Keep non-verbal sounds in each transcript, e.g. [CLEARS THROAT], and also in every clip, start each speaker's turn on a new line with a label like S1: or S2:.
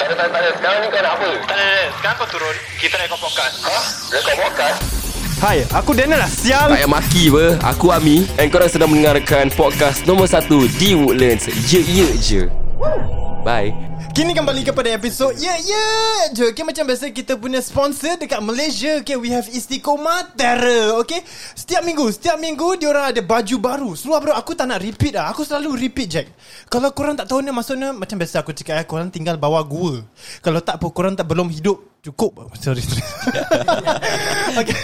S1: ada, tak ada, tak ada. Sekarang ni kau nak apa?
S2: Tak ada, tak ada. Sekarang kau turun Kita nak ikut podcast
S1: Ha? Rekod podcast?
S3: Hai, aku Daniel lah
S4: Tak
S3: sial.
S4: payah maki apa Aku Ami And korang sedang mendengarkan Podcast nombor 1 Di Woodlands Ye ye je Bye
S3: Kini kembali kepada episod Ya yeah, ya yeah, je. Okay, macam biasa kita punya sponsor dekat Malaysia. Okay, we have Istiqomah Terra. Okay, setiap minggu, setiap minggu diorang ada baju baru. Seluar baru. Aku tak nak repeat lah. Aku selalu repeat Jack. Kalau korang tak tahu ni maksudnya macam biasa aku cakap eh, korang tinggal bawah gua. Kalau tak pun korang tak belum hidup cukup. [LAUGHS] Sorry, sorry. [LAUGHS] okay.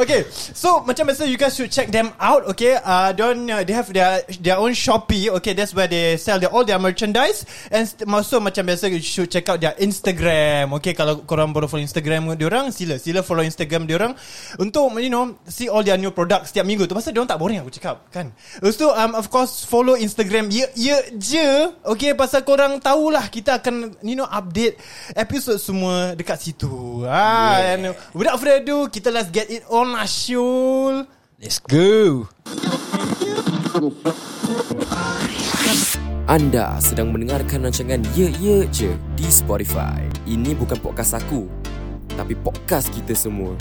S3: Okay So macam biasa You guys should check them out Okay uh, don't, uh, They have their Their own Shopee Okay that's where they sell their, All their merchandise And st- also macam biasa You should check out their Instagram Okay Kalau korang baru follow Instagram Diorang Sila Sila follow Instagram diorang Untuk you know See all their new products Setiap minggu tu Pasal diorang tak boring aku cakap Kan Lepas tu um, Of course Follow Instagram Ya ya je Okay pasal korang tahulah Kita akan You know update Episode semua Dekat situ ah, yeah. And without further ado Kita let's get it on lah Syul
S5: Let's go
S4: Anda sedang mendengarkan rancangan Ye ye je Di Spotify Ini bukan podcast aku Tapi podcast kita semua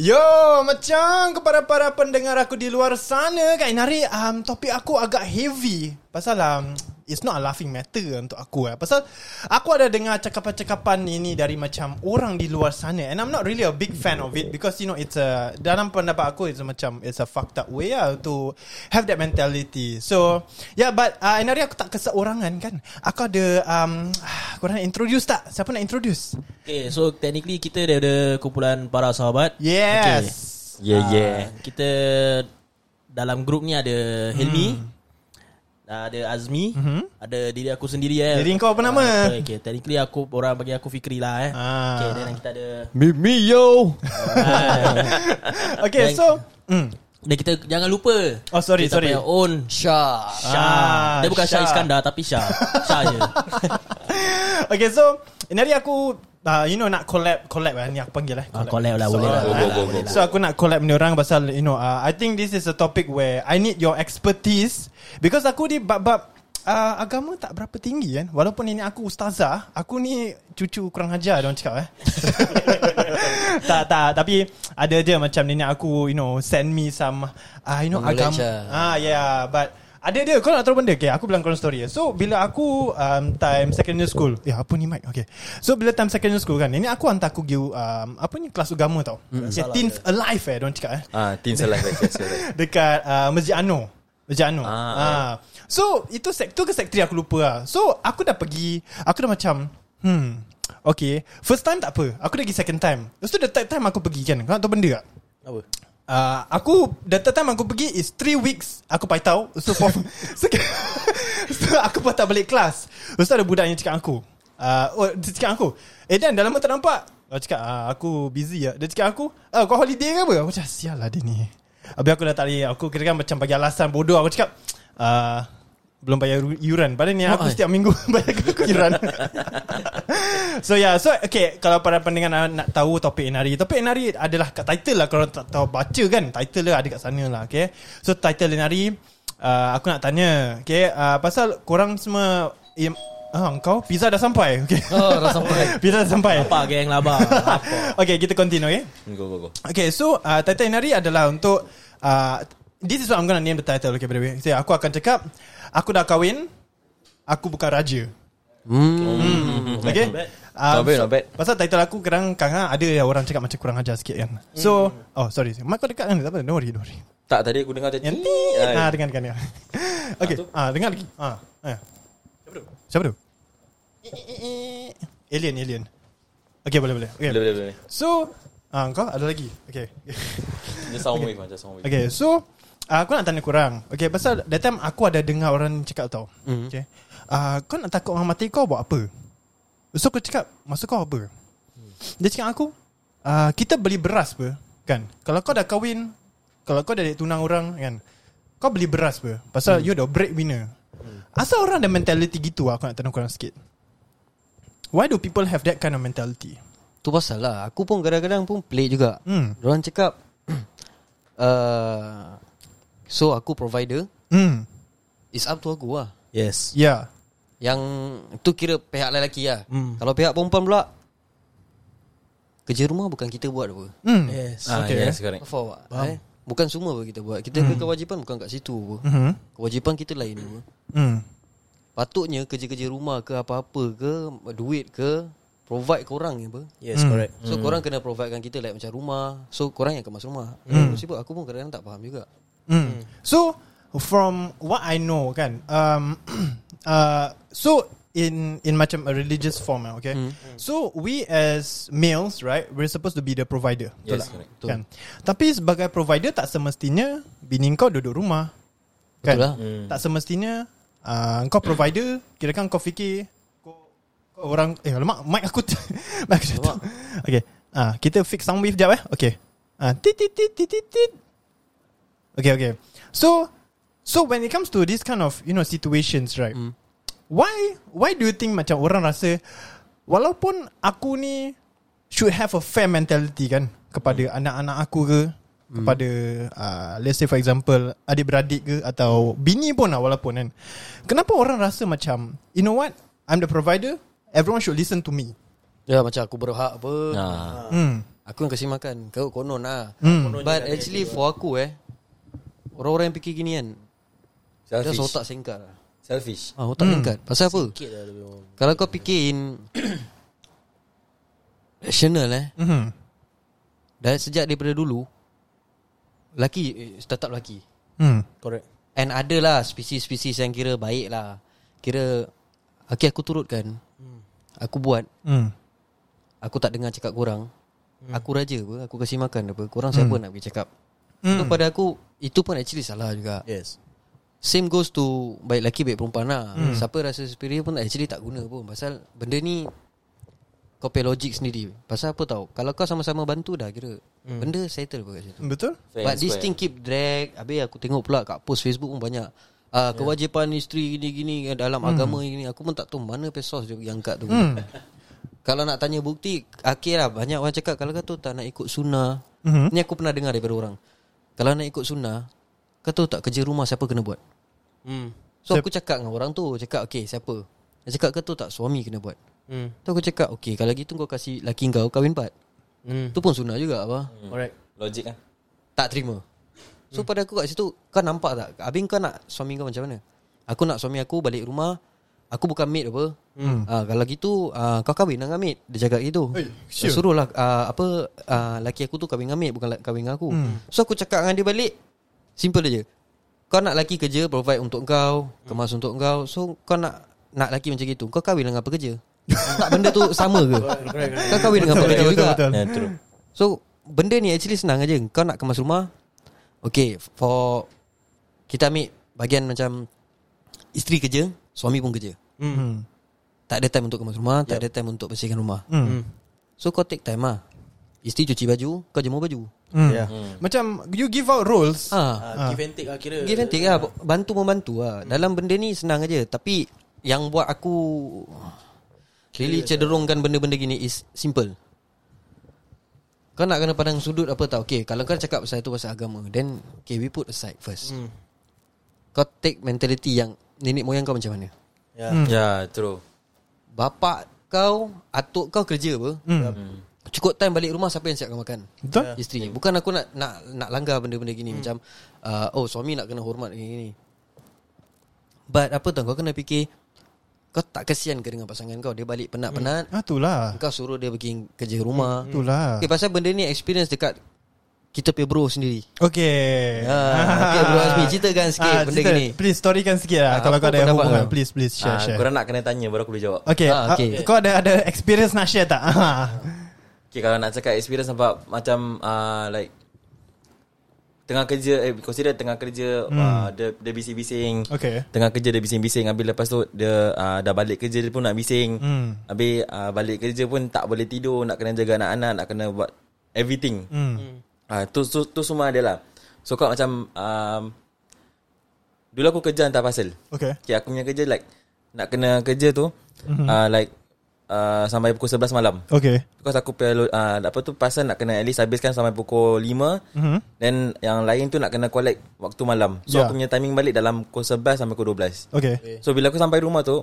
S3: Yo macam kepada para pendengar aku di luar sana kan Hari um, topik aku agak heavy Pasal um, It's not a laughing matter untuk aku eh. Pasal aku ada dengar cakapan-cakapan ini dari macam orang di luar sana and I'm not really a big fan of it because you know it's a dalam pendapat aku it's a macam it's a fucked up way lah to have that mentality. So yeah but uh, hari aku tak keseorangan kan. Aku ada um, [SIGHS] korang nak introduce tak? Siapa nak introduce?
S5: Okay so technically kita daripada kumpulan para sahabat
S3: Yes.
S4: Ye yeah, ye yeah.
S5: Ah, Kita dalam grup ni ada Helmi Ada Azmi Ada diri aku sendiri eh.
S3: Hmm. Diri kau apa nama?
S5: Ah, okay, okay, Technically aku Orang panggil aku Fikri lah eh.
S3: Ah.
S5: Okay then kita ada
S3: Mimi [LAUGHS] yo. okay,
S5: Thank-
S3: so mm.
S5: Dan kita jangan lupa
S3: Oh, sorry,
S5: kita
S3: sorry.
S5: punya own Syah
S3: Ah,
S5: Syah Dia bukan Syah
S3: Syah.
S5: Iskandar Tapi Syah Syah
S6: [LAUGHS]
S5: je
S3: okay, so ini hari aku uh, you know nak collab collab lah ni aku panggil lah.
S5: Ah, Collab lah
S3: So,
S5: boleh
S3: ah,
S5: lah boleh lah,
S4: go,
S5: boleh lah.
S3: So aku nak collab ni orang pasal you know uh, I think this is a topic where I need your expertise because aku di bab-bab uh, agama tak berapa tinggi kan walaupun ini aku ustazah aku ni cucu kurang ajar dia orang cakap eh [LAUGHS] tak tak tapi ada je macam nenek aku you know send me some uh, you know agama
S7: Knowledge
S5: lah.
S3: ah yeah but ada dia Kau nak tahu benda okay, Aku bilang korang story So bila aku um, Time secondary school Ya apa ni mic Okay So bila time secondary school kan Ini aku hantar aku pergi um, Apa ni Kelas agama tau mm. yeah, Teens Alive eh Diorang cakap eh
S4: Ah, Teen [LAUGHS] Salah
S3: Dekat uh, Masjid Anur Masjid Anur ah. ah. So itu sektor ke sektor aku lupa lah So aku dah pergi Aku dah macam Hmm Okay First time tak apa Aku dah pergi second time Lepas tu the third time aku pergi kan Kau nak tahu benda tak
S5: Apa?
S3: Uh, aku The third time aku pergi Is 3 weeks Aku paitau So, for, so, so aku patah balik kelas Lepas tu ada budak yang cakap aku uh, Oh dia cakap aku Eh Dan dah lama tak nampak Aku cakap ah, Aku busy lah Dia cakap aku ah, Kau holiday ke apa Aku cakap sial lah dia ni Habis aku dah tak boleh Aku kira kan macam bagi alasan bodoh Aku cakap ah, Belum bayar ru- yuran Padahal ni aku setiap minggu [LAUGHS] Bayar aku
S7: [LAUGHS]
S3: yuran So yeah So okay Kalau para pendengar nak, nak tahu Topik Inari Topik Inari adalah Kat title lah Kalau tak tahu baca kan Title dia ada kat sana lah Okay So title Inari uh, Aku nak tanya Okay uh, Pasal korang semua im, Ah, kau pizza dah sampai. Okay.
S7: Oh, dah sampai.
S3: [LAUGHS] pizza dah sampai.
S5: Apa geng
S4: [LAUGHS]
S5: laba Apa
S3: okay, kita continue, okay?
S4: Go go go
S3: Okay, so uh, title Inari adalah untuk uh, This is what I'm gonna name the title Okay, by the way so, Aku akan cakap Aku dah kahwin Aku bukan raja hmm. Okay um,
S4: Not bad, not bad.
S3: Pasal title aku kadang kadang ada orang cakap macam kurang ajar sikit kan So Oh sorry Mic kau dekat kan Tak apa Don't worry, don't worry.
S4: Hmm. Tak tadi aku dengar
S3: Yang ni Ah dengar dengar [LAUGHS] dengar Okay ah, Dengar lagi ah, eh. Siapa tu? Eh, eh, eh, eh. Alien alien Okay boleh boleh okay.
S6: Boleh, boleh, boleh.
S3: So ah, Kau ada lagi [LAUGHS] Okay
S6: Just sound wave, man. Just sound wave.
S3: Okay so uh, Aku nak tanya korang Okay pasal That time aku ada dengar orang cakap tau mm. Okay uh, Kau nak takut orang mati kau buat apa So aku cakap Maksud kau apa Dia cakap aku uh, Kita beli beras apa Kan Kalau kau dah kahwin Kalau kau dah ada tunang orang kan Kau beli beras apa Pasal mm. you the breadwinner mm. Asal orang ada mentality gitu lah Aku nak tanya korang sikit Why do people have that kind of mentality
S7: Tu pasal lah Aku pun kadang-kadang pun pelik juga
S3: Hmm.
S7: Diorang cakap [CLEARS THROAT] uh, So aku provider
S3: Hmm.
S7: It's up to aku lah
S5: Yes
S3: Yeah.
S7: Yang tu kira pihak lelaki lah hmm. Kalau pihak perempuan pula Kerja rumah bukan kita buat apa
S3: Hmm.
S5: Yes
S6: Ah,
S3: Okay.
S6: okay. yes, correct.
S7: Faham Hmm. tak? Eh? Bukan semua apa kita buat Kita kewajipan bukan kat situ apa
S3: Mhm.
S7: Kewajipan kita lain apa
S3: Hmm.
S7: Patutnya kerja-kerja rumah ke apa-apa ke Duit ke Provide korang je apa
S5: Yes correct
S7: So hmm. korang kena providekan kita like macam rumah So korang yang kemas rumah hmm. Sibuk aku pun kadang-kadang tak faham juga
S3: Mm. So from what I know kan um [CLEARS THROAT] uh so in in macam a religious form eh, okay
S7: Hmm.
S3: so we as males right we're supposed to be the provider betul
S6: Yes,
S3: tak?
S6: correct.
S7: Betul.
S3: kan tapi sebagai provider tak semestinya bini kau duduk rumah kan
S7: Betul lah.
S3: tak semestinya uh, kau provider kira kan kau fikir kau, kau orang eh alamak mic aku ter- [LAUGHS] mic aku jatuh okay ah kita fix sound wave jap eh okay ah tit tit tit tit tit, tit Okay, okay. So, so when it comes to this kind of you know situations, right? Why, why do you think macam orang rasa walaupun aku ni should have a fair mentality kan kepada anak-anak aku ke kepada uh, let's say for example adik-beradik ke atau bini pun lah walaupun kan kenapa orang rasa macam you know what I'm the provider everyone should listen to me
S7: Ya macam aku berhak apa
S6: Ah.
S3: hmm
S7: Aku yang kasih makan Kau konon lah
S3: hmm
S7: But actually for aku eh Orang-orang yang fikir gini kan Dia
S6: Selfish.
S7: otak singkat lah
S6: Selfish.
S7: ah, Otak singkat Pasal apa? Kalau kau fikir in Rational eh
S3: hmm
S7: Dah sejak daripada dulu Lelaki eh, Tetap lelaki
S3: hmm
S5: Correct
S7: And ada lah Spesies-spesies yang kira baik lah Kira Okay aku turutkan Aku buat
S3: hmm
S7: Aku tak dengar cakap korang Aku raja apa Aku kasih makan apa Korang siapa nak pergi cakap So pada aku Itu pun actually salah juga
S5: Yes
S7: Same goes to Baik lelaki baik perempuan lah Siapa rasa superior pun Actually tak guna pun Pasal benda ni Kau pay logic sendiri Pasal apa tau Kalau kau sama-sama bantu dah kira Benda settle pun kat situ
S3: betul
S6: Fair
S7: But
S6: and
S7: this
S6: square.
S7: thing keep drag Habis aku tengok pula Kat post Facebook pun banyak Ah, kewajipan isteri gini-gini dalam agama ini aku pun tak tahu mana pesos dia pergi angkat tu. [LAUGHS] Kalau nak tanya bukti Akhir lah Banyak orang cakap Kalau kau tu tak nak ikut sunnah
S3: Mhm.
S7: Ni aku pernah dengar daripada orang Kalau nak ikut sunnah Kau tahu tak kerja rumah siapa kena buat
S5: Hmm
S7: So aku cakap dengan orang tu Cakap okay siapa Dia cakap kau tahu tak suami kena buat
S5: Hmm
S7: Tu aku cakap okay Kalau gitu kau kasih laki kau kahwin empat
S5: Hmm
S7: Tu pun sunnah juga apa
S3: Hmm.
S5: Correct
S6: Logik kan?
S7: Tak terima So pada aku kat situ Kau nampak tak Habis kau nak suami kau macam mana Aku nak suami aku balik rumah Aku bukan maid apa Ah, Kalau gitu ah, Kau kahwin dengan maid Dia cakap gitu
S3: Hmm. Eh,
S7: Suruh
S3: sure.
S7: Suruhlah ah, Apa ah, Laki aku tu kahwin dengan maid Bukan la- kahwin dengan aku
S3: Hmm.
S7: So aku cakap dengan dia balik Simple aja Kau nak laki kerja Provide untuk kau
S3: Hmm.
S7: Kemas untuk kau So kau nak Nak laki macam gitu Kau kahwin dengan apa kerja [LAUGHS] Tak benda tu sama ke Kau kahwin dengan apa kerja
S3: betul,
S7: juga
S3: betul.
S6: Yeah, true.
S7: So benda ni actually senang aja. Kau nak kemas rumah Okay For Kita ambil Bagian macam Isteri kerja Suami pun kerja
S3: hmm
S7: Tak ada time untuk kemas rumah Tak ada time untuk bersihkan rumah
S3: hmm
S7: So kau take time lah Isteri cuci baju Kau jemur baju
S3: Hmm.
S5: Yeah.
S3: Macam you give out roles.
S7: Ah,
S5: Ah, Give and take lah kira Hmm.
S7: Give and take lah Bantu membantu lah Dalam benda ni senang aja. Tapi Yang buat aku Really
S5: lah.
S7: cederungkan benda-benda gini Is simple Kau nak kena pandang sudut apa tau Okay Kalau kau cakap pasal tu Pasal agama Then Okay we put aside first
S5: Hmm.
S7: Kau take mentality yang Nenek moyang kau macam mana
S5: Ya
S6: Yeah, true.
S7: Bapak kau Atuk kau kerja apa Cukup time balik rumah Siapa yang siapkan makan
S3: Hmm. Betul?
S6: Ya.
S7: Isteri Bukan aku nak Nak nak langgar benda-benda
S6: Hmm.
S7: gini Macam uh, Oh suami nak kena hormat Gini-gini But apa tau Kau kena fikir Kau tak kesian ke dengan pasangan kau Dia balik penat-penat
S3: Ah, itulah.
S7: Kau suruh dia pergi kerja rumah
S3: Hmm. Itulah.
S7: Okay pasal benda ni Experience dekat Kita punya bro sendiri
S3: Okay.
S7: Ah, okay, Bro Azmi, ceritakan sikit benda
S3: cerita.
S7: gini.
S3: Please storykan sikit lah
S7: Ah,
S3: kalau
S7: apa
S3: kau ada
S7: pendapat
S3: hubungan.
S7: kau?
S3: Please please share
S6: Ah,
S3: share.
S6: korang nak kena tanya baru aku boleh jawab.
S3: Okay,
S7: Ah,
S3: ah,
S7: okay.
S3: kau ada ada experience nak share tak? Ah.
S6: Okay, kalau nak cakap experience nampak macam uh, like tengah kerja eh consider tengah kerja hmm. uh, dia dia bising-bising.
S3: Okay.
S6: Tengah kerja dia bising-bising habis lepas tu dia uh, dah balik kerja dia pun nak bising.
S3: Hmm.
S6: Habis uh, balik kerja pun tak boleh tidur, nak kena jaga anak-anak, nak kena buat everything.
S3: [LAUGHS] Hmm.
S6: Ah tu, tu tu semua ada lah. So kau macam um, dulu aku kerja hantar parcel.
S3: Okay. Hmm.
S6: Okay, aku punya kerja like nak kena kerja tu mm-hmm. uh, like uh, sampai pukul 11 malam.
S3: Okay
S6: Because aku perlu uh, apa tu pasal nak kena at least habiskan sampai pukul 5
S3: Mhm.
S6: Then yang lain tu nak kena collect waktu malam So
S3: Ya.
S6: yeah. aku punya timing balik dalam pukul 11 sampai pukul 12
S3: Okay
S6: So bila aku sampai rumah tu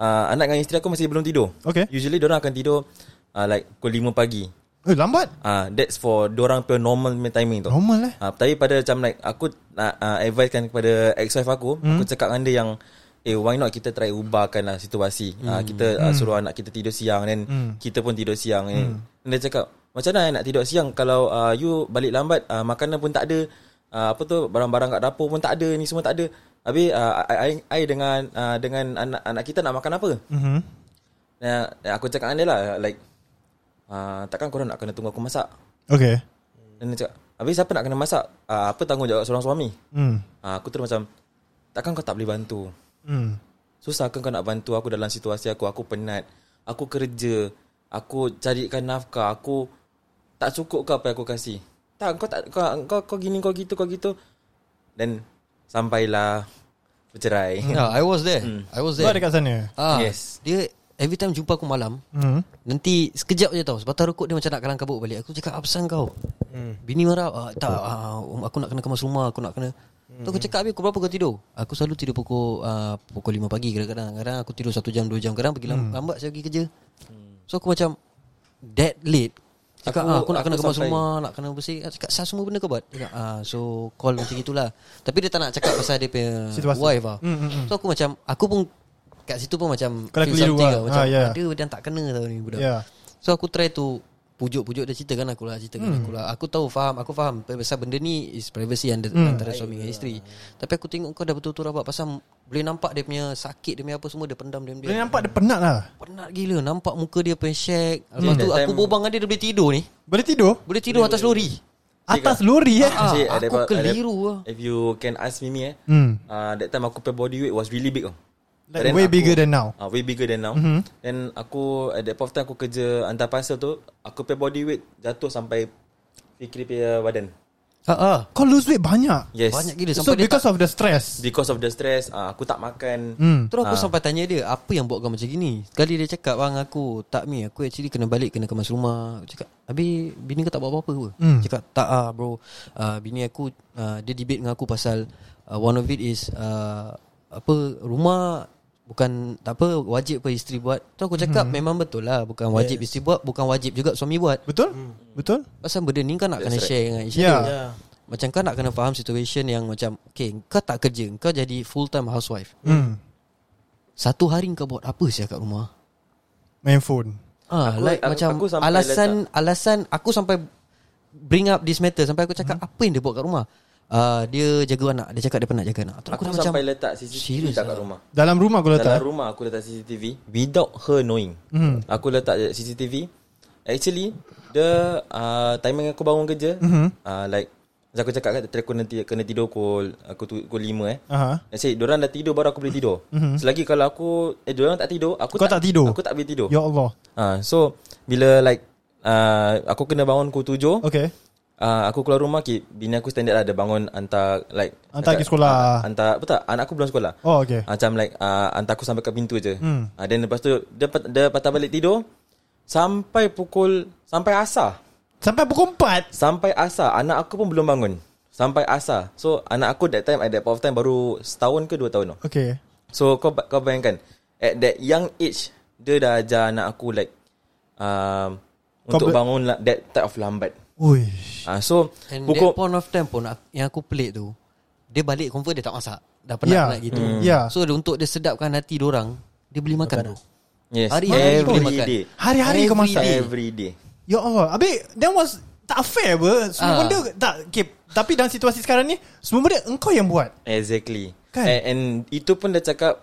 S6: uh, Anak dengan isteri aku masih belum tidur
S3: Okay.
S6: Usually diorang akan tidur uh, like pukul 5 pagi
S3: Eh lambat
S6: Ah, uh, that's for diorang punya normal punya timing tu.
S3: Normal eh?
S6: Ah, uh, tapi pada macam like aku nak uh, advisekan kepada ex-wife aku, hmm. aku cakap dengan dia yang eh why not kita try ubahkan lah situasi. Hmm. Uh, kita uh, suruh anak kita tidur siang then hmm. kita pun tidur siang. Hmm. Then dia cakap macam mana eh nak tidur siang kalau uh, you balik lambat uh, makanan pun tak ada uh, apa tu barang-barang kat dapur pun tak ada ni semua tak ada. Habis uh, I, I, I dengan uh, dengan anak anak kita nak makan apa?
S7: Mhm.
S3: mm-hmm.
S6: Nah, aku cakap dengan dia lah like uh, takkan korang nak kena tunggu aku masak.
S3: Okay
S6: Dan dia cakap Habis siapa nak kena masak uh, Apa tanggungjawab seorang suami
S3: Hmm
S6: uh, Aku terus macam Takkan kau tak boleh bantu
S3: Hmm
S6: Susah kan kau nak bantu aku dalam situasi aku Aku penat Aku kerja Aku carikan nafkah Aku Tak cukup ke apa yang aku kasih Tak kau tak Kau, kau, kau gini kau gitu kau gitu Dan Sampailah Bercerai
S7: Yeah, Ah, I was there.
S6: Hmm.
S7: I was
S3: Kau
S7: there.
S3: ada kat sana
S7: Ah,
S6: Yes.
S7: Dia every time jumpa aku malam,
S3: Hmm
S7: nanti sekejap je tau. Sebatang rokok dia macam nak kalang kabut balik. Aku cakap absan kau.
S6: Hmm.
S7: Bini marah, ah, tak ah, um, aku nak kena kemas rumah, aku nak kena. Tu aku
S6: Hmm.
S7: cakap habis pukul berapa kau tidur? Aku selalu tidur pukul ah, pukul 5 pagi kadang-kadang. Kadang aku tidur 1 jam 2 jam, kadang pergi lam- lambat saya pergi kerja. So aku macam that late. Cakap
S6: Hmm.
S7: aku, ah,
S6: Aku-
S7: aku nak kena
S6: aku
S7: kemas
S6: sampai-
S7: rumah nak kena bersih Aku Cakap sah semua benda kau buat Cakap ah, So call macam itulah Tapi dia tak nak cakap pasal dia punya
S3: Situasi.
S7: Situasi. Wife lah
S3: Mm, mm, mm.
S7: So aku macam Aku pun Kat situ pun macam
S3: Kalau
S7: feel
S3: keliru
S7: something
S3: lah.
S7: tau. Macam
S3: Ah, Ya. yeah.
S7: ada dan tak kena tau ni budak
S3: Yeah.
S7: So aku try to Pujuk-pujuk dia ceritakan aku lah Ceritakan
S3: Hmm.
S7: aku lah Aku tahu faham Aku faham Pasal benda ni Is privacy under,
S3: Hmm.
S7: Antara suami dan isteri Tapi aku tengok kau dah betul-betul rabat Pasal boleh nampak dia punya Sakit dia punya apa semua Dia pendam dia, dia.
S3: Dia nampak dia penat lah
S7: Penat gila Nampak muka dia punya shake Lepas
S3: Hmm.
S7: tu
S6: That
S7: aku
S6: time-
S7: bobang dengan dia Dia boleh tidur ni
S3: Boleh tidur
S7: Boleh tidur atas lori
S3: Atas lori
S6: [LAUGHS]
S3: eh
S7: Ah,
S6: Actually,
S7: aku
S6: about-
S7: keliru
S6: ada-
S7: lah.
S6: If you can ask Mimi eh
S3: ah. Hmm.
S6: uh, That time aku punya body weight was really big oh.
S3: Like way bigger than now.
S6: uh, Way bigger than now
S7: Mhm.
S6: mm-hmm. Then aku At that point of time aku kerja Hantar parcel tu Aku punya body weight Jatuh sampai Fikri punya badan
S7: ah, ah.
S3: Kau lose weight banyak
S6: Yes
S7: Banyak gila
S3: So
S7: Ya, Sampai dia
S3: because of the stress
S6: Because of the stress uh, Aku tak makan
S3: Hmm
S7: Terus aku
S6: Ah.
S7: sampai tanya dia Apa yang buat kau macam gini Sekali dia cakap Bang aku Tak mi Aku actually kena balik Kena kemas rumah Aku cakap Habis bini kau tak buat apa-apa ke
S3: Hmm.
S7: Cakap tak ah bro uh, Bini aku uh, Dia debate dengan aku pasal uh, One of it is uh, Apa Rumah Bukan tak apa Wajib apa isteri buat Tu aku cakap hmm. Memang betul lah Bukan wajib yes. isteri buat Bukan wajib juga suami buat
S3: Betul? Betul?
S7: Pasal benda ni kau nak kena
S6: That's right.
S7: share dengan isteri
S3: Yeah.
S5: Yeah.
S7: Macam kau nak kena faham situation yang macam Okay kau tak kerja Kau jadi full time housewife
S3: Hmm
S7: Satu hari kau buat apa sih kat rumah
S3: Main phone
S7: Ah,
S6: Aku-
S7: like
S6: aku-
S7: macam
S6: aku sampai lah.
S7: alasan alasan aku sampai bring up this matter sampai aku cakap hmm. apa yang dia buat kat rumah. Ah, dia jaga anak, dia cakap dia penat jaga anak. Terus
S6: Aku,
S7: dah
S6: aku sampai letak CCTV
S7: serious
S6: kat
S7: lah.
S6: kat rumah
S3: Dalam rumah kau
S6: Dalam
S3: letak
S6: rumah aku letak CCTV Without her knowing
S3: Mhm.
S6: Aku letak je CCTV Actually The uh, Timing aku bangun kerja
S3: Hmm.
S6: uh, Like macam Aku cakap kat tadi aku nanti kena tidur pukul Aku tu, pukul 5 eh
S3: Aha. Hmm.
S6: Asyik dorang dah tidur baru aku boleh tidur Selagi kalau aku Eh dorang tak tidur aku
S3: Kau tak tidur?
S6: Aku tak boleh tidur
S3: Ya Allah
S6: Ah, so bila like uh, aku kena bangun pukul 7.
S3: Okay
S6: Uh, aku keluar rumah ki bini aku standard lah dia bangun hantar like
S3: Hantar pergi sekolah.
S6: Ah, hantar apa tak anak aku belum sekolah.
S3: Oh, okay.
S6: Macam like uh, hantar aku sampai ke pintu je. Hmm. Uh, then lepas tu dia, pat- dia patah balik tidur sampai pukul sampai asar.
S3: Sampai pukul 4
S6: Sampai asar anak aku pun belum bangun. Sampai asar. So anak aku that time at that point of time baru setahun ke dua tahun. tau.
S3: Okay
S6: So kau ba- kau bayangkan at that young age dia dah ajar anak aku like um,
S3: Kau
S6: untuk
S3: ber-
S6: bangun la- that type of lambat.
S3: Ui
S6: Ah uh, so
S7: And Pukul. that
S6: pukul
S7: point of time pun aku- Yang aku pelik tu Dia balik confirm dia tak masak Dah penat
S3: Yeah.
S7: yeah. nak gitu
S3: Hmm. Yeah.
S7: So dia, untuk dia sedapkan hati orang Dia beli Ya. makan tu
S6: yes
S7: Hari
S6: every
S7: hari makan.
S6: day.
S3: Hari-hari kau
S6: Masak
S3: masak
S6: every day.
S3: Ya Allah Habis That was Tak fair ber Semua
S7: Ah.
S3: benda Tak okay. Tapi dalam situasi sekarang ni Semua benda Engkau yang buat
S6: Exactly.
S3: Kan?
S6: Kan? And, and itu pun dia cakap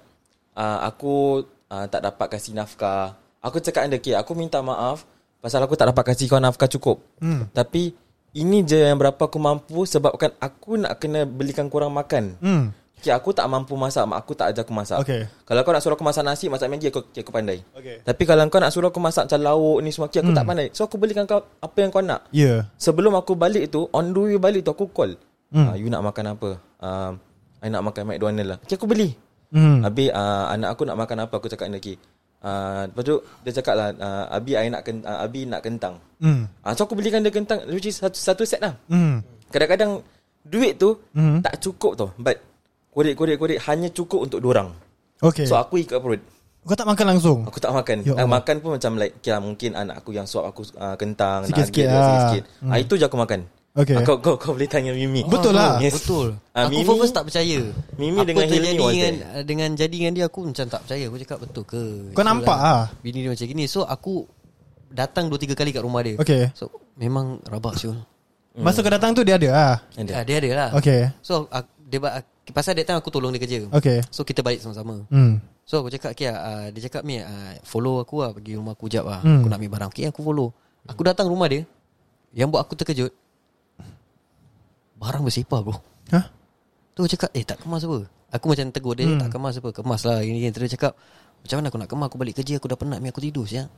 S6: uh, aku uh, tak dapat kasih nafkah. Aku cakap dengan dia, "Okay, aku minta maaf pasal aku tak dapat kasih kau nafkah cukup." Hmm. Tapi ini je yang berapa aku mampu sebabkan aku nak kena belikan korang makan.
S3: Hmm
S6: Okay, aku tak mampu masak. Mak aku tak ajar aku masak.
S3: Okay.
S6: Kalau kau nak suruh aku masak nasi, masak Maggi, aku, okay, aku pandai.
S3: Okay. Hmm.
S6: Tapi kalau kau nak suruh aku masak macam lauk ni semua, okay, aku tak pandai. So, aku belikan kau apa yang kau nak.
S3: Ya
S6: Sebelum aku balik tu, on the way balik tu, aku call.
S3: Hmm.
S6: Ah, you nak makan apa? Uh, I nak makan McDonald lah. Okay, aku beli.
S3: Hmm
S6: Habis, ah, anak aku nak makan apa, aku cakap dengan dia, okay, Uh, lepas tu dia cakap lah uh, Abi I nak ken, uh, Abi nak kentang.
S3: Hmm.
S6: Ah uh, so aku belikan dia kentang which is satu, satu set lah.
S3: Hmm.
S6: Kadang-kadang duit tu mm. tak cukup tau but korek-korek-korek hanya cukup untuk dorang.
S3: Okay.
S6: Okay. So aku ikat perut.
S3: Kau tak makan langsung.
S6: Aku tak makan.
S3: Ya
S6: Ya
S3: Allah.
S6: makan pun macam like okay lah, mungkin anak aku yang suap aku uh, kentang
S3: Sikit-sikit
S6: nugget,
S3: lah.
S6: sikit-sikit. Ah itu je aku makan.
S3: Okay.
S6: Ah, kau, kau kau boleh tanya Mimi.
S3: Betul lah.
S6: Yes.
S7: Betul.
S6: Ah,
S7: aku
S6: Mimi-
S7: Mimi, first tak percaya.
S6: Mimi dengan
S7: terjadi
S6: Hilmi was
S7: dengan, dengan jadi dengan dia aku macam tak percaya. Aku cakap betul ke?
S3: Kau nampak ah?
S7: Bini dia macam gini. So aku datang 2 3 kali kat rumah dia.
S3: Okay.
S7: So memang rabak siul.
S3: Hmm. Masa kau datang tu dia ada ah.
S7: Ada. Dia ada lah.
S3: Okay.
S7: So aku, dia ba- aku- pasal that time aku tolong dia kerja.
S3: Okay.
S7: So kita balik sama-sama.
S3: Hmm.
S7: So aku cakap okay, uh, Dia cakap ni uh, Follow aku lah Pergi rumah aku jap lah
S3: Hmm.
S7: Aku nak ambil barang Okay aku follow Aku datang rumah dia Yang buat aku terkejut Barang bersepah bro
S3: Hah?
S7: Tu aku cakap Eh tak kemas apa Aku macam tegur dia Tak kemas apa Kemas lah gini, gini. Terus Dia cakap Macam mana aku nak kemas Aku balik kerja Aku dah penat ni Aku tidur siap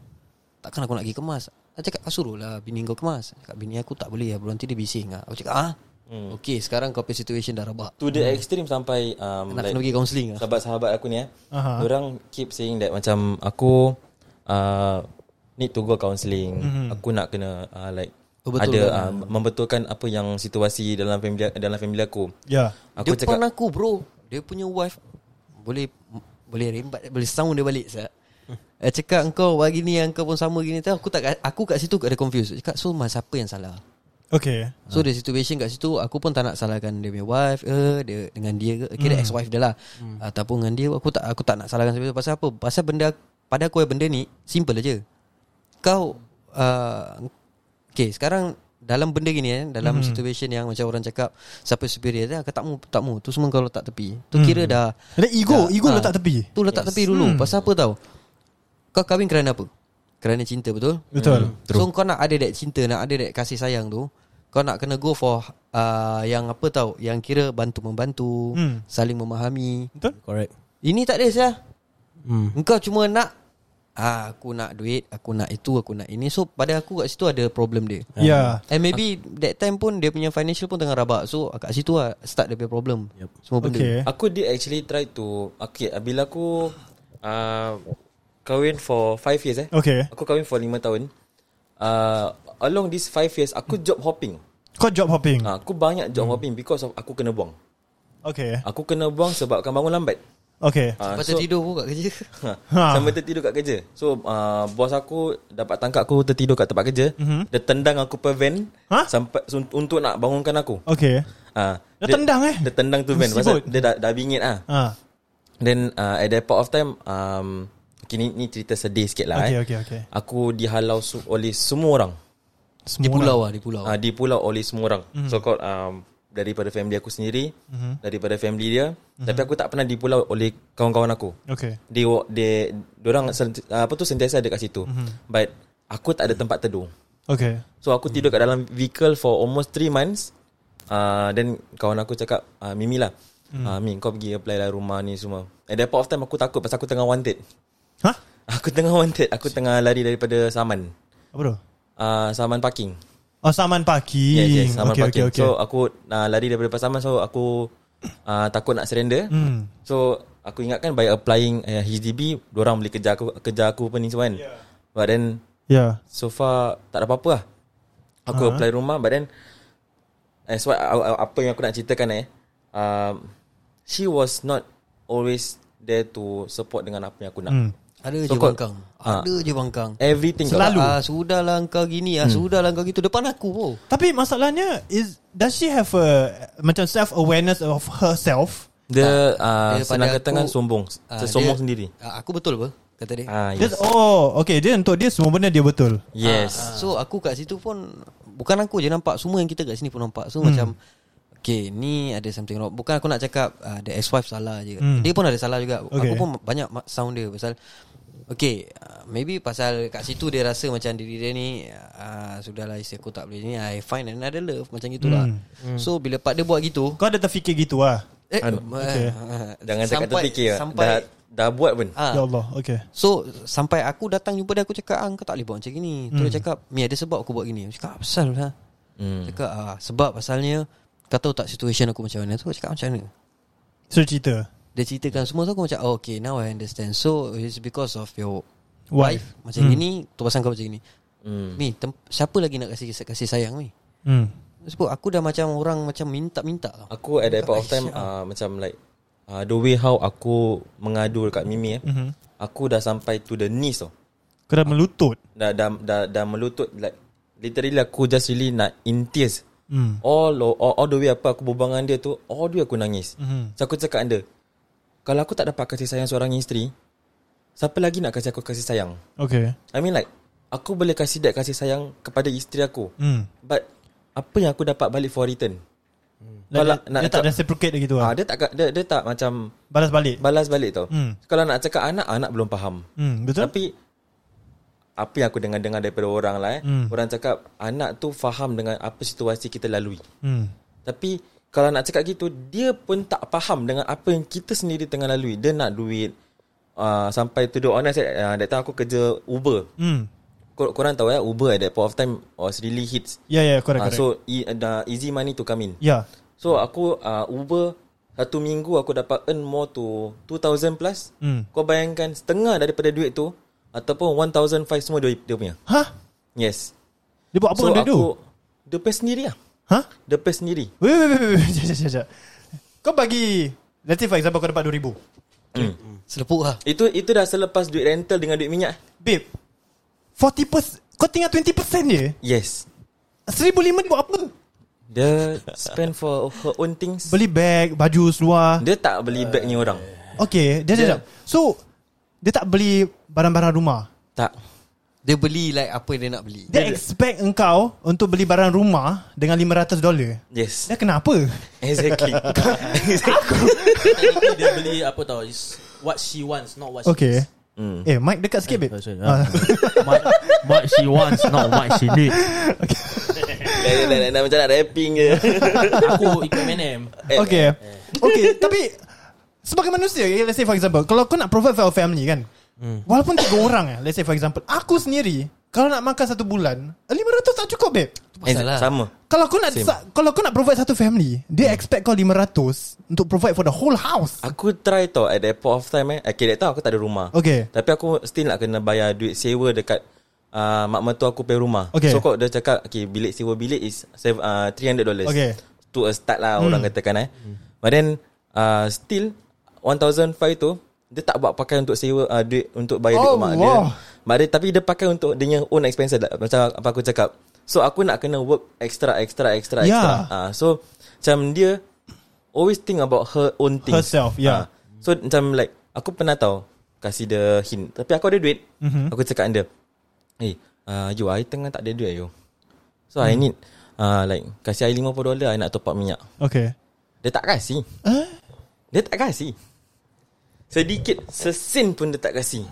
S7: Takkan aku nak pergi kemas Aku cakap ah, Suruh lah bini kau kemas Aku Cakap bini aku tak boleh lah Bro nanti dia bising lah Aku cakap ah Okay sekarang kau punya situation dah rabak
S6: To
S3: Hmm.
S6: the extreme sampai um,
S7: Nak kena pergi counselling lah
S6: Sahabat-sahabat aku ni eh.
S3: Aha.
S6: Uh-huh. Orang keep saying that macam aku uh, need to go counselling.
S3: Hmm.
S6: Mm-hmm. Aku nak kena uh, like
S7: Betul
S6: ada
S7: kan?
S6: uh, membetulkan apa yang situasi dalam family dalam family aku.
S3: Ya.
S7: Aku
S6: Aku
S7: Depan cakap, aku bro Dia punya wife Boleh Boleh rembat Boleh sound dia balik sah. Dia cakap engkau buat gini Engkau pun sama gini tahu Aku tak aku kat situ ada confused Dia Cakap so mas siapa yang salah
S3: Okay.
S7: So the situation kat situ Aku pun tak nak salahkan Dia punya wife eh, dia, Dengan dia ke Kira ex-wife dia lah Ataupun dengan dia Aku tak aku tak nak salahkan siapa Pasal apa Pasal benda Pada aku eh, benda ni Simple aja Kau uh, Okay sekarang Dalam benda gini eh Dalam situation yang Macam orang cakap Siapa superior dia Aku tak mu Tak mu Tu semua kau letak tepi Tu kira dah
S3: Ada ego,
S7: dah-
S3: ego
S7: ah,
S3: letak tepi.
S7: Tu letak tepi dulu Pasal apa tau Kau kahwin kerana apa Kerana cinta betul
S3: Betul.
S7: True. So kau nak ada that cinta Nak ada that kasih sayang tu Kau nak kena go for uh, Yang apa tau Yang kira bantu-membantu
S3: Hmm.
S7: Saling memahami
S5: Correct
S7: Ini tak ada Syah
S5: Hmm.
S7: Engkau cuma nak ah, Aku nak duit Aku nak itu Aku nak ini So pada aku kat situ ada problem dia
S6: Ah.
S3: Ya.
S7: And maybe that time pun Dia punya financial pun tengah rabak So kat situ lah Start dia punya problem yep. Semua benda
S3: Okay.
S6: Aku did actually try to Okay Bila aku uh, Kahwin for 5 years eh
S3: Okay.
S6: Aku kahwin for 5 tahun uh, Along these 5 years Aku job hopping
S3: Kau job hopping.
S6: uh, Aku banyak
S3: Hmm.
S6: job hopping Because of aku kena buang
S3: Okay.
S6: Aku kena buang sebabkan bangun lambat
S3: Okay.
S6: uh,
S7: Pasal tidur pun kat kerja
S3: Ha.
S6: ha. Sampai tertidur kat kerja So uh, Bos aku Dapat tangkap aku tertidur kat tempat kerja mm-hmm. Dia tendang aku per van
S3: Mhm. Ha?
S6: sampai, sun- Untuk nak bangunkan aku
S3: Okay.
S6: uh,
S3: Dia tendang, eh?
S6: Dia tendang tu van Pasal
S3: Sibuk.
S6: dia dah, dah bingit ah.
S3: Ha.
S6: Then uh, at that point of time um, okay, ni, ni cerita sedih sikit lah
S3: Okay,
S6: eh.
S3: okay, okay.
S6: Aku dihalau su- oleh semua orang
S7: Di
S3: Semua
S7: pulau lah Di
S3: Oh.
S7: pulau
S6: uh, Di pulau oleh semua orang mm-hmm.
S3: Mhm.
S6: So called um, Daripada family aku sendiri mm-hmm. Daripada family dia mm-hmm. Tapi aku tak pernah di pulau oleh kawan-kawan aku
S3: orang. Mhm. Okay.
S6: They, wa- they Diorang sent- uh, apa tu sentiasa ada kat situ
S3: Mhm.
S6: mm-hmm. But Aku tak ada tempat teduh
S3: Okay.
S6: So aku tidur kat dalam vehicle for almost 3 months. Uh, then kawan aku cakap, uh, Mimi lah. Hmm. Uh, Mimi kau pergi apply lah rumah ni semua. At that point of time aku takut pasal aku tengah wanted. [LAUGHS]
S3: Ha?
S6: Aku tengah wanted. Aku tengah lari daripada saman.
S3: Apa tu?
S6: Uh, saman parking.
S3: Oh, saman parking.
S6: Yes, yes. Saman
S3: okay,
S6: okay, parking.
S3: Okay, okay.
S6: So aku uh, lari daripada saman. So aku uh, takut nak surrender.
S3: Hmm.
S6: So aku ingatkan by applying uh, HDB, orang boleh kejar aku, kejar aku apa ni semua kan. Yeah. But then
S3: yeah.
S6: So far tak ada apa-apa lah. Aku uh-huh. apply rumah but then as what a- a- apa yang aku nak ceritakan eh um, she was not always there to support dengan apa yang aku nak.
S3: Hmm.
S7: Ada
S6: So
S7: je
S6: kau-
S7: bangkang
S6: Ah.
S7: Ada je bangkang
S6: Everything kau-
S3: Selalu. Hmm.
S7: Ah, sudahlah engkau gini ah, sudahlah engkau gitu depan aku bro.
S3: Tapi masalahnya is does she have a macam self awareness of herself?
S6: dia uh,
S7: Dia
S6: senang
S7: pada
S6: kata kan
S7: aku-
S6: sombong.
S7: Ah,
S6: Uh, sombong
S7: dia-
S6: sendiri.
S7: ah, aku betul apa kata dia.
S6: Ah
S3: Yes.
S6: yes.
S3: Oh, okay. Dia untuk dia semua benda dia betul.
S6: Yes.
S7: Ah, So aku kat situ pun bukan aku je nampak semua yang kita kat sini pun nampak.
S3: Hmm.
S7: So macam okay ni ada something wrong. Bukan aku nak cakap ah, the ex-wife salah je.
S3: Hmm.
S7: Dia pun ada salah juga.
S3: Okay.
S7: Aku pun banyak ma- sound dia pasal Okay ah, Maybe pasal kat situ dia rasa macam diri dia ni ah, Sudahlah isteri aku tak boleh ni I find another love Macam gitulah
S3: Hmm.
S7: So bila part dia buat gitu
S3: Kau ada terfikir gitu ah?
S7: eh,
S3: okay.
S7: ah,
S6: Jangan cakap
S7: sampai-
S6: terfikir.
S7: Sampai
S6: Dah dah buat pun.
S7: Ah.
S3: Ya Allah. Okay.
S7: So sampai aku datang jumpa dia Aku cakap ah, Kau tak boleh buat macam gini hmm. Tu dia cakap Mi ada sebab aku buat gini Aku cakap apa pasal lah hmm. Cakap ah, sebab pasalnya Kau tahu tak situation aku macam mana Tu aku cakap macam mana
S3: So cerita.
S7: Dia ceritakan semua tu Aku macam oh, Okay now I understand So it's because of your
S3: Wife.
S7: Wife, Macam gini Tu pasal kau macam gini mm. Mi tem- Siapa lagi nak kasih kasih sayang Mi
S3: Hmm.
S7: Sebab aku dah macam Orang macam minta-minta tau.
S6: Aku at that point of time uh, Macam like uh, The way how aku Mengadu dekat Mimi eh,
S3: Mhm.
S6: mm-hmm. Aku dah sampai to the knees tau
S3: Kau dah melutut.
S6: dah, dah, dah, dah melutut like, Literally aku just really nak In tears
S3: Hmm.
S6: all, all, all the way apa Aku berbual dengan dia tu All the way aku nangis
S3: Hmm.
S6: mm-hmm. So aku cakap dengan dia Kalau aku tak dapat kasih sayang Seorang isteri Siapa lagi nak kasih aku kasih sayang
S3: Okay.
S6: I mean like Aku boleh kasih that kasih sayang Kepada isteri aku
S3: Hmm.
S6: But Apa yang aku dapat balik for return
S3: Kalau
S6: Kalau
S3: dia,
S6: nak
S3: dia tak
S6: cakap-
S3: reciprocate gitu lah.
S6: ah, Dia tak dia, dia tak macam
S3: Balas balik.
S6: Balas balik tau
S3: Hmm.
S6: Kalau nak cakap anak Anak belum faham
S3: Hmm, betul?
S6: Tapi Apa yang aku dengar-dengar Daripada orang lah eh
S3: Hmm.
S6: Orang cakap Anak tu faham dengan Apa situasi kita lalui
S3: Hmm.
S6: Tapi Kalau nak cakap gitu Dia pun tak faham Dengan apa yang kita sendiri Tengah lalui Dia nak duit uh, Sampai to the honest uh, That time aku kerja Uber
S3: Hmm.
S6: Kor- Korang tahu ya Uber at that point of time Was really hits
S3: Ya, yeah, ya, yeah, correct,
S6: uh,
S3: correct.
S6: So e- uh, Easy money to come in
S3: ya.
S6: So aku uh, Uber Satu minggu aku dapat earn more to 2000 plus
S3: Hmm.
S6: Kau bayangkan setengah daripada duit tu Ataupun 1005 semua dia, dia punya
S3: Hah?
S6: Yes
S3: Dia buat apa so, dia tu?
S6: Dia pay sendiri lah
S3: Hah?
S6: Dia pay sendiri
S3: Wait, wait, wait, wait, wait. Sekejap, sekejap, sekejap. Kau bagi... Let's say for example kau dapat RM2,000.
S7: Selepuk lah
S6: Itu itu dah selepas duit rental dengan duit minyak
S3: Babe, 40%... Kau tinggal 20% je.
S6: Yes
S3: RM1,500 buat apa? [LAUGHS]
S6: Dia spend for her own things
S3: Beli beg, baju, seluar.
S6: Dia tak beli bag ni orang
S3: Okay, dia sekejap. So, dia tak beli barang-barang rumah.
S6: Tak
S7: Dia beli like Apa dia nak beli
S3: Dia expect engkau untuk beli barang rumah dengan $500.
S6: Yes
S3: Dah kenapa? [LAUGHS]
S6: Exactly
S5: Technically, dia beli apa tau is what she wants, not what she
S3: Okay.
S5: needs.
S6: Hmm.
S3: Eh, mic dekat sikit, babe.
S8: Oh, sorry.
S3: Ah.
S8: Ah. what, what she wants, not what she needs.
S6: Like- like- like- Macam nak rapping je
S5: Aku ikut M&M.
S3: Okay Okay Tapi Sebagai manusia okay, Let's say for example Kalau kau nak provide for your family kan Walaupun tiga orang eh, Let's say for example Aku sendiri Kalau nak makan satu bulan 500 tak cukup babe
S7: Masalah.
S6: Sama
S3: Kalau kau nak
S6: Same.
S3: sa- Kalau kau nak provide satu family Dia expect kau 500 Untuk provide for the whole house
S6: Aku try tau At that point of time eh Okay that time aku tak ada rumah
S3: Okay.
S6: Tapi aku still nak kena bayar Duit sewa dekat uh, Mak mertua aku pay rumah
S3: Okay.
S6: So kau dia cakap Okay bilik sewa bilik is sev- uh, $300
S3: Okay. Hmm.
S6: To a start lah Orang katakan eh But then uh, Still 1005 tu Dia tak buat pakai untuk sewa uh, Duit untuk bayar duit
S3: Oh,
S6: mak
S3: wow.
S6: dia Mak dia Tapi dia pakai untuk Dia punya own expenses lah, Macam apa aku cakap So aku nak kena work Extra extra extra
S3: Yeah.
S6: extra Ah, So Macam dia Always think about her own things
S3: Herself, yeah.
S6: Ah, So macam like Aku pernah tahu Kasih dia hint Tapi aku ada duit
S3: Mhm.
S6: mm-hmm. Aku cakap dengan dia Hey uh, You I tengah tak ada duit you So mm.
S3: Mhm.
S6: I need uh, Like Kasih I $50 I nak top up minyak
S3: Okay
S6: Dia tak kasih
S3: Eh?
S6: huh? Dia tak kasih Sedikit Sesin pun dia tak kasih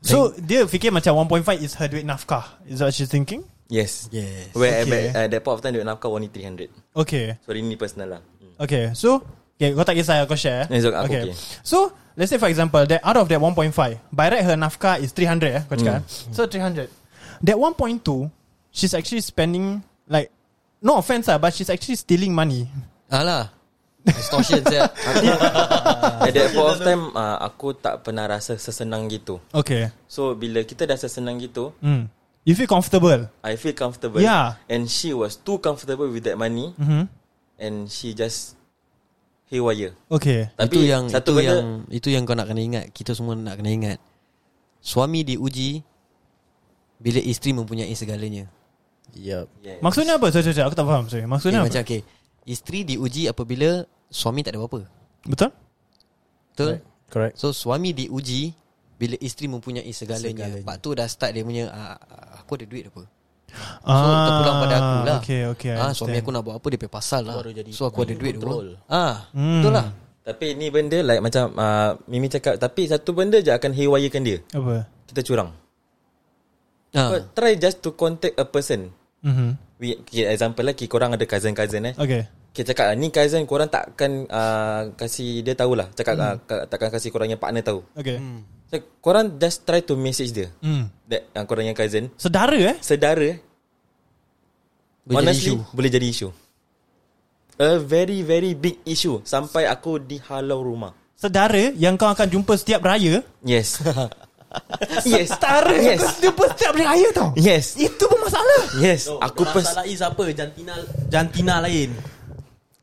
S3: So dia fikir macam 1.5 is her duit nafkah Is that what she's thinking
S6: Yes
S7: Yes.
S6: Where
S3: Okay.
S6: okay. at, at that point of time Duit nafkah only 300
S3: Okay
S6: So ini personal lah Hmm.
S3: Okay so Okay kau tak kisah kau share eh?
S6: It's okay, aku okay.
S3: So let's say for example that Out of that 1.5 By right her nafkah is 300 eh Kau
S6: Hmm.
S3: cakap mm. So 300 That 1.2 She's actually spending Like No offense lah But she's actually stealing money
S7: Alah Extortion [LAUGHS] saya
S3: Ah.
S6: At
S3: [LAUGHS]
S6: that point of time uh, Aku tak pernah rasa Sesenang gitu
S3: Okay
S6: So bila kita dah sesenang gitu
S3: mm. You feel comfortable
S6: I feel comfortable.
S3: Yeah.
S6: And she was too comfortable with that money,
S3: mm-hmm.
S6: and she just haywire.
S3: Okay
S6: Tapi
S7: Itu yang Itu
S6: satu benda,
S7: yang Itu yang kau nak kena ingat Kita semua nak kena ingat Suami diuji Bila isteri mempunyai segalanya
S5: Yup.
S6: Yes.
S3: Maksudnya apa? Sorry, sorry, sorry. Aku tak faham sorry.
S7: okay,
S6: Eh,
S3: Maksudnya apa?
S7: Macam okay Isteri diuji apabila Suami tak ada apa-apa
S3: Betul?
S7: Betul?
S5: Correct.
S7: So suami diuji Bila isteri mempunyai segalanya,
S5: Segalanya.
S7: segalanya. Pak tu dah start dia punya ah, Aku ada duit apa
S3: Ah,
S7: So ah, terpulang pada aku lah
S3: Okay, okay
S7: ah, Suami aku nak buat apa Dia pay pasal lah
S5: Baru jadi
S7: So aku ada duit
S5: control.
S7: dulu ah, hmm. Betul lah
S6: Tapi ni benda like macam uh, Mimi cakap Tapi satu benda je akan haywirekan dia
S3: Apa?
S6: Kita curang
S7: ah.
S6: Kau Try just to contact a person
S3: Mm-hmm.
S6: We, okay, Example lah okay, Korang ada cousin-cousin eh
S3: Okay
S6: Kita cakap Ni cousin korang takkan uh, Kasih dia tahulah Cakap hmm. uh, takkan kasih korang yang partner tahu
S3: Okay
S6: so, Korang just try to message dia
S3: mm.
S6: That uh, korang yang cousin
S3: Sedara eh
S6: Sedara eh
S7: Boleh jadi
S6: Honestly,
S7: issue
S6: boleh jadi isu. a very very big issue sampai aku dihalau rumah.
S3: Sedara yang kau akan jumpa setiap raya
S6: Yes. [LAUGHS] yes.
S3: Setara yes.
S6: Yes.
S3: Kau jumpa setiap raya tau
S6: Yes.
S3: Itu pun masalah
S6: Yes.
S5: No,
S6: Aku pers
S5: Masalah is apa Jantina Jantina lain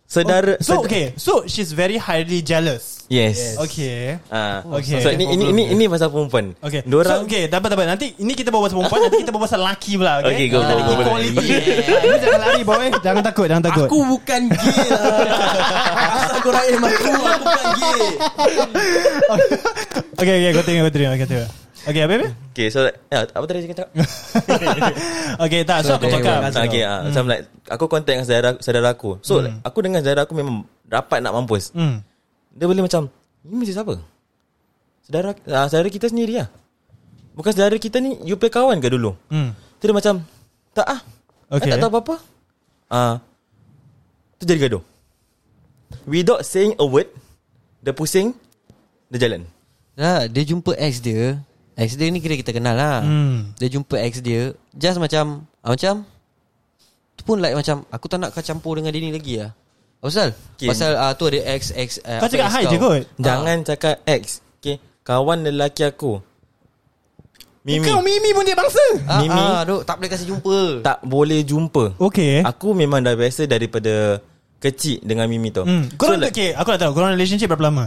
S6: sedara
S3: So
S6: sed-
S3: okay So she's very highly jealous
S6: Oh, Yes.
S3: Okay
S6: Ah.
S3: Okay.
S6: So ini ini ini ini pasal perempuan.
S3: Okay
S6: Diorang
S3: so, Okay tak apa tak apa Nanti ini kita bawa pasal perempuan Nanti kita bawa pasal lelaki pula Okay, Ah.
S6: Okay, go,
S3: Kita
S6: go,
S3: ada
S6: go, go.
S3: Equality
S6: [LAUGHS]
S3: Lu Jangan lari boy Jangan takut Jangan takut
S7: Ah.
S5: Aku bukan gay lah Asal korang aim aku Aku bukan gay
S3: Okay okay continue continue continue Okay apa apa
S6: Okay so ya, Apa tadi saya [LAUGHS] cakap
S3: Okay tak So aku
S7: dia
S3: cakap
S6: Ah, Okay ah, Macam like Aku contact dengan saudara, saudara aku So like, aku dengan saudara aku memang Rapat nak mampus
S3: Hmm
S6: Dia boleh macam Ni mesti siapa? Saudara ah, saudara kita sendiri lah Bukan saudara kita ni You play kawan ke dulu?
S3: Hmm
S6: Tu dia macam Tak ah
S3: Okay.
S6: okay. I tak tahu apa-apa ah, Tu jadi gaduh Without saying a word Dia pusing Dia jalan
S7: Dah, dia jumpa ex dia. Ex dia ni kira kita kenal lah.
S3: Hmm.
S7: Dia jumpa ex dia, just macam ah, macam tu pun like macam aku tak nak kau campur dengan dia ni lagi ah. Apa pasal?
S6: Okay.
S7: Pasal ah, tu ada ex ex ah,
S3: Kau
S7: apa
S3: cakap
S7: ex
S3: hi je kot
S6: Jangan cakap ex Okay Kawan lelaki aku Mimi
S3: Kau Mimi pun dia bangsa
S7: Ah,
S6: Mimi.
S7: ah, duk, tak boleh kasi jumpa.
S6: Tak boleh jumpa
S3: Okay
S6: Aku memang dah biasa daripada Kecil dengan Mimi tau
S3: Hmm.
S6: so,
S3: Korang so,
S6: like,
S3: okay, aku nak tahu korang relationship berapa lama?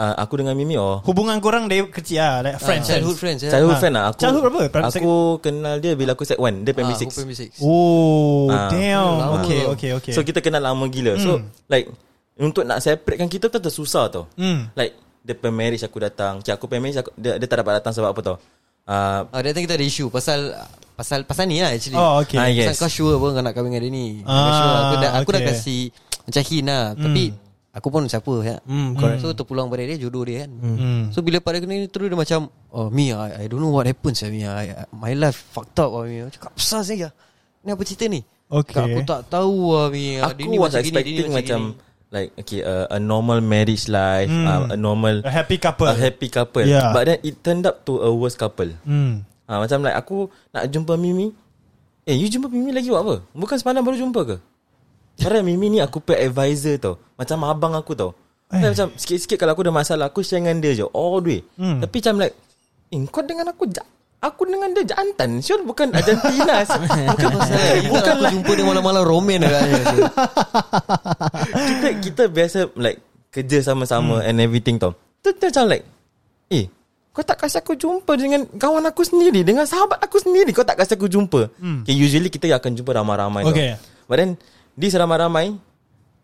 S6: uh, Aku dengan Mimi oh
S3: Hubungan korang dari kecil ah, like friends.
S7: childhood friends ya.
S6: Childhood
S3: Ah.
S6: friend lah aku,
S3: Childhood berapa? Primary
S6: Aku kenal dia bila aku set 1 Dia
S7: Ah,
S6: primary 6
S7: 6.
S3: Oh,
S6: Ah.
S3: damn.
S7: Lama.
S3: Okay, okay, okay.
S6: So kita kenal lama gila So like Untuk nak separatekan kita tu tersusah tau
S3: Hmm.
S6: Like Dia pemarriage aku datang Cik aku pemarriage aku, dia, dia tak dapat datang sebab apa tau uh,
S7: Ah, dia kita ada isu pasal pasal pasal ni lah actually.
S3: Oh, okay.
S6: Ah,
S7: Yes.
S6: yes.
S7: Pasal kau sure pun kau nak kahwin dengan dia ni. Kau
S3: Ah,
S7: sure. lah. Aku dah aku dah
S3: okay. Hmm.
S7: kasi macam hint lah. Tapi aku pun siapa ya.
S5: correct.
S7: So terpulang pada dia jodoh dia kan.
S3: Hmm.
S7: So bila pada kena ni terus dia macam oh me I, I don't know what happens to me. I, I- my life fucked up ah, me. Aku Cakap besar saya. Ni apa cerita ni?
S3: Okay.
S7: Aku tak tahu ah, me. Ah,
S6: Aku
S7: dia ni
S6: was
S7: macam gini, dia ni
S6: expecting
S7: macam
S6: macam
S7: gini.
S6: Like okay uh, A normal marriage life
S3: Hmm.
S6: uh, A normal
S3: A happy couple.
S6: A happy couple
S3: Yeah.
S6: But then it turned up to a worse couple
S3: Hmm.
S6: Ha, macam like aku nak jumpa Mimi. Eh, you jumpa Mimi lagi buat apa? Bukan semalam baru jumpa ke? Padahal Mimi ni aku pay advisor tau. Macam abang aku tau. Eh. Macam sikit-sikit kalau aku ada masalah, aku share dengan dia je. All the way.
S3: Hmm.
S6: Hmm. Tapi macam like, eh, kau dengan aku, ja- aku dengan dia jantan. Sure bukan Argentina. [LAUGHS] bukan pasal.
S7: Bukan aku jumpa dia malam-malam romen agaknya. So.
S6: kita, kita biasa like, kerja sama-sama hmm. and everything tau. Tu dia macam like, eh, kau tak kasi aku jumpa dengan kawan aku sendiri Dengan sahabat aku sendiri Kau tak kasi aku jumpa hmm. okay, Usually kita akan jumpa ramai-ramai tau.
S3: Okay.
S6: But then This ramai-ramai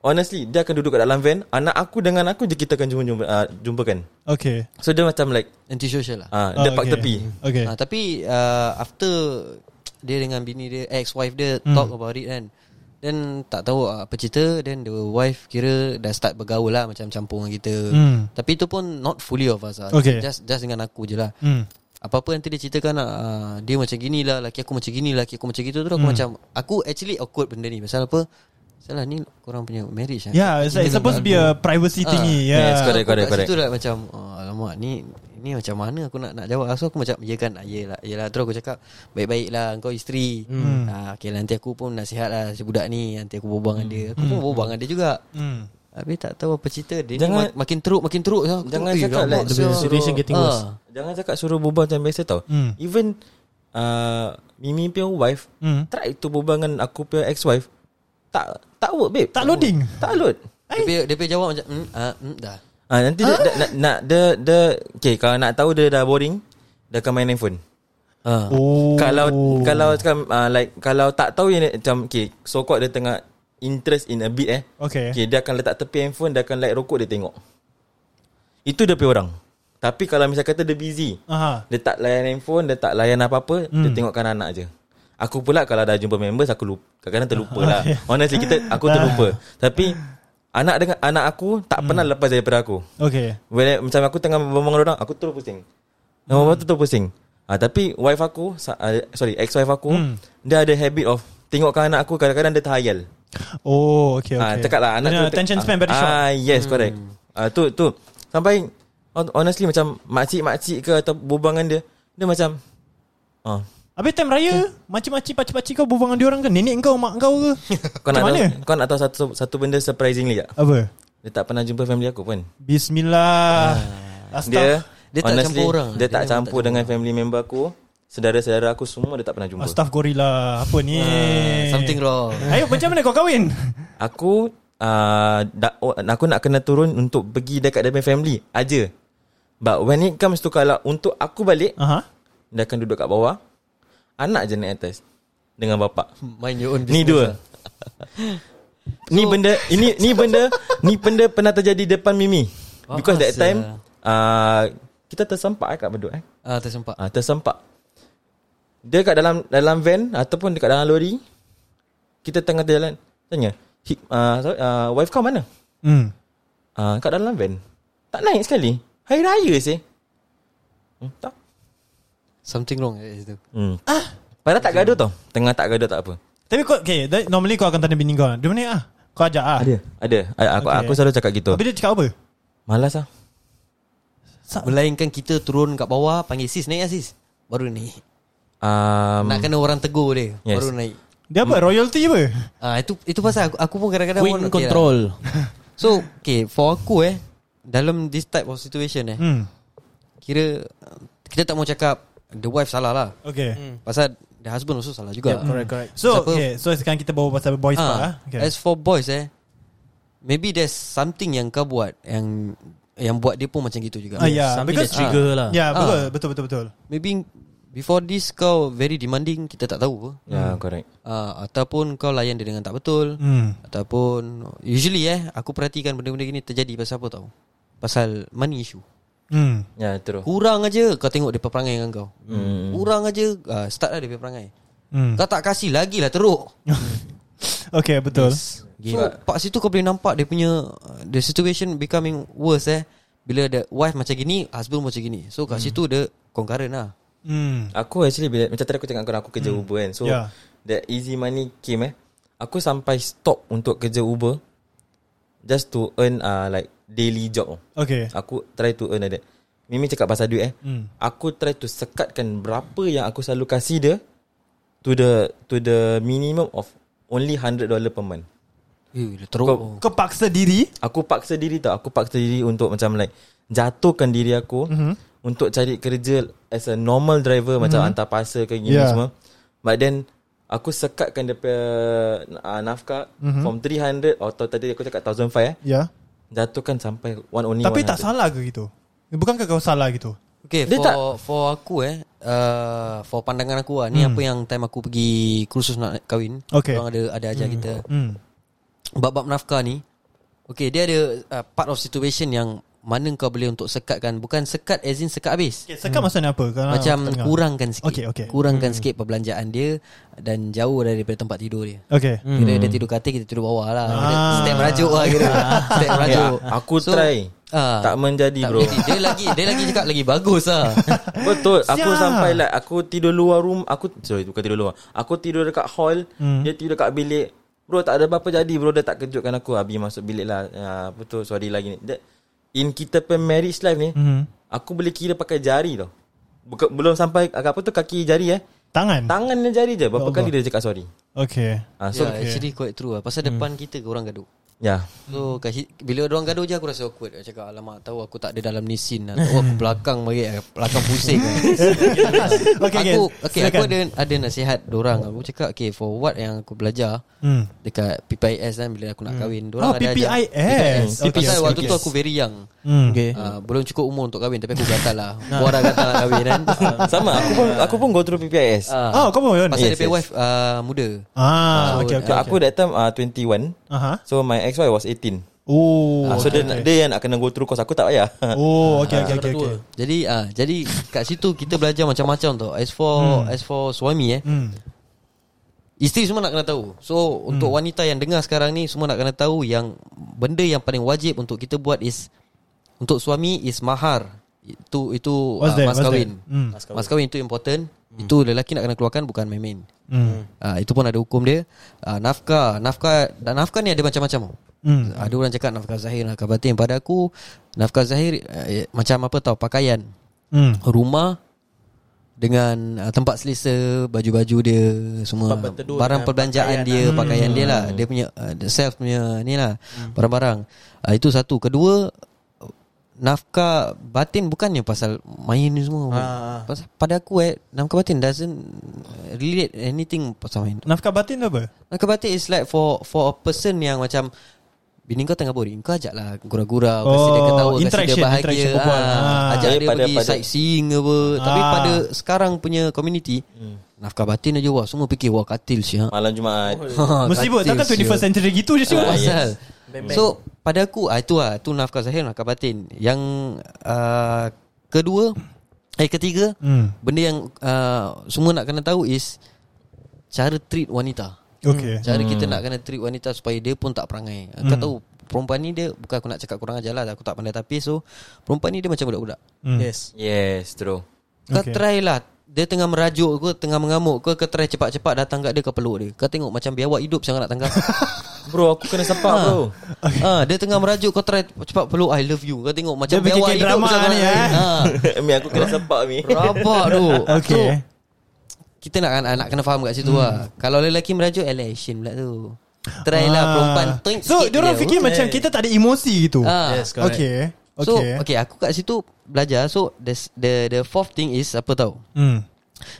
S6: Honestly Dia akan duduk kat dalam van Anak aku dengan aku je Kita akan jumpa, jumpa uh, jumpakan
S3: Okay.
S6: So dia macam like
S7: Antisocial lah.
S6: uh,
S3: Oh,
S6: Dia pak
S3: okay.
S6: tepi Ah,
S3: Okay.
S7: Ha, tapi uh, after dia dengan bini dia ex-wife dia hmm. talk about it kan. Then tak tahu ah, apa cerita Then the wife kira dah start bergaul lah Macam campur dengan kita
S3: Hmm.
S7: Tapi tu pun not fully of us lah
S3: Okay.
S7: just, just dengan aku je lah
S3: Hmm.
S7: Apa-apa nanti dia ceritakan uh, Dia macam gini lah Laki aku macam gini Laki aku macam gitu Terus aku
S3: Hmm.
S7: macam Aku actually awkward benda ni Pasal apa Salah ni korang punya marriage lah
S3: Yeah, Ya, it's, like, it's supposed to be a privacy
S7: Ah.
S3: thingy.
S6: yeah. Yes
S3: Yeah.
S6: correct correct, correct.
S7: Kat situ lah macam oh, Alamak ni Ni macam mana aku nak nak jawab So aku macam Ya kan ah, Yelah, yelah. Terus aku cakap Baik-baik lah Kau isteri hmm. ah, Okay nanti aku pun nasihat lah Si budak ni Nanti aku berbual dengan dia Aku pun berbual dengan dia juga
S3: Hmm.
S7: Habis tak tahu apa cerita Dia ni mak-
S6: Jangan-
S7: makin teruk Makin teruk so, aku
S6: Jangan
S7: tengok,
S6: cakap
S7: eh,
S6: like
S7: rabak,
S6: the
S7: sial.
S5: situation getting
S7: Ah.
S5: worse.
S6: Jangan cakap suruh berbual macam biasa tau
S3: Hmm.
S6: Even uh, Mimi punya wife
S3: Hmm.
S6: Try to berbual dengan aku punya ex-wife Tak tak work babe
S3: Tak loading.
S6: work. Tak load
S7: Dia punya- Dia punya jawab macam mm, ah, mm, Dah
S6: Ah nanti dia, dia, nak, nak dia, dia okay kalau nak tahu dia dah boring dia akan main handphone.
S7: ah.
S3: Oh.
S6: Kalau kalau macam uh, like kalau tak tahu yang macam okay so called dia tengah interest in a bit eh.
S3: Okay.
S6: Okay dia akan letak tepi handphone dia akan light rokok dia tengok. Itu dia punya orang. Tapi kalau misal kata dia busy,
S3: Aha.
S6: dia tak layan handphone, dia tak layan apa-apa, dia tengokkan anak je. Aku pula kalau dah jumpa members aku lupa, kadang-kadang terlupa lah. Honestly kita aku terlupa. Tapi anak dengan anak aku tak pernah lepas daripada aku.
S3: Okay.
S6: When I, macam aku tengah berbual dengan orang, aku terus pusing. Nama hmm. tu terus pusing. Ha, tapi wife aku, sa- ah, sorry, ex-wife aku,
S3: Hmm.
S6: hmm. dia ada habit of tengokkan anak aku kadang-kadang dia terhayal.
S3: Oh, okay,
S6: Okay.
S3: okay.
S6: Ha, tekatlah anak
S3: Punya
S6: tu.
S3: Attention span
S6: ah,
S3: very short.
S6: Ah, yes, hmm. correct. Ah, tu tu sampai hon- honestly macam makcik-makcik ke atau bubangan dia, dia macam ah,
S3: Habis time raya Macam-macam pakcik-pakcik kau Berbual dengan diorang ke Nenek kau Mak kau ke
S6: [LAUGHS] Kau nak
S3: Macam
S6: tahu,
S3: mana
S6: kau nak tahu satu satu benda surprisingly tak?
S3: Apa
S6: Dia tak pernah jumpa family aku pun.
S3: Bismillah
S6: Dia
S7: Dia tak
S6: honestly,
S7: campur orang.
S6: Dia,
S7: Dia
S6: tak
S7: memang
S6: campur dengan family member aku. Saudara-saudara aku semua dia tak pernah jumpa.
S3: Astaf gorila Apa ni
S7: Ah, Something wrong
S3: [LAUGHS] Ayo macam mana kau kahwin
S6: Aku uh, da, oh, aku nak kena turun untuk pergi dekat dia punya family aja. But when it comes to kalau untuk aku balik,
S3: Aha.
S6: dia akan duduk kat bawah. Anak je naik atas dengan bapak.
S7: Mind your own business
S6: Ni dua. ni benda ini ni benda ni benda pernah terjadi depan Mimi. Because
S7: Faham,
S6: that time uh, kita tersempak eh kat Bedok eh.
S7: lah. Ah, tersempak
S6: Ah, tersempak. Dia kat dalam dalam van ataupun dekat dalam lori. Kita tengah jalan. Tanya, "Hik uh, sorry, uh, wife kau mana?"
S3: Hmm
S6: Ah, kat dalam van. Tak naik sekali. Hari raya sih. Hmm, tak.
S7: Something wrong kat situ
S6: Hmm. Ah, padahal tak gaduh tau. Tengah tak gaduh tak apa.
S3: Tapi kau okay, that, Normally kau akan tanya bini kau Dia mana ah Kau ajak ah
S6: Ada. Ada. Ada. Aku
S3: Okay.
S6: okay. aku selalu cakap gitu.
S3: Tapi dia cakap apa
S6: Malas ah.
S7: Melainkan kita turun kat bawah Panggil sis naik lah sis Baru naik
S6: Um,
S7: Nak kena orang tegur dia
S6: Yes.
S7: Baru naik
S3: Dia apa royalty apa
S7: Ah itu itu pasal aku, aku pun kadang-kadang
S5: Queen
S7: pun okay
S5: control
S7: Lah. So okay for aku eh dalam this type of situation eh
S3: Hmm
S7: kira uh, kita tak mau cakap the wife salah lah.
S3: Okay Hmm.
S7: Pasal the husband also salah juga. Yeah, correct correct.
S3: So okay, so sekarang kita bawa pasal boys part ah. Okay.
S7: As for boys eh Maybe there's something yang kau buat yang yang buat dia pun macam gitu juga.
S3: Ah, yeah,
S5: Something
S3: because
S5: that trigger lah
S3: Ya yeah,
S7: Ah.
S3: betul, betul betul betul.
S7: Maybe before this kau very demanding kita tak tahu.
S6: Ya, yeah, correct.
S7: Uh, ataupun kau layan dia dengan tak betul.
S3: Hmm.
S7: Ataupun Usually eh Aku perhatikan benda-benda gini Terjadi pasal apa tau Pasal money issue
S3: Hmm.
S6: Ya, yeah, terus.
S7: Kurang aja Kau tengok dia peperangai dengan kau
S6: Hmm.
S7: Kurang aja uh, Start lah dia peperangai
S3: Hmm.
S7: Kau tak kasih lagi lah [LAUGHS] teruk
S3: Okay betul.
S7: So pak situ kau boleh nampak Dia punya uh, The situation becoming worse eh Bila ada wife macam gini Husband macam gini So kat situ dia Concurrent lah
S3: Hmm.
S6: Aku actually bila macam tadi aku cakap kau aku kerja Uber kan.
S3: Ya.
S6: So yeah. that easy money came eh. Aku sampai stop untuk kerja Uber just to earn uh, like daily job.
S3: Okay.
S6: Aku try to earn like that. Mimi cakap pasal duit eh.
S3: Hmm.
S6: Aku try to sekatkan berapa yang aku selalu kasih dia to the to the minimum of only 100 dollar per month.
S7: Eh dia teruk
S6: Kau-
S3: Kau paksa diri.
S6: Aku paksa diri tau Aku paksa diri untuk macam like Jatuhkan diri aku mm-hmm.
S3: Mhm.
S6: Untuk cari kerja As a normal driver mm-hmm. Macam hantar parcel ke gini
S3: Yeah.
S6: yeah. semua But then Aku sekatkan dia punya uh, Nafkah
S3: Mhm.
S6: mm-hmm. From 300 Atau tadi aku cakap 1005 eh
S3: Ya.
S6: Jatuhkan sampai one only
S3: Tapi
S6: 100.
S3: tak salah ke gitu? Bukankah kau salah gitu?
S7: Okay
S6: Dia
S7: for,
S6: tak-
S7: for aku eh uh, For pandangan aku lah Ni apa yang time aku pergi Kursus nak kahwin
S3: Hmm. Okay.
S7: Orang ada ada ajar kita
S3: Hmm.
S7: bab-bab nafkah ni Okay dia ada uh, part of situation yang mana kau boleh untuk sekatkan bukan sekat as in sekat habis Ah,
S3: Okay, Ah, sekat maksudnya apa? Kau
S7: macam
S3: aku tak dengar.
S7: kurangkan sikit
S3: Okey, okey.
S7: kurangkan sikit perbelanjaan dia dan jauh daripada tempat tidur dia
S3: Okay.
S7: Kira dia tidur katil Kita tidur bawah lah Kira
S3: Hmm. Ah.
S7: Step merajuk lah
S3: [LAUGHS]
S7: kira Step merajuk
S6: Ya, aku try. Tak menjadi, bro.
S7: menjadi. Dia lagi Dia lagi cakap lagi bagus lah
S3: [LAUGHS]
S6: Betul Aku
S3: Sial.
S6: sampai like Aku tidur luar room Aku Sorry bukan tidur luar Aku tidur dekat hall hmm. Dia tidur dekat bilik Bro tak ada apa-apa jadi Bro dia tak kejutkan aku Abi masuk bilik lah Ah, Apa tu Sorry lagi ni That, In kita pen marriage life ni hmm. Aku boleh kira pakai jari tau Buka, Belum sampai Apa tu kaki jari eh
S3: Tangan.
S6: Tangan dan jari je Berapa
S3: Hmm. Allah.
S6: kali dia cakap sorry
S3: Ah, okay. Hmm.
S6: ha, So
S7: So yeah, Ya, actually quite true lah Pasal depan kita orang gaduh
S6: Ya yeah.
S7: So kat, si- bila orang gaduh je aku rasa awkward Aku cakap alamak tahu aku tak ada dalam ni scene lah Tahu
S3: [LAUGHS]
S7: aku belakang merik Belakang pusing eh.
S3: Okay, okay.
S7: Aku okay, aku
S3: Silakan.
S7: ada ada nasihat orang. Aku cakap okay for what yang aku belajar
S3: Hmm.
S7: dekat PPIS kan bila aku nak kahwin.
S3: Ah,
S7: Dorang ada ajar-
S3: PPIS.
S7: PPIS.
S3: Okay,
S7: Pasal
S3: okay,
S7: waktu
S3: Oh, okay.
S7: tu aku very young.
S3: Hmm.
S5: Okay
S7: Uh, belum cukup umur untuk kahwin tapi aku gatal lah. Gua dah gatal nak kahwin
S3: [LAUGHS]
S7: kan.
S6: Sama aku pun aku pun go through PPIS uh,
S7: Ah,
S3: Oh, kau pun Yon?
S7: pasal
S6: Yes,
S7: dia yes.
S6: yes.
S7: wife uh, muda.
S3: Ah,
S7: So,
S3: okay, okay.
S6: so, Aku that time uh, 21
S7: Ah,
S3: Aha.
S6: So my ex wife was 18
S3: Oh.
S6: Ah, so
S3: okay,
S6: dia,
S3: okay.
S6: dia yang nak kena go through course Aku tak payah
S3: Oh,
S7: Ah,
S3: okay, okay, okay. okay.
S7: Jadi ah uh, jadi kat situ kita belajar macam-macam tau. As for as for suami eh.
S3: Hmm.
S7: Isteri semua nak kena tahu So untuk
S3: Hmm.
S7: wanita yang dengar sekarang ni Semua nak kena tahu yang Benda yang paling wajib untuk kita buat is Untuk suami is mahar Itu itu
S3: What's
S7: ah,
S3: that?
S7: mas
S3: What's
S7: kahwin
S3: that? Hmm.
S7: Mas kahwin. Mas kahwin itu important Itu lelaki nak kena keluarkan bukan main-main
S3: Hmm.
S7: Ah, Itu pun ada hukum dia Ah, Nafkah Nafkah Dan nafkah ni ada macam-macam
S3: Hmm.
S7: Ada orang cakap nafkah zahir Nafkah batin Pada aku Nafkah zahir eh, Macam apa tau Pakaian
S3: Hmm.
S7: Rumah dengan uh, tempat selesa, baju-baju dia, semua
S5: Tempat berteduh
S7: barang
S5: dengan
S7: perbelanjaan
S5: pakaian
S7: dia, pakaian dia lah, dia punya uh, the self punya ni lah, barang-barang. Uh, itu satu. Kedua uh, nafkah batin bukannya pasal main ni semua.
S5: Ah.
S7: Pasal pada aku eh nafkah batin doesn't relate anything pasal main.
S3: Nafkah batin tu apa?
S7: Nafkah batin is like for for a person yang macam Bini kau tengah boring Kau ajak lah Gurau-gurau Kasi dia
S3: Oh,
S7: ketawa Kasi dia
S3: interaction,
S7: bahagia
S3: interaction berbual.
S7: Ah,
S3: Ah.
S7: Ajak
S6: Tapi
S7: dia
S6: Eh, pada-
S7: pergi
S6: pada-
S7: sightseeing ke apa Tapi
S3: Ah. Hmm.
S7: pada sekarang punya community Nafkah batin aja Wah semua fikir Wah katil Ah, siap
S6: Malam Jumaat
S7: Oh,
S3: Musibah takkan 21st century gitu je
S7: Itu
S3: siapa?
S7: Ah, pasal
S5: Bang-bang.
S7: So pada aku ah, Itu lah Itu nafkah zahir Nafkah batin Yang uh, Kedua Eh ketiga
S3: Hmm.
S7: Benda yang uh, Semua nak kena tahu is Cara treat wanita
S3: Okay.
S7: Cara kita nak kena treat wanita Supaya dia pun tak perangai Kau
S3: Hmm.
S7: tahu Perempuan ni dia Bukan aku nak cakap kurang ajar lah Aku tak pandai tapi So perempuan ni dia macam budak-budak
S5: Yes
S6: Yes
S7: Kau
S6: true
S3: Okay.
S7: okay. try lah Dia tengah merajuk ke Tengah mengamuk ke Kau try cepat-cepat Datang kat dia kau peluk dia Kau tengok macam biawak hidup Sangat nak
S3: [LAUGHS]
S7: tangkap
S6: Bro aku kena sepak bro
S7: ha, Dia tengah merajuk Kau try cepat peluk I love you Kau tengok macam
S3: Dia fikir
S7: biawak hidup
S3: drama
S7: sangat
S3: ni,
S7: nak-
S3: eh.
S7: ha.
S6: [LAUGHS] Mi aku kena sepak Mi
S7: Rabak
S3: [LAUGHS]
S7: tu
S3: Okay.
S7: So, kita nak, nak nak kena faham kat situ lah
S3: Hmm.
S7: Kalau lelaki merajuk Elation pula tu Try lah perempuan
S3: Ah.
S7: toink
S3: So
S7: sikit
S3: diorang
S7: je.
S3: fikir macam Kita tak ada emosi gitu
S7: Ah.
S5: Yes correct
S3: Okay Okay
S7: So okay aku kat situ Belajar So the, the, the fourth thing is Apa tau
S3: Hmm.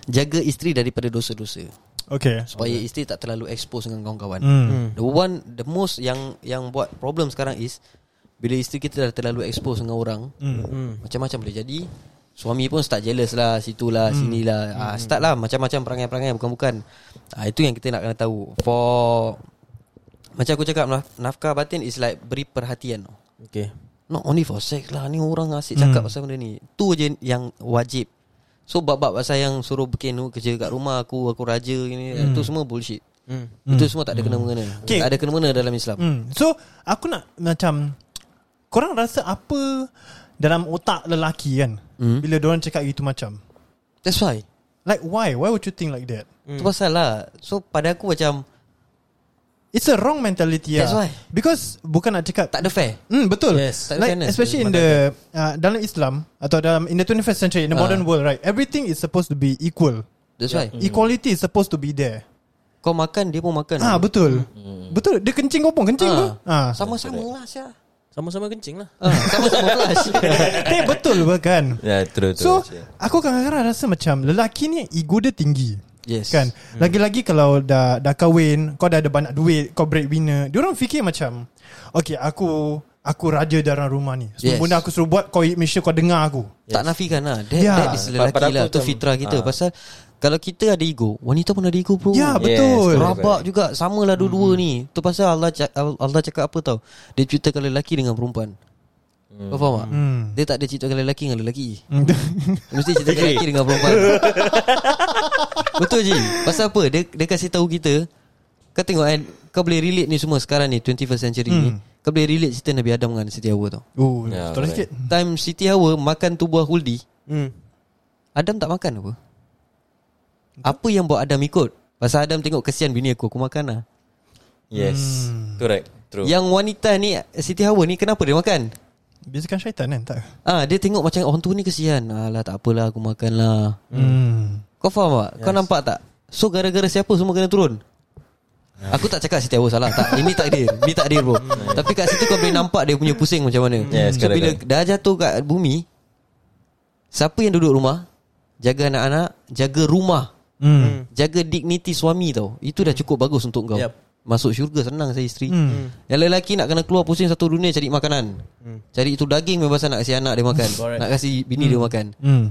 S7: Jaga isteri daripada dosa-dosa
S3: Okay
S7: Supaya okay. isteri tak terlalu expose dengan kawan-kawan
S3: Hmm.
S7: The one The most yang Yang buat problem sekarang is Bila isteri kita dah terlalu expose dengan orang
S3: Hmm.
S7: Macam-macam boleh jadi Suami pun start jealous lah
S3: Hmm.
S7: Situlah Sinilah ah, Start lah Macam-macam perangai-perangai Bukan-bukan ah, Itu yang kita nak kena tahu For Macam aku cakap naf- Nafkah batin is like Beri perhatian
S5: Okay
S7: Not only for sex lah Ni orang
S3: Hmm.
S7: asyik cakap pasal benda ni Tu je yang wajib So bab-bab pasal yang Suruh bikin tu Kerja kat rumah aku Aku raja ni Itu semua bullshit Itu semua tak ada kena-mengena
S3: Hmm. Okay.
S7: Tak ada kena-mengena dalam Islam
S3: Hmm. So aku nak macam korang rasa apa dalam otak lelaki kan mm. bila diorang cakap gitu macam.
S7: That's why
S3: Like why? Why would you think like that?
S7: Itu pasal lah So pada aku macam
S3: It's a wrong mentality
S7: That's
S3: lah.
S7: why.
S3: Because bukan nak cakap
S7: Tak ada fair
S3: Hmm betul.
S5: Yes.
S7: Tak ada
S3: Like
S7: fairness
S3: especially in the uh, dalam Islam atau dalam in the 21st century in the
S7: Ah.
S3: modern
S7: Hmm.
S3: world right everything is supposed to be equal.
S7: That's why
S3: Hmm. Equality is supposed to be there.
S7: Kau makan dia pun makan
S3: Ah betul. Betul dia kencing kau pun kencing tu. Ah.
S7: Hmm. [LAUGHS] Ah. Sama-sama lah Syah
S5: Sama-sama kencing lah
S7: ah, Sama-sama
S3: [LAUGHS]
S7: flash
S3: Eh betul bukan.
S6: Ya true
S3: So
S6: true
S3: aku kadang-kadang rasa macam Lelaki ni ego dia tinggi
S7: Yes
S3: Kan Lagi-lagi kalau dah Dah kahwin Kau dah ada banyak duit Kau breadwinner Diorang fikir macam Okay aku Aku raja dalam rumah ni Semua
S7: Yes.
S3: benda aku suruh buat Kau make sure kau dengar aku
S7: Tak nafikan lah
S3: Yeah.
S7: That, yeah. that is lelaki
S6: Ya. Pada aku
S7: lah Itu
S6: macam-
S7: fitrah kita
S6: Ah.
S7: Pasal Kalau kita ada ego Wanita pun ada ego bro
S3: Ya
S6: Yes,
S3: betul
S6: correct.
S7: Rabak juga Sama lah dua-dua ni Tu pasal Allah ca- Allah cakap apa tau Dia ceritakan lelaki dengan perempuan
S6: Mm.
S7: Kau faham tak?
S3: Hmm.
S7: Dia tak ada ceritakan lelaki dengan lelaki Dia [LAUGHS] Mesti ceritakan lelaki dengan
S6: [LAUGHS]
S7: perempuan Betul je Pasal apa Dia, dia kasih tahu kita Kau tengok kan Kau boleh relate ni semua sekarang ni 21st century
S6: Mm.
S7: ni Kau boleh relate cerita Nabi Adam dengan Siti Hawa tau
S3: Oh
S6: Ya,
S3: Tolong
S6: correct.
S3: sikit
S7: Time Siti Hawa makan tu buah huldi Adam tak makan apa Apa yang buat Adam ikut Pasal Adam tengok kesian bini aku Aku makan lah
S6: Yes Correct True
S7: Yang wanita ni Siti Hawa ni Kenapa dia makan
S3: Biasakan syaitan kan tak
S7: Ah, Dia tengok macam Orang tu ni kesian Alah tak apalah Aku makan lah
S3: Hmm
S7: Kau faham tak yes. Kau nampak tak So gara-gara siapa Semua kena turun Aku tak cakap Siti Hawa salah tak. Ini tak adil Ini tak adil bro Tapi kat situ kau boleh nampak Dia punya pusing macam mana
S6: Yes,
S7: So
S6: correct,
S7: bila
S6: correct.
S7: dah jatuh kat bumi Siapa yang duduk rumah Jaga anak-anak Jaga rumah
S3: Hmm
S7: Jaga dignity suami tau Itu dah cukup bagus untuk kau
S5: Yep.
S7: Masuk syurga senang saya isteri
S3: Hmm.
S7: Yang lelaki nak kena keluar pusing satu dunia Cari makanan Cari itu daging memang pasal nak kasih anak dia makan Nak kasih bini dia makan
S3: Hmm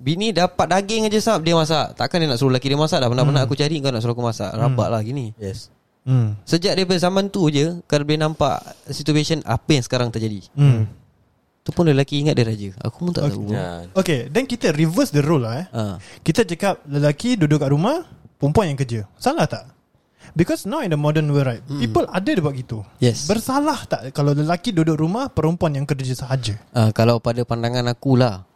S7: Bini dapat daging aja sap Dia masak Takkan dia nak suruh lelaki dia masak dah Pernah-pernah aku cari kau nak suruh aku masak Rabak lah gini
S5: Yes
S3: Hmm
S7: Sejak daripada zaman tu je Kau boleh nampak Situation apa yang sekarang terjadi
S3: Hmm
S7: Tu pun lelaki ingat dia raja Aku pun tak tahu
S6: Ya
S3: Okay Then kita reverse the role lah eh
S7: Ah.
S3: Kita cakap lelaki duduk kat rumah, perempuan yang kerja. Salah tak? Because now in the modern world right, mm. people ada dia buat gitu.
S7: Hmm. Yes.
S3: Bersalah tak kalau lelaki duduk rumah, perempuan yang kerja sahaja?
S7: Ah, Kalau pada pandangan aku lah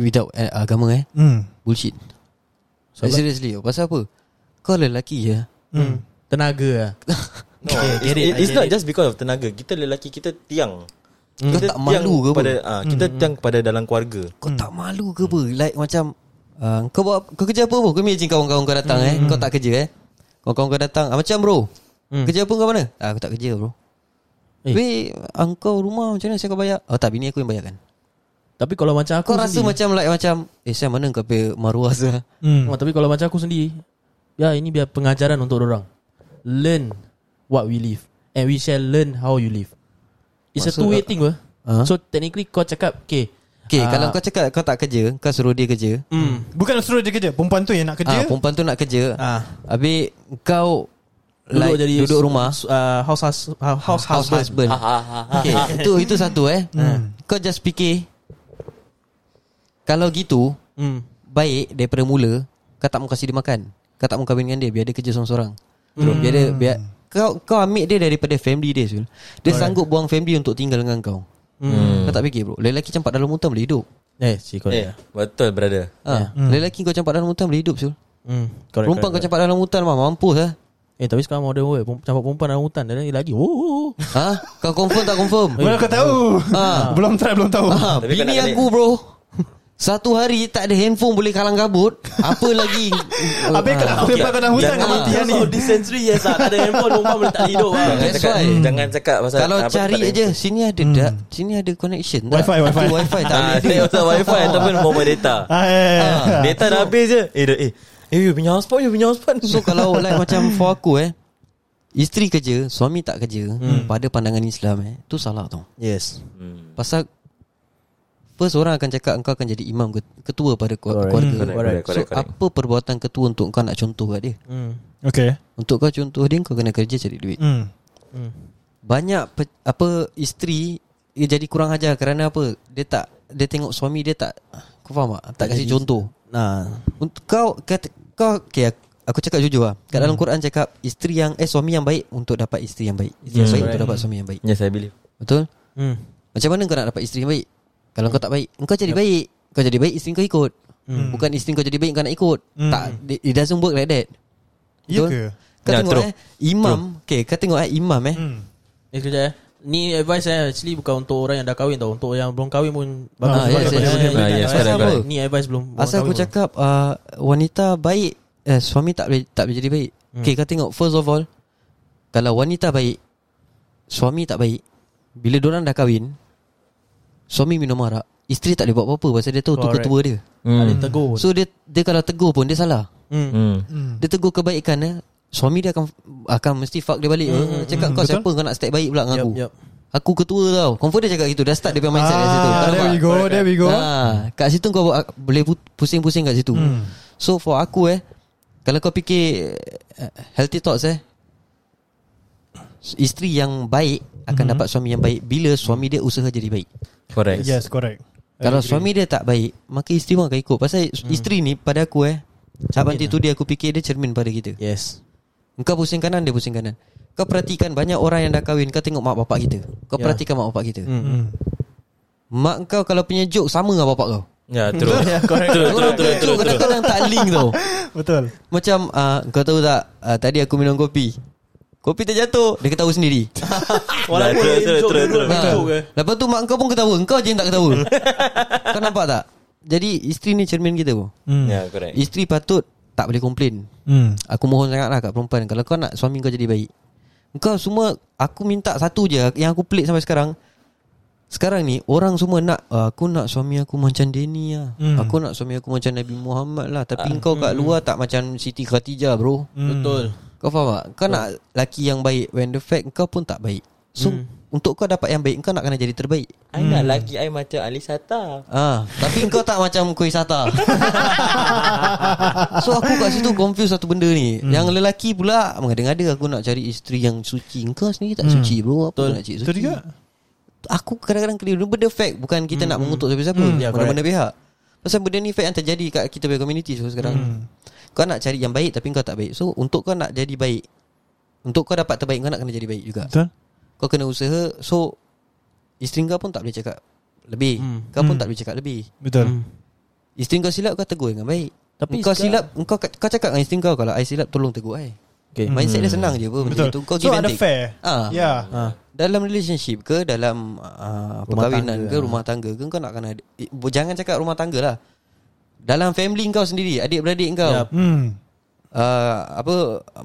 S7: Without eh, agama eh
S3: Hmm.
S7: Bullshit so, Seriously Pasal apa Kau lelaki ya
S3: Hmm.
S5: Tenaga lah
S6: No,
S5: Okay,
S6: it's,
S5: get it,
S6: it-
S5: I
S6: it's
S5: get
S6: not
S5: it.
S6: just because of tenaga. Kita lelaki kita tiang.
S7: Kau
S6: Kita
S7: tak malu ke apa Hmm.
S6: pada, ah, kita tiang pada dalam keluarga.
S7: Kau tak malu ke apa Like macam uh, Kau buat Kau kerja apa pun Kau imagine kawan-kawan kau datang eh Kau tak kerja eh Kawan-kawan kau datang ah, Macam bro Kerja apa kau mana ah, Aku tak kerja bro
S5: Eh.
S7: eh. Weh ah, Kau rumah macam mana Saya kau bayar Oh tak bini aku yang bayarkan
S5: Tapi kalau macam aku
S7: Kau rasa
S5: sendiri,
S7: macam like macam Eh saya mana kau pay maruah saya
S3: Hmm.
S5: oh, Tapi kalau macam aku sendiri Ya ini biar pengajaran untuk orang. Learn What we live And we shall learn how you live It's a
S7: Maksud-
S5: two way thing uh,
S7: Ah?
S5: So technically kau cakap Okay
S7: Okay
S5: ah,
S7: kalau kau cakap Kau tak kerja Kau suruh dia kerja
S5: mm,
S3: Bukan suruh dia kerja Perempuan tu yang nak
S7: Ah,
S3: kerja
S7: Perempuan tu nak kerja
S5: Ah.
S7: Habis Kau
S5: Duduk
S7: like,
S5: jadi
S7: Duduk rumah
S5: uh, house, house, house,
S7: House
S5: husband.
S7: husband,
S5: ha.
S7: Okay Itu itu satu eh
S3: Hmm.
S7: Kau just fikir Kalau gitu
S5: Mm.
S7: Baik daripada mula Kau tak mau kasih dia makan Kau tak mau kahwin dengan dia Biar dia kerja seorang-seorang
S3: Hmm.
S7: Terus biar dia biar, kau, kau ambil dia daripada family dia Sul Dia sanggup buang family untuk tinggal dengan kau
S5: Hmm.
S7: Kau tak fikir bro Lelaki campak dalam hutan boleh hidup
S5: Eh, si kau
S6: Eh, betul brother.
S7: ha,
S3: Hmm.
S7: Lelaki kau campak dalam hutan boleh hidup Sul
S5: Mm, correct,
S7: Perempuan kau
S5: correct, correct.
S7: campak dalam hutan mah Mampus lah
S5: Eh, tapi sekarang modern weh, Peremp- campak perempuan dalam hutan dan lagi. Oh, oh, oh.
S7: ha? Kau confirm tak confirm
S3: Mana kau tahu
S7: Eh. Ah.
S3: [LAUGHS] Belum try belum tahu
S7: Ah,
S6: Tapi kau
S7: bini
S6: nak kena-
S7: aku bro [LAUGHS] Satu hari tak ada handphone boleh kalang kabut
S6: [LAUGHS]
S7: Apa lagi Ah.
S3: Habis kalau aku lepas kau dalam hutan Kau
S6: Jangan-
S3: mati lah ni
S5: So, this century yes
S6: ah.
S5: lah. Tak ada handphone, perempuan boleh tak hidup lah.
S6: Jangan
S7: That's
S6: cakap,
S7: why.
S6: jangan cakap pasal
S7: Kalau
S6: apa tu
S7: cari
S6: tak ada
S7: je
S6: info.
S7: Sini ada hmm. tak Sini ada connection tak?
S3: Wifi, wifi.
S7: Ada wifi tak
S6: Ah,
S7: boleh
S6: Saya pasal wifi ataupun mobile data.
S3: Ah, ya, ya, ya. [LAUGHS]
S6: Data dah habis je. Eh, dah- eh. Eh, you punya hotspot, you punya hotspot.
S7: So kalau like macam for aku eh Isteri kerja Suami tak kerja
S6: Hmm.
S7: Pada pandangan Islam eh Tu salah tau
S5: Yes.
S7: Pasal First orang akan cakap Engkau akan jadi imam ke- Ketua pada ku- keluarga
S6: Correct, correct,
S7: So
S6: correct, correct.
S7: apa perbuatan ketua Untuk kau nak contoh kat dia
S5: Mm.
S3: Okay
S7: Untuk kau contoh dia Kau kena kerja cari duit
S3: Hmm.
S7: banyak pe, apa isteri dia jadi kurang ajar kerana apa? Dia tak dia tengok suami dia tak kau faham tak? Tak kasih contoh.
S5: Nah,
S7: Untuk kau kata, kau okay, aku- aku cakap jujur ah. Kat dalam Quran cakap isteri yang eh suami yang baik untuk dapat isteri yang baik. Isteri yang baik untuk dapat suami yang baik.
S6: Yes, I believe.
S7: Betul?
S5: mm.
S7: Macam mana kau nak dapat isteri yang baik? Kalau kau tak baik, kau jadi baik. Kau jadi baik isteri kau ikut. Bukan isteri kau jadi baik kau nak ikut. Tak it doesn't work like that.
S3: Ya
S7: Betul?
S3: ke?
S7: Kau
S6: Ya,
S7: tengok
S6: true.
S7: eh imam, okay, kau tengok eh imam eh.
S5: Eh, kejap eh. Ni advice eh Actually bukan untuk orang yang dah kahwin tau Untuk yang belum kahwin pun
S3: Ah, yes, yes,
S5: Bagus juga
S3: yes.
S5: advice ni.
S6: Ah, yes,
S5: Advice
S6: correct,
S5: apa?
S7: correct.
S5: Ni advice belum belum
S7: Asal aku
S5: kahwin
S7: cakap uh, Wanita baik eh, Suami tak boleh Tak boleh jadi baik hmm. Okay kau tengok First of all Kalau wanita baik Suami tak baik Bila dorang dah kahwin Suami minum arak Isteri tak boleh buat apa-apa Pasal dia tahu tu
S5: Correct.
S7: ketua dia
S5: pun. Ada tegur
S7: So dia dia kalau tegur pun Dia salah
S5: Mm.
S6: Hmm.
S7: Dia tegur kebaikan eh, Suami dia akan Akan mesti fuck dia balik hmm. Cakap kau siapa Kau nak step baik pula dengan
S5: Yup,
S7: aku
S5: yup.
S7: Aku ketua tau Confirm dia cakap gitu Dah start dia punya mindset kat situ
S3: Ah,
S7: Kau nampak?
S3: There we go There we go
S7: Ha, kat situ kau buat- boleh pu- pusing-pusing kat situ. Hmm. So for aku eh, kalau kau fikir eh, healthy thoughts eh, isteri yang baik akan hmm. dapat suami yang baik bila suami dia usaha jadi baik.
S6: Correct.
S3: Yes correct I
S7: Kalau
S3: agree.
S7: suami dia tak baik, maka isteri pun akan ikut. Pasal hmm. isteri ni pada aku eh, Sahabat itu dia aku fikir dia cermin pada kita.
S5: Yes
S7: Kau pusing kanan dia pusing kanan. Kau perhatikan banyak orang yang dah kahwin kau tengok mak bapak kita. Kau
S5: Ya.
S7: perhatikan mak bapak kita.
S3: Hmm.
S5: Mm.
S7: Mak kau kalau punya joke sama dengan bapak kau.
S6: Ya, true.
S7: Orang punya joke [LAUGHS] kadang-kadang tak link tau.
S3: [LAUGHS] Betul
S7: Macam uh, Kau tahu tak uh, Tadi aku minum kopi Kopi terjatuh Dia ketawa sendiri Ah.
S6: Walaupun
S5: Walaupun
S6: Betul, betul, betul,
S5: Dua-dua
S6: betul.
S5: begitu ke
S7: Lepas tu mak kau pun ketawa Kau je yang tak ketawa Kau nampak tak Jadi isteri ni cermin kita bro
S6: Ya, correct.
S7: Isteri patut Tak boleh komplain
S3: Hmm.
S7: Aku mohon sangat lah kat perempuan Kalau kau nak suami kau jadi baik Kau semua Aku minta satu je Yang aku pelik sampai sekarang Sekarang ni Orang semua nak "Ah, Aku nak suami aku macam Denny lah
S3: Hmm.
S7: Aku nak suami aku macam Nabi Muhammad lah Tapi kau kat luar tak macam Siti Khatijah bro
S5: Betul
S7: Kau faham tak? Kau nak laki yang baik When the fact kau pun tak baik So hmm. untuk kau dapat yang baik Kau nak kena jadi terbaik
S6: I nak laki I macam Alisata.
S7: ah, Tapi kau tak macam kuih [LAUGHS] sata So aku kat situ confuse satu benda ni hmm. Yang lelaki pula Mengada-ngada aku nak cari isteri yang suci Kau sendiri tak hmm. suci bro Apa kau nak cari
S3: Itu
S7: suci
S3: juga
S7: Aku kadang-kadang keliru Benda fact Bukan kita hmm. nak mengutuk siapa-siapa hmm.
S5: Ya,
S7: Mana-mana pihak Pasal benda ni fact yang terjadi Kat kita punya community so sekarang hmm. Kau nak cari yang baik Tapi kau tak baik So untuk kau nak jadi baik Untuk kau dapat terbaik Kau nak kena jadi baik juga
S3: Betul
S7: kau kena usaha So Isteri kau pun tak boleh cakap Lebih hmm. Kau pun tak boleh cakap lebih
S3: Betul
S7: Isteri kau silap kau tegur dengan baik
S5: Tapi
S7: Tapi kau
S5: sekarang-
S7: silap kau, kau cakap dengan isteri kau Kalau I silap tolong tegur I
S5: Okay.
S7: okay. Mindset dia senang je apa
S3: Betul
S7: Betul tu. Kau
S3: So
S7: give and
S3: ada
S7: take.
S3: fair
S7: Ah, yeah.
S3: Ya
S7: Dalam relationship ke Dalam uh,
S5: Rumah
S7: Perkahwinan
S5: tangga
S7: ke
S5: lah.
S7: Rumah tangga ke Kau nak kena ada- eh, Jangan cakap rumah tangga lah Dalam family kau sendiri Adik-beradik kau
S5: Yup.
S7: yep.
S3: Hmm.
S7: uh, Apa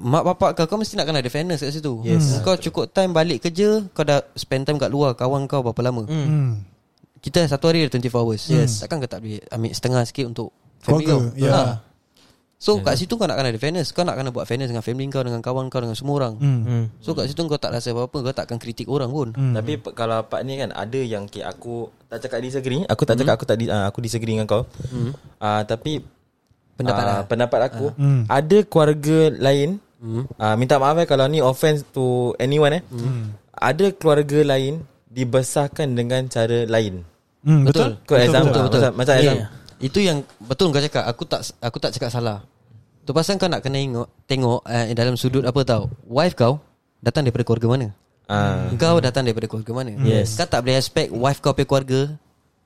S7: Mak bapak kau Kau mesti nak kena ada fairness kat situ yes. Kau cukup time balik kerja Kau dah spend time kat luar Kawan kau berapa lama
S3: Hmm.
S7: Kita satu hari ada 24 hours yes. Takkan kau tak boleh Ambil setengah sikit untuk Family
S3: Keluarga,
S7: kau
S3: ya.
S7: Ha. So kat situ kau nak kena ada fairness Kau nak kena buat fairness Dengan family kau Dengan kawan kau Dengan semua orang
S5: Hmm.
S7: So kat situ kau tak rasa apa-apa Kau takkan kritik orang pun
S6: Hmm. Tapi pe- kalau part ni kan ada yang okay, aku tak cakap disagree, aku tak cakap aku tak di, uh, aku disagree dengan kau. Hmm. Uh, tapi
S7: Pendapat
S6: ah,
S7: lah.
S6: pendapat aku hmm. ada keluarga lain hmm. uh, minta maaf eh kalau ni offense to anyone eh. Hmm. Ada keluarga lain dibesarkan dengan cara lain.
S3: Hmm,
S7: Betul.
S3: betul.
S6: Kau exam
S7: betul, betul.
S6: Macam, macam
S7: yeah.
S6: exam.
S7: Itu yang betul kau cakap. Aku tak aku tak cakap salah. Tu pasal kau nak kena ingat tengok eh, dalam sudut apa tau. Wife kau datang daripada keluarga mana?
S6: Ah.
S7: Kau datang daripada keluarga mana? Yes. Kau tak boleh expect wife kau punya keluarga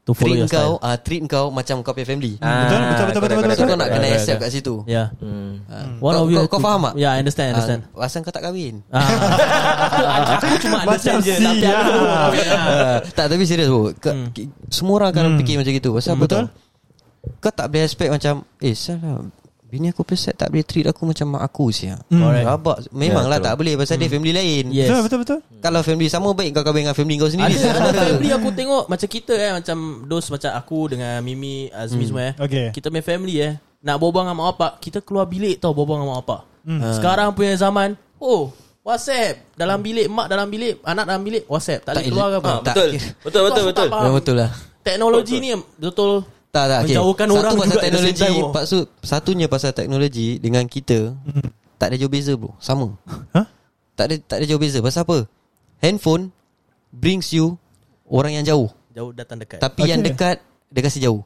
S5: To follow
S7: treat
S5: your
S7: kau
S5: style
S7: uh, treat kau macam kau punya family.
S6: Ah,
S3: Betul, betul, betul,
S6: correct,
S3: betul,
S7: So kau
S6: correct,
S7: nak
S6: correct,
S7: kena
S6: correct,
S7: accept
S6: correct.
S7: kat situ.
S5: Yeah
S6: Hmm.
S7: Ah,
S5: Ya. One
S7: kau,
S5: of you
S7: kau, kau faham tak?
S5: Yeah I understand I understand
S7: Ah, Pasal kau tak kahwin.
S5: Ah, [LAUGHS] aku, aku cuma understand je
S3: si,
S5: Tapi
S3: ah.
S5: aku tak
S7: [LAUGHS]
S5: boleh lah.
S7: Ah, tak tapi serius bro. Ke,
S5: Hmm.
S7: ki- Semua orang akan fikir macam gitu. Pasal apa
S3: betul.
S7: tahu? Kau tak boleh expect macam eh salah bini aku pesat tak boleh treat aku macam mak aku sia.
S5: Hmm. Correct. Hmm.
S7: Rabak. Memanglah
S6: Ya,
S7: tak boleh pasal dia family lain.
S5: Yes
S3: Betul, betul, betul.
S7: Kalau family sama baik kau kahwin dengan family kau sendiri.
S5: Ada
S7: Salah
S5: ada
S7: benda.
S5: family aku tengok Macam kita eh Macam those macam aku Dengan Mimi Azmi semua eh
S3: Okay.
S5: Kita punya family eh Nak berbual dengan mak bapak Kita keluar bilik tau Berbual dengan mak bapak Ah. Sekarang punya zaman Oh Whatsapp Dalam bilik Mak dalam bilik Anak dalam bilik Whatsapp Tak boleh
S7: Tak
S5: keluar ke apa
S6: Ah,
S7: Tak-
S6: betul. Betul betul
S5: Kau
S6: betul.
S5: tak faham.
S7: Ya, betul lah.
S5: Teknologi ni Betul
S7: Tak tak okay.
S5: Menjauhkan
S7: Satu
S5: orang juga at
S7: pasal
S5: the same
S7: teknologi
S5: time, bro.
S7: pasal, Satunya pasal teknologi Dengan kita
S5: Hmm.
S7: Tak ada jauh beza bro Sama
S3: Hah?
S7: Tak ada tak ada jauh beza Pasal apa Handphone Brings you Orang yang jauh
S5: Jauh datang dekat
S7: Tapi
S3: Okay.
S7: yang dekat Dia kasi jauh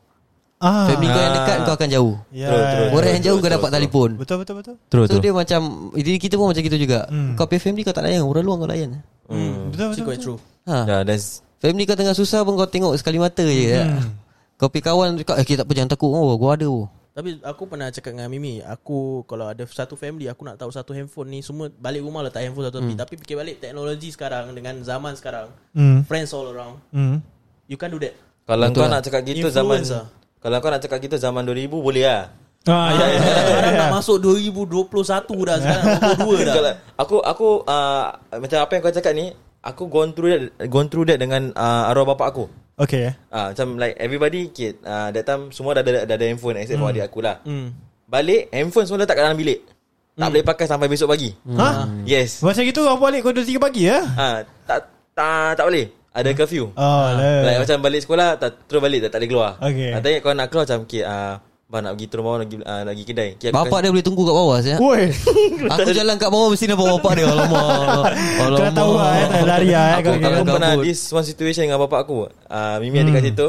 S3: Eh, Ah.
S7: Family kau yang
S6: Ah.
S7: dekat Kau akan jauh
S3: Ya.
S6: True, true.
S7: Orang yang jauh kau
S6: betul,
S7: dapat
S6: betul.
S7: telefon
S3: Betul, betul, betul.
S6: True
S7: So dia macam Diri kita pun macam gitu juga
S3: Hmm.
S7: Kau pay family kau tak layan Orang luar kau layan
S3: Betul,
S5: Actually
S3: betul.
S5: quite
S3: betul.
S5: true
S7: ha.
S6: Yeah, that's
S7: Family kau tengah susah pun kau tengok sekali mata je ya.
S3: Hmm.
S7: Kau pay kawan cakap, Okay tak apa jangan takut Oh gua ada oh.
S5: Tapi aku pernah cakap dengan Mimi Aku kalau ada satu family Aku nak tahu satu handphone ni Semua balik rumah letak handphone satu tepi Tapi fikir balik teknologi sekarang Dengan zaman sekarang
S3: Hmm.
S5: Friends all around
S3: Hmm.
S5: You can do that [LAUGHS]
S6: Kalau kau nak cakap gitu zaman
S5: Influence lah.
S6: Kalau kau nak cakap gitu zaman 2000 boleh lah.
S3: Ah, ya. ya, ya,
S5: Sekarang
S3: ya.
S5: dah masuk 2021 dah Sekarang
S3: [LAUGHS]
S5: 22 dah
S6: Kalau lah- aku aku uh, macam apa yang kau cakap ni, aku gone through that gone through that dengan uh, arwah bapak aku.
S3: Okay. eh.
S6: Ah uh, macam like everybody kid uh, that time semua dah ada dah ada handphone except mm. for adik aku lah.
S5: Hmm.
S6: Balik handphone semua letak kat dalam bilik. Tak boleh pakai sampai besok pagi.
S5: Hmm.
S3: Ha?
S6: Yes.
S3: Macam gitu kau balik kau 2 3 pagi ya?
S6: Ah tak tak tak boleh. Ada
S5: Hmm.
S6: curfew.
S3: Oh,
S6: Like
S3: lah.
S6: Ah. macam balik sekolah tak, Terus balik tak, tak boleh keluar
S3: Okay.
S6: Ah, Tanya kau nak keluar macam Okay uh, Abang nak pergi turun bawah Lagi, uh, lagi kedai okay, aku
S7: Bapak dia boleh tunggu kat bawah
S6: Oh,
S7: saya.
S3: Woi.
S7: Aku jalan kat bawah mesti nampak bapak dia. Alamak. Alamak.
S3: Kau dah tahu lah eh, tak lari lah eh.
S6: Aku,
S3: Kau
S6: aku,
S3: kira.
S7: gabut.
S6: pernah This one situation dengan bapak aku uh, Mimi ada kat situ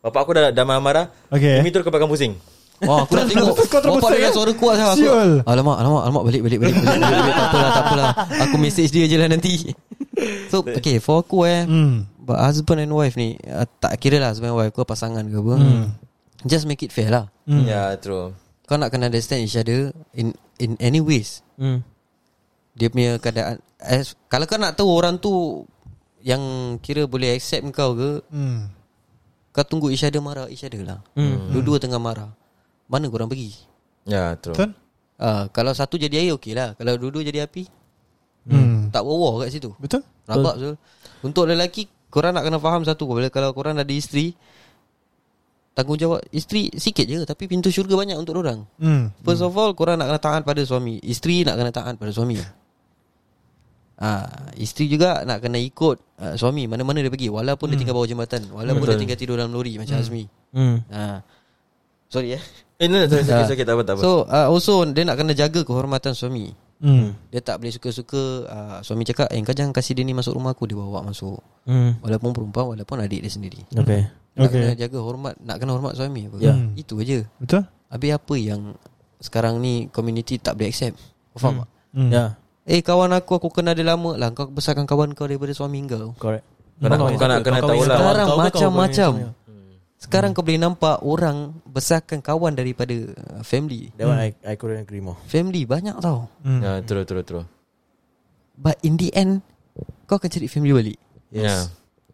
S6: Bapak aku dah, dah marah-marah
S3: Okay.
S6: Mimi terus kebakar pusing
S7: Wah, aku nak tengok.
S3: Kau terpaksa,
S7: Bapak dia
S3: eh?
S7: dah suara kuat saya. Aku,
S3: Sial.
S7: alamak, alamak, alamak. Balik, balik, balik. balik, balik, balik. Tak apalah, tak apalah. Aku message dia je lah nanti.
S3: [LAUGHS]
S7: So, okay. For aku eh.
S3: Hmm.
S7: But husband and wife ni. ah, tak kira lah husband and wife. Kau pasangan ke apa.
S3: Hmm.
S7: Just make it fair lah.
S6: hmm. Ya yeah, true
S7: Kau nak kena understand each other in in any ways.
S5: Hmm.
S7: Dia punya keadaan as, Kalau kau nak tahu orang tu Yang kira boleh accept kau ke
S3: Hmm.
S7: Kau tunggu each other marah Each other lah hmm. Dua-dua tengah marah Mana korang pergi
S6: Ya yeah, true
S3: Betul?
S7: Ah, Kalau satu jadi air okey lah Kalau dua-dua jadi api
S3: Hmm.
S7: Tak war-war kat situ
S3: Betul?
S7: Rabak betul Untuk lelaki Korang nak kena faham satu Bila kalau korang ada isteri Tanggungjawab isteri sikit je Tapi pintu syurga banyak untuk orang
S3: Hmm.
S7: First of all Korang nak kena taat pada suami Isteri nak kena taat pada suami Ah, Isteri juga nak kena ikut uh, Suami mana-mana dia pergi Walaupun dia
S3: Hmm.
S7: tinggal bawah jembatan Walaupun dia tinggal tidur dalam lori Macam Azmi
S5: Hmm.
S7: Ah, Sorry eh
S6: Eh no, no, sorry, sorry, sorry, tak apa, tak apa.
S7: So uh, also Dia nak kena jaga kehormatan suami
S3: Hmm.
S7: Dia tak boleh suka-suka uh, Suami cakap Eh kau jangan kasih dia ni masuk rumah aku Dia bawa masuk
S5: Hmm.
S7: Walaupun perempuan Walaupun adik dia sendiri
S5: Okay.
S7: Nak
S3: Okay.
S7: kena jaga hormat Nak kena hormat suami apa
S5: Ya.
S7: Itu aja
S3: Betul?
S7: Habis apa yang Sekarang ni Community tak boleh accept Kau faham tak?
S3: Hmm.
S5: Yeah.
S7: Eh kawan aku Aku kenal dia lama lah Kau besarkan kawan kau Daripada suami kau
S5: Correct.
S6: Kau nak, kau nak kena tahu lah
S7: Sekarang
S5: Kawan kau ke
S7: macam-macam
S5: kawan
S7: Sekarang kau boleh nampak Orang Besarkan kawan daripada uh, Family
S5: That one I,
S3: Hmm.
S5: I couldn't agree more.
S7: Family banyak tau
S6: Ya yeah, true true true
S7: But in the end Kau akan cari family balik
S6: Ya yeah.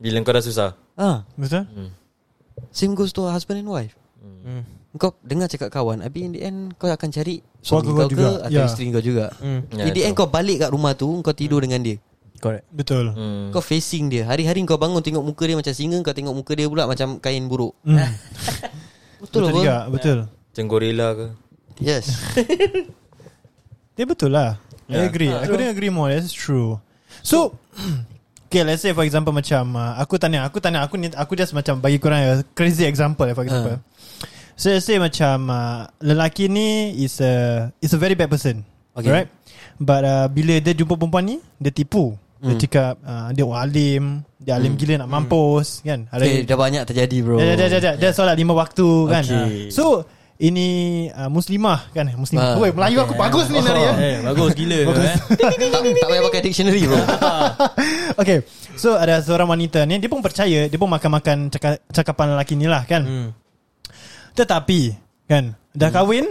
S6: Bila kau dah susah
S7: Ah,
S3: Betul?
S5: Hmm.
S7: Same goes to husband and wife kau dengar cakap kawan Habis in the end Kau akan cari
S3: Keluarga
S7: Suami
S3: kau
S7: kau,
S3: juga.
S7: ke Atau
S3: Ya.
S7: yeah. isteri kau juga
S6: Ya,
S7: In the end
S6: betul.
S7: kau balik kat rumah tu Kau tidur dengan dia
S5: Correct
S3: Betul
S6: Hmm.
S7: Kau facing dia Hari-hari kau bangun Tengok muka dia macam singa Kau tengok muka dia pula Macam kain buruk
S3: Hmm.
S7: [LAUGHS] Betul, Ya.
S3: Betul
S7: betul
S3: juga Betul
S6: Macam gorila ke
S7: Yes
S3: Dia betul lah I
S7: Ya.
S6: Yeah.
S3: agree I couldn't agree more That's true So [CLEARS THROAT] Okay let's say for example Macam uh, Aku tanya Aku tanya Aku ni aku just macam Bagi korang a Crazy example eh, For
S7: Ha.
S3: example So let's say macam uh, Lelaki ni Is a Is a very bad person
S7: Okay.
S3: Right But uh, bila dia jumpa perempuan ni Dia tipu Dia
S7: Hmm.
S3: cakap uh, Dia orang alim Dia alim gila nak mampus Kan
S7: okay, Dah banyak terjadi bro
S3: Dah, dah, dah, dah, dah. Dah solat lima waktu kan.
S7: Okay.
S3: Ah. So ini uh, muslimah kan muslimah.
S7: Ah.
S3: Woi Melayu aku bagus ni Nari ya.
S5: Eh bagus gila eh.
S7: [LAUGHS] tak, tak payah pakai dictionary bro
S3: [LAUGHS] Okay So ada seorang wanita ni Dia pun percaya Dia pun makan-makan caka, Cakapan lelaki ni lah kan
S5: Hmm.
S3: Tetapi Kan Dah
S7: Hmm.
S3: kahwin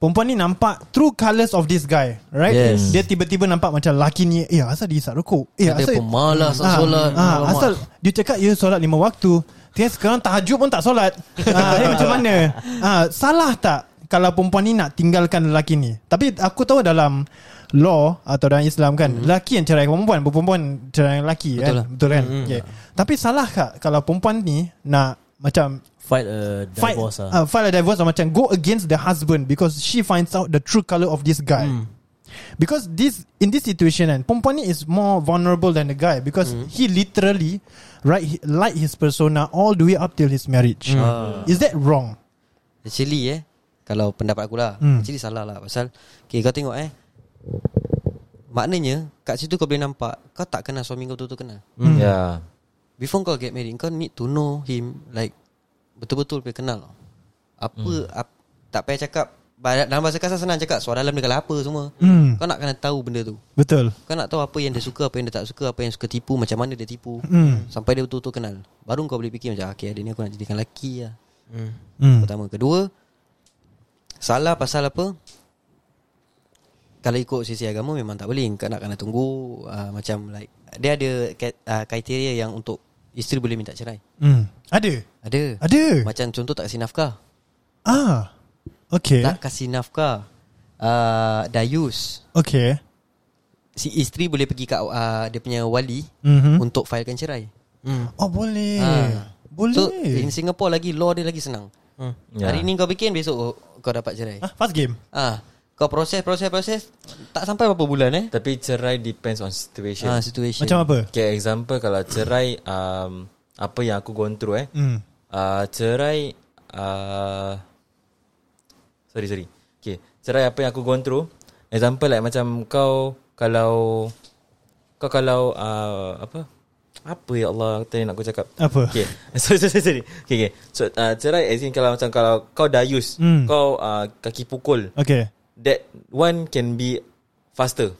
S3: Perempuan ni nampak True colours of this guy Right
S7: Yes.
S3: Dia tiba-tiba nampak macam Lelaki ni Eh asal dia isap rokok Eh
S7: Dia
S3: asal
S7: pemalas nak
S3: Ah,
S7: solat
S3: ah, Asal dia cakap Dia solat lima waktu Dia sekarang tahajud pun tak
S5: [LAUGHS]
S3: solat ah, eh, Macam mana ah, Salah tak Kalau perempuan ni nak tinggalkan lelaki ni Tapi aku tahu dalam Law Atau dalam Islam kan
S5: Hmm.
S3: mm-hmm. Lelaki yang cerai perempuan Perempuan cerai lelaki
S7: Betul
S3: kan?
S7: lah.
S3: Betul
S5: Hmm,
S3: kan mm-hmm. okay. Tapi salah tak Kalau perempuan ni Nak macam
S5: Fight a
S3: fight,
S5: divorce lah.
S3: uh, file a divorce or macam go against the husband because she finds out the true color of this guy.
S5: Hmm.
S3: Because this in this situation and perempuan ni is more vulnerable than the guy because
S6: Hmm.
S3: he literally right he, like his persona all the way up till his marriage.
S6: Hmm.
S3: Is that wrong?
S7: Actually eh Kalau pendapat aku lah
S3: Hmm.
S7: Actually salah lah Pasal Okay kau tengok eh Maknanya Kat situ kau boleh nampak Kau tak kenal suami kau tu-tu kenal
S6: hmm. Ya
S7: Before kau get married Kau need to know him Like Betul-betul boleh kenal
S3: Hmm.
S7: Apa ap, Tak payah cakap ba- Dalam bahasa kasar senang cakap Suara dalam dia kalau apa semua
S3: Hmm.
S7: Kau nak kena tahu benda tu
S3: Betul.
S7: Kau nak tahu apa yang dia suka Apa yang dia tak suka Apa yang suka tipu Macam mana dia tipu
S3: Hmm.
S7: Sampai dia betul-betul kenal Baru kau boleh fikir macam "Ah, Okay ada ni aku nak jadikan lelaki lah
S3: Hmm.
S7: Pertama Kedua Salah pasal apa Kalau ikut sisi agama Memang tak boleh Kau nak kena tunggu uh, Macam like Dia ada uh, kriteria yang untuk Isteri boleh minta cerai
S3: Hmm. Ada.
S7: Ada
S3: Ada.
S7: Macam contoh tak kasih nafkah
S3: Ah. Okay.
S7: Tak kasih nafkah uh, Dayus
S3: Okay.
S7: Si isteri boleh pergi kat uh, Dia punya wali
S3: Mhm.
S7: Untuk filekan cerai
S6: Hmm.
S3: Oh boleh.
S7: Ah.
S3: Boleh.
S7: So in Singapore lagi Law dia lagi senang
S6: Ya.
S7: Hari ni kau bikin Besok oh, kau dapat cerai
S3: ah, fast game.
S7: Ah, kau proses proses proses tak sampai berapa bulan eh?
S6: Tapi cerai depends on situation
S7: Ah, situation.
S3: Macam apa?
S6: Okay example Kalau cerai um, Apa yang aku gone through eh
S3: Hmm.
S6: uh, Cerai uh, Sorry sorry Okay Cerai apa yang aku gone through Example like macam kau Kalau Kau kalau uh, Apa Apa ya Allah Tadi nak aku cakap
S3: Apa?
S6: Okay [LAUGHS] Sorry sorry sorry Okay, okay. So uh, cerai as in kalau macam Kalau kau dayus
S3: Hmm.
S6: Kau uh, kaki pukul
S3: Okay.
S6: That one can be Faster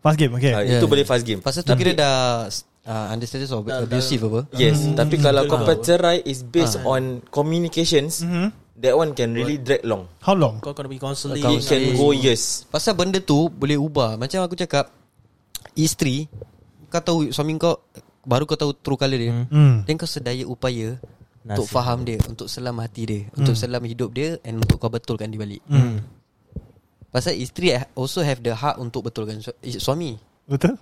S3: Fast game. Okay.
S6: uh,
S7: Yeah.
S6: Itu boleh fast game
S7: Pasal tu kira dah uh, under status of abusive apa?
S6: Yes Tapi kalau kau percerai Is based on Communications That one can really drag long
S3: How long?
S5: Kau kena pergi counselling.
S6: It can go years
S7: Pasal benda tu boleh ubah. Macam aku cakap isteri kau tahu suami kau baru kau tahu true colour dia.
S3: Hmm.
S7: Dan kau sedaya upaya untuk faham dia, untuk selam hati dia, untuk selam hidup dia and untuk kau betulkan dia balik.
S3: Hmm.
S7: Pasal isteri ha, also have the heart untuk betulkan su- suami.
S3: Betul?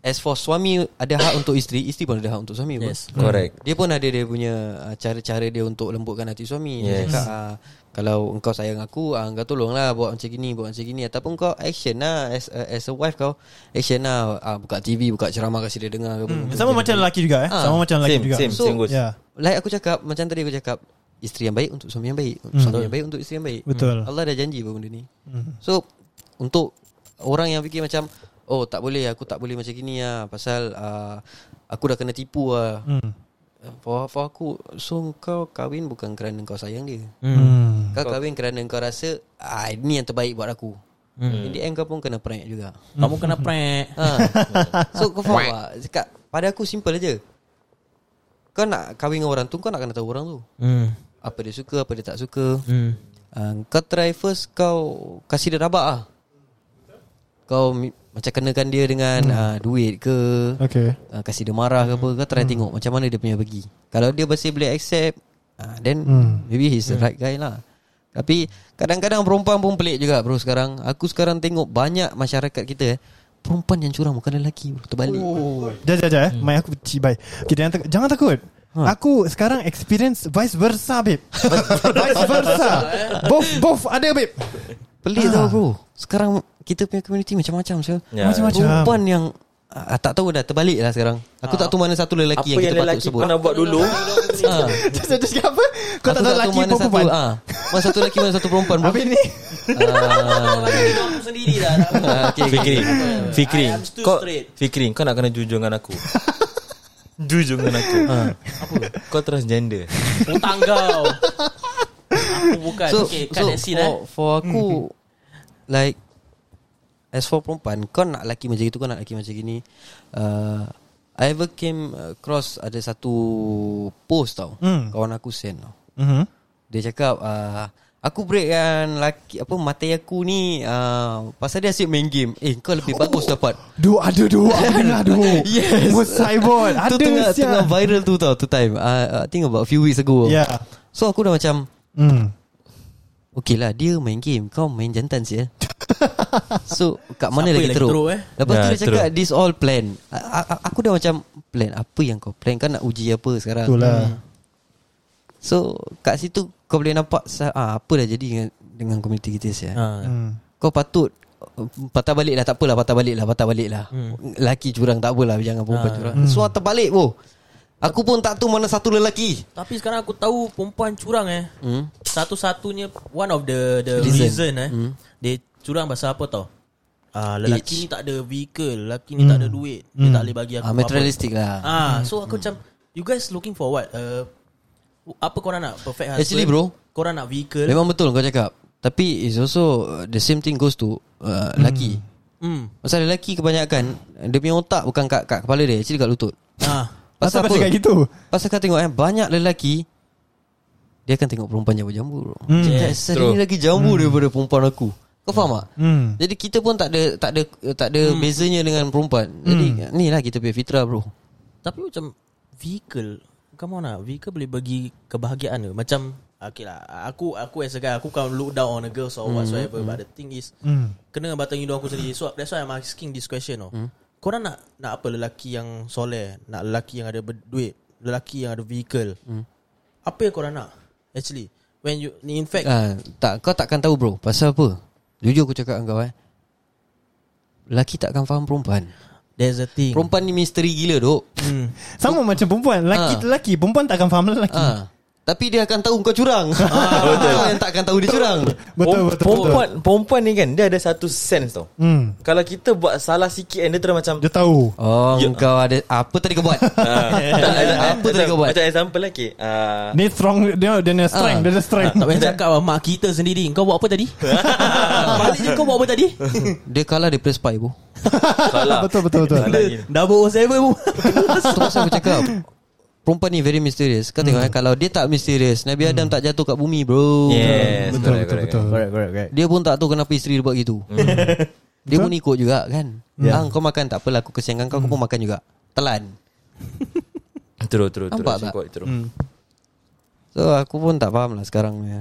S7: As for suami ada hak untuk isteri, isteri pun ada hak untuk suami. Yes.
S6: Correct
S7: Dia pun ada dia punya uh, cara-cara dia untuk lembutkan hati suami. Dia
S6: Yes.
S7: cakap uh, kalau engkau sayang aku, uh, engkau tolonglah buat macam gini, buat macam gini ataupun kau action lah as a, as a wife kau action lah uh, buka TV, buka ceramah kasi dia dengar ke apa.
S3: Hmm, Sama macam lelaki juga eh.
S7: Ah,
S3: Sama macam lelaki
S6: Hmm. Same
S3: juga.
S6: same,
S7: So-
S6: same goes
S3: Ya.
S7: Like aku cakap macam tadi aku cakap isteri yang baik untuk suami yang baik, suami yang baik untuk isteri yang baik.
S3: Hmm. Betul. Hmm.
S7: Allah dah janji apa benda ni. So untuk orang yang fikir macam oh tak boleh aku tak boleh macam gini lah pasal uh, aku dah kena tipu lah.
S3: Hmm.
S7: For, for aku So kau kahwin bukan kerana kau sayang dia
S3: Hmm.
S7: Kau kahwin kerana kau rasa ah, Ini yang terbaik buat aku In the end kau pun kena prank juga
S3: Hmm.
S5: Kamu kena prank.
S7: ha. So kau faham tak Cakap, Pada aku simple aja Kau nak kahwin dengan orang tu Kau nak kena tahu orang tu
S5: Hmm.
S7: Apa dia suka Apa dia tak suka
S5: Hmm.
S7: uh, Kau try first Kau Kasih dia rabak lah Kau mi- Macam kenakan dia dengan uh, Duit ke
S3: Okay.
S7: uh, Kasih dia marah ke apa Kau try hmm. tengok Macam mana dia punya pergi Kalau dia masih boleh accept uh, Then
S3: Hmm.
S7: Maybe he's the right guy lah Tapi kadang-kadang perempuan pun pelik juga bro sekarang. Aku sekarang tengok banyak masyarakat kita eh. Perempuan yang curang bukan lelaki bro. Terbalik.
S3: Oh. Jap, jap, jap. eh. Mic aku cibai. Okay, jangan, tak, jangan takut. Ha. Aku sekarang experience vice versa,
S7: [LAUGHS]
S3: babe. vice versa. both both ada, babe.
S7: Pelik
S3: Ah.
S7: tau bro. Sekarang kita punya community macam-macam sial.
S6: Ya.
S3: Macam-macam.
S7: Perempuan yang ah, tak tahu dah terbalik lah sekarang. Aku tak tahu mana satu lelaki
S6: Ah.
S7: yang
S6: Apa yang
S7: kita patut
S6: lelaki
S7: sebut.
S6: pernah buat dulu [LAUGHS]
S7: Ah.
S3: Just, just cakap apa? Kau tak
S7: Aku
S3: tahu lelaki
S7: mana satu
S3: perempuan.
S7: ah. Mana satu lelaki Mana satu perempuan bro.
S3: Habis ni
S5: Aku sendiri lah tak apa.
S6: [LAUGHS]
S7: Ah, okay, okay.
S6: Fikri Fikri
S5: I am too
S6: Kau
S5: straight.
S6: Fikri Kau nak kena jujur dengan aku Jujur dengan aku ha. Apa Kau transgender
S5: Hutang kau Aku bukan so, Kan? Okay cut so, that scene
S7: for,
S5: eh
S7: for aku Like As for perempuan Kau nak lelaki macam itu Kau nak lelaki macam gini uh, I ever came across Ada satu Post tau
S3: Hmm.
S7: Kawan aku send tau
S3: mm-hmm.
S7: Dia cakap uh, Aku break kan laki, Apa Matai aku ni uh, Pasal dia asyik main game Eh kau lebih bagus dapat
S3: Duh ada dua Ada dua
S7: Yes.
S3: Bos cyborg Ada
S7: Tu tengah,
S3: sial.
S7: tengah viral tu tau Tu time uh, I think about a few weeks ago
S3: Yeah.
S7: So aku dah macam
S3: mm.
S7: Okay lah Dia main game Kau main jantan sih So kat mana
S5: Siapa
S7: lagi
S5: yang
S7: teruk,
S5: teruk, eh?
S7: Lepas tu
S6: Ya,
S7: dia cakap This all plan A- a- Aku dah macam Plan apa yang kau plan Kau nak uji apa sekarang Hmm.
S3: Itulah
S7: So kat situ Kau boleh nampak sa- ah, Apa dah jadi Dengan, dengan community kita sih
S5: ha.
S3: mm.
S7: Kau patut uh, Patah balik lah Tak apalah Patah balik lah Patah balik lah
S5: Hmm.
S7: Lelaki curang tak apalah Jangan
S5: Ah.
S7: perempuan curang So terbalik bro Aku pun tak tahu mana satu lelaki
S5: Tapi sekarang aku tahu Perempuan curang eh
S7: Hmm.
S5: Satu-satunya One of the the
S7: Reason.
S5: Reason, eh
S7: Hmm.
S5: Dia curang pasal apa tau Ah, lelaki Hmm. ni tak ada vehicle Lelaki ni tak ada duit Dia tak boleh bagi Ya, aku
S7: ah, Materialistic lah
S5: Ah, so aku macam You guys looking for what? Uh, apa korang nak? Perfect husband?
S7: Actually, bro.
S5: Korang nak vehicle?
S7: Memang betul kau cakap Tapi it's also uh, The same thing goes to uh, Lelaki
S5: Hmm.
S7: Pasal lelaki kebanyakan Dia punya otak bukan kat, kat kepala dia Actually kat lutut
S5: Ah.
S3: Pasal kau cakap gitu
S7: Pasal kau tengok eh Banyak lelaki Dia akan tengok perempuan jambu-jambu bro
S3: Hmm.
S7: mm.
S5: Yes,
S7: Sering lagi jambu daripada perempuan aku Kau faham tak?
S3: mm.
S7: Jadi kita pun tak ada tak ada tak ada
S3: Hmm.
S7: bezanya dengan perempuan. Jadi ni lah kita punya fitrah bro.
S5: Tapi macam vehicle Come on lah Vehicle boleh bagi kebahagiaan ke Macam Okay lah Aku aku as a guy Aku can't look down on a girl Or whatsoever But the thing is
S3: Mm.
S5: Kena dengan batang hidung aku sendiri So that's why I'm asking this question oh. Korang nak Nak apa lelaki yang soleh Nak lelaki yang ada berduit Lelaki yang ada vehicle Apa yang korang nak Actually When you In fact
S7: Ah, tak kau takkan tahu bro pasal apa? Jujur aku cakap dengan kau eh. Lelaki takkan faham perempuan.
S5: There's a thing
S7: Perempuan ni misteri gila dok.
S5: Hmm.
S3: Sama macam perempuan
S7: Ah.
S3: Lelaki-lelaki Perempuan tak akan faham lelaki
S7: Ah. Tapi dia akan tahu [LAUGHS] kau curang. Ah, betul. Yang takkan tahu dia curang.
S3: Betul
S6: Peremp-
S3: betul
S6: Perempuan Perempuan ni kan Dia ada satu sense tau
S3: betul. Mm.
S6: Kalau kita buat salah sikit And dia terus macam Ah.
S3: Dia tahu
S7: Oh,
S6: Ya.
S7: kau ada apa tadi kau buat? [LAUGHS] Ah. apa tadi kau buat?
S6: Macam example lagi uh,
S3: Dia strong Dia dia ada strength
S7: Ah.
S3: Dia ada strength
S5: Tak payah cakap lah Mak kita sendiri Kau buat apa tadi? Balik je kau buat apa tadi?
S7: Dia kalah daripada spy bro.
S6: Salah
S3: [LAUGHS] Betul betul betul
S6: Salah gila.
S5: Double seven pun
S7: Tu pasal aku cakap Perempuan ni very mysterious Kau tengok eh Kalau dia tak mysterious Nabi Adam tak jatuh kat bumi bro
S6: Yes
S3: Betul betul betul
S7: Dia pun tak tahu kenapa isteri dia buat gitu Dia pun ikut juga kan Hmm. yeah. Hmm. ah, Kau makan tak apalah Aku kesiangan kau Aku pun makan juga Telan
S6: Terus terus
S7: Nampak tak?
S6: Terus
S7: So aku pun tak faham lah sekarang ni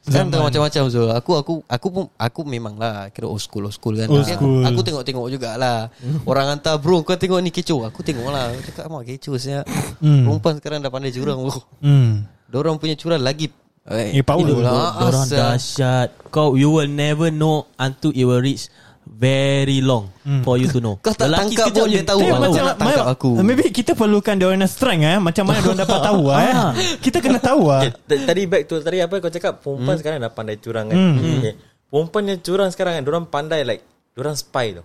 S7: Sekarang tengok macam-macam Zul Aku aku aku pun aku memang lah kira old school old school kan.
S3: Old
S7: Tapi
S3: school.
S7: Aku, aku tengok-tengok jugalah.
S3: [LAUGHS]
S7: Orang hantar bro kau tengok ni kecoh. Aku tengok lah. Aku cakap mak kecoh sebenarnya.
S3: Hmm.
S7: Perempuan sekarang dah pandai jurang bro. [LAUGHS]
S3: Hmm.
S7: Diorang punya curang lagi
S3: Eh, power.
S7: lah.
S5: Orang dahsyat Kau you will never know Until it will reach Very long For you to know
S7: [LAUGHS] Kau tak
S5: Lelaki
S7: tangkap
S5: sekejap
S7: pun dia tahu.
S3: Eh,
S7: Dia
S5: tahu.
S3: macam
S7: nak tangkap
S3: ma-
S7: aku.
S3: Maybe kita perlukan dia orang strength eh. Macam mana dia orang dapat tahu eh.
S5: Ah.
S3: Kita kena tahu ah.
S6: Okay, t- Tadi back to Tadi apa kau cakap Perempuan sekarang dah pandai curang kan okay. Perempuan yang curang sekarang kan Diorang pandai like Diorang spy tau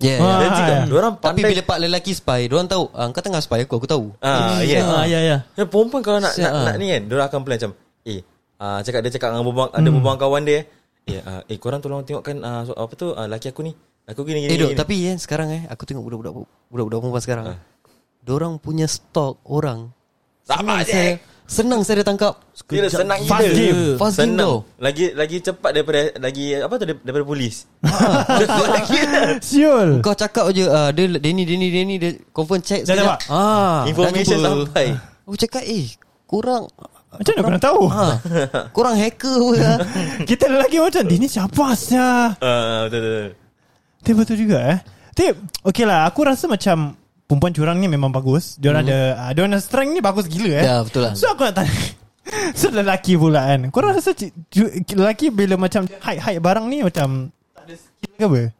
S7: Yeah,
S3: Ah,
S7: yeah.
S6: Dan cakap
S3: ya.
S6: kan Diorang
S7: Tapi
S6: pandai
S7: bila pak lelaki spy Diorang tahu ah, Kau tengah spy aku Aku tahu
S6: Ah, yes.
S5: Ah, ya, ya.
S6: Ya, perempuan kalau nak,
S7: Siap,
S6: nak,
S7: ah.
S6: nak ni kan, dia akan plan macam, eh, ah, cakap dia cakap dengan berbuang, ada
S7: Hmm.
S6: berbuang kawan dia, eh, ah, eh korang tolong tengokkan ah, so, apa tu, ah, laki aku ni. Aku gini gini.
S7: Eh dok
S6: gini.
S7: Tapi eh, sekarang eh Aku tengok budak-budak Budak-budak perempuan sekarang eh.
S6: Ah.
S7: Diorang punya stok orang
S6: sama
S7: saya,
S6: je.
S7: Senang saya dia tangkap
S6: Kira senang gila.
S3: Fast game.
S7: Fast game
S6: senang.
S7: tau.
S6: Lagi lagi cepat daripada lagi apa tu daripada, daripada
S7: [LAUGHS]
S6: polis.
S7: Ah,
S6: kan?
S3: Siul.
S7: Kau cakap je ah, Dia dia ni dia ni dia ni Dia confirm check
S3: Dah
S7: sekejap.
S3: dapat.
S7: ah,
S6: Information
S7: dah jumpa.
S6: sampai.
S7: Aku cakap eh Kurang
S3: Macam mana korang tahu
S7: Ha. Korang hacker pun lah.
S6: [LAUGHS]
S3: Kita lelaki macam Dia ni siapa asya
S6: Ah, betul betul. betul.
S3: Tapi betul juga eh Tapi Okay lah Aku rasa macam Perempuan curang ni memang bagus Dia orang ada uh, Dia orang strength ni bagus gila eh
S7: Ya, betul lah.
S3: So aku nak tanya [LAUGHS] So lelaki pula kan Korang rasa ci- cu- Lelaki bila macam Hide-hide barang ni Macam Tak ada skill ke apa
S6: Kan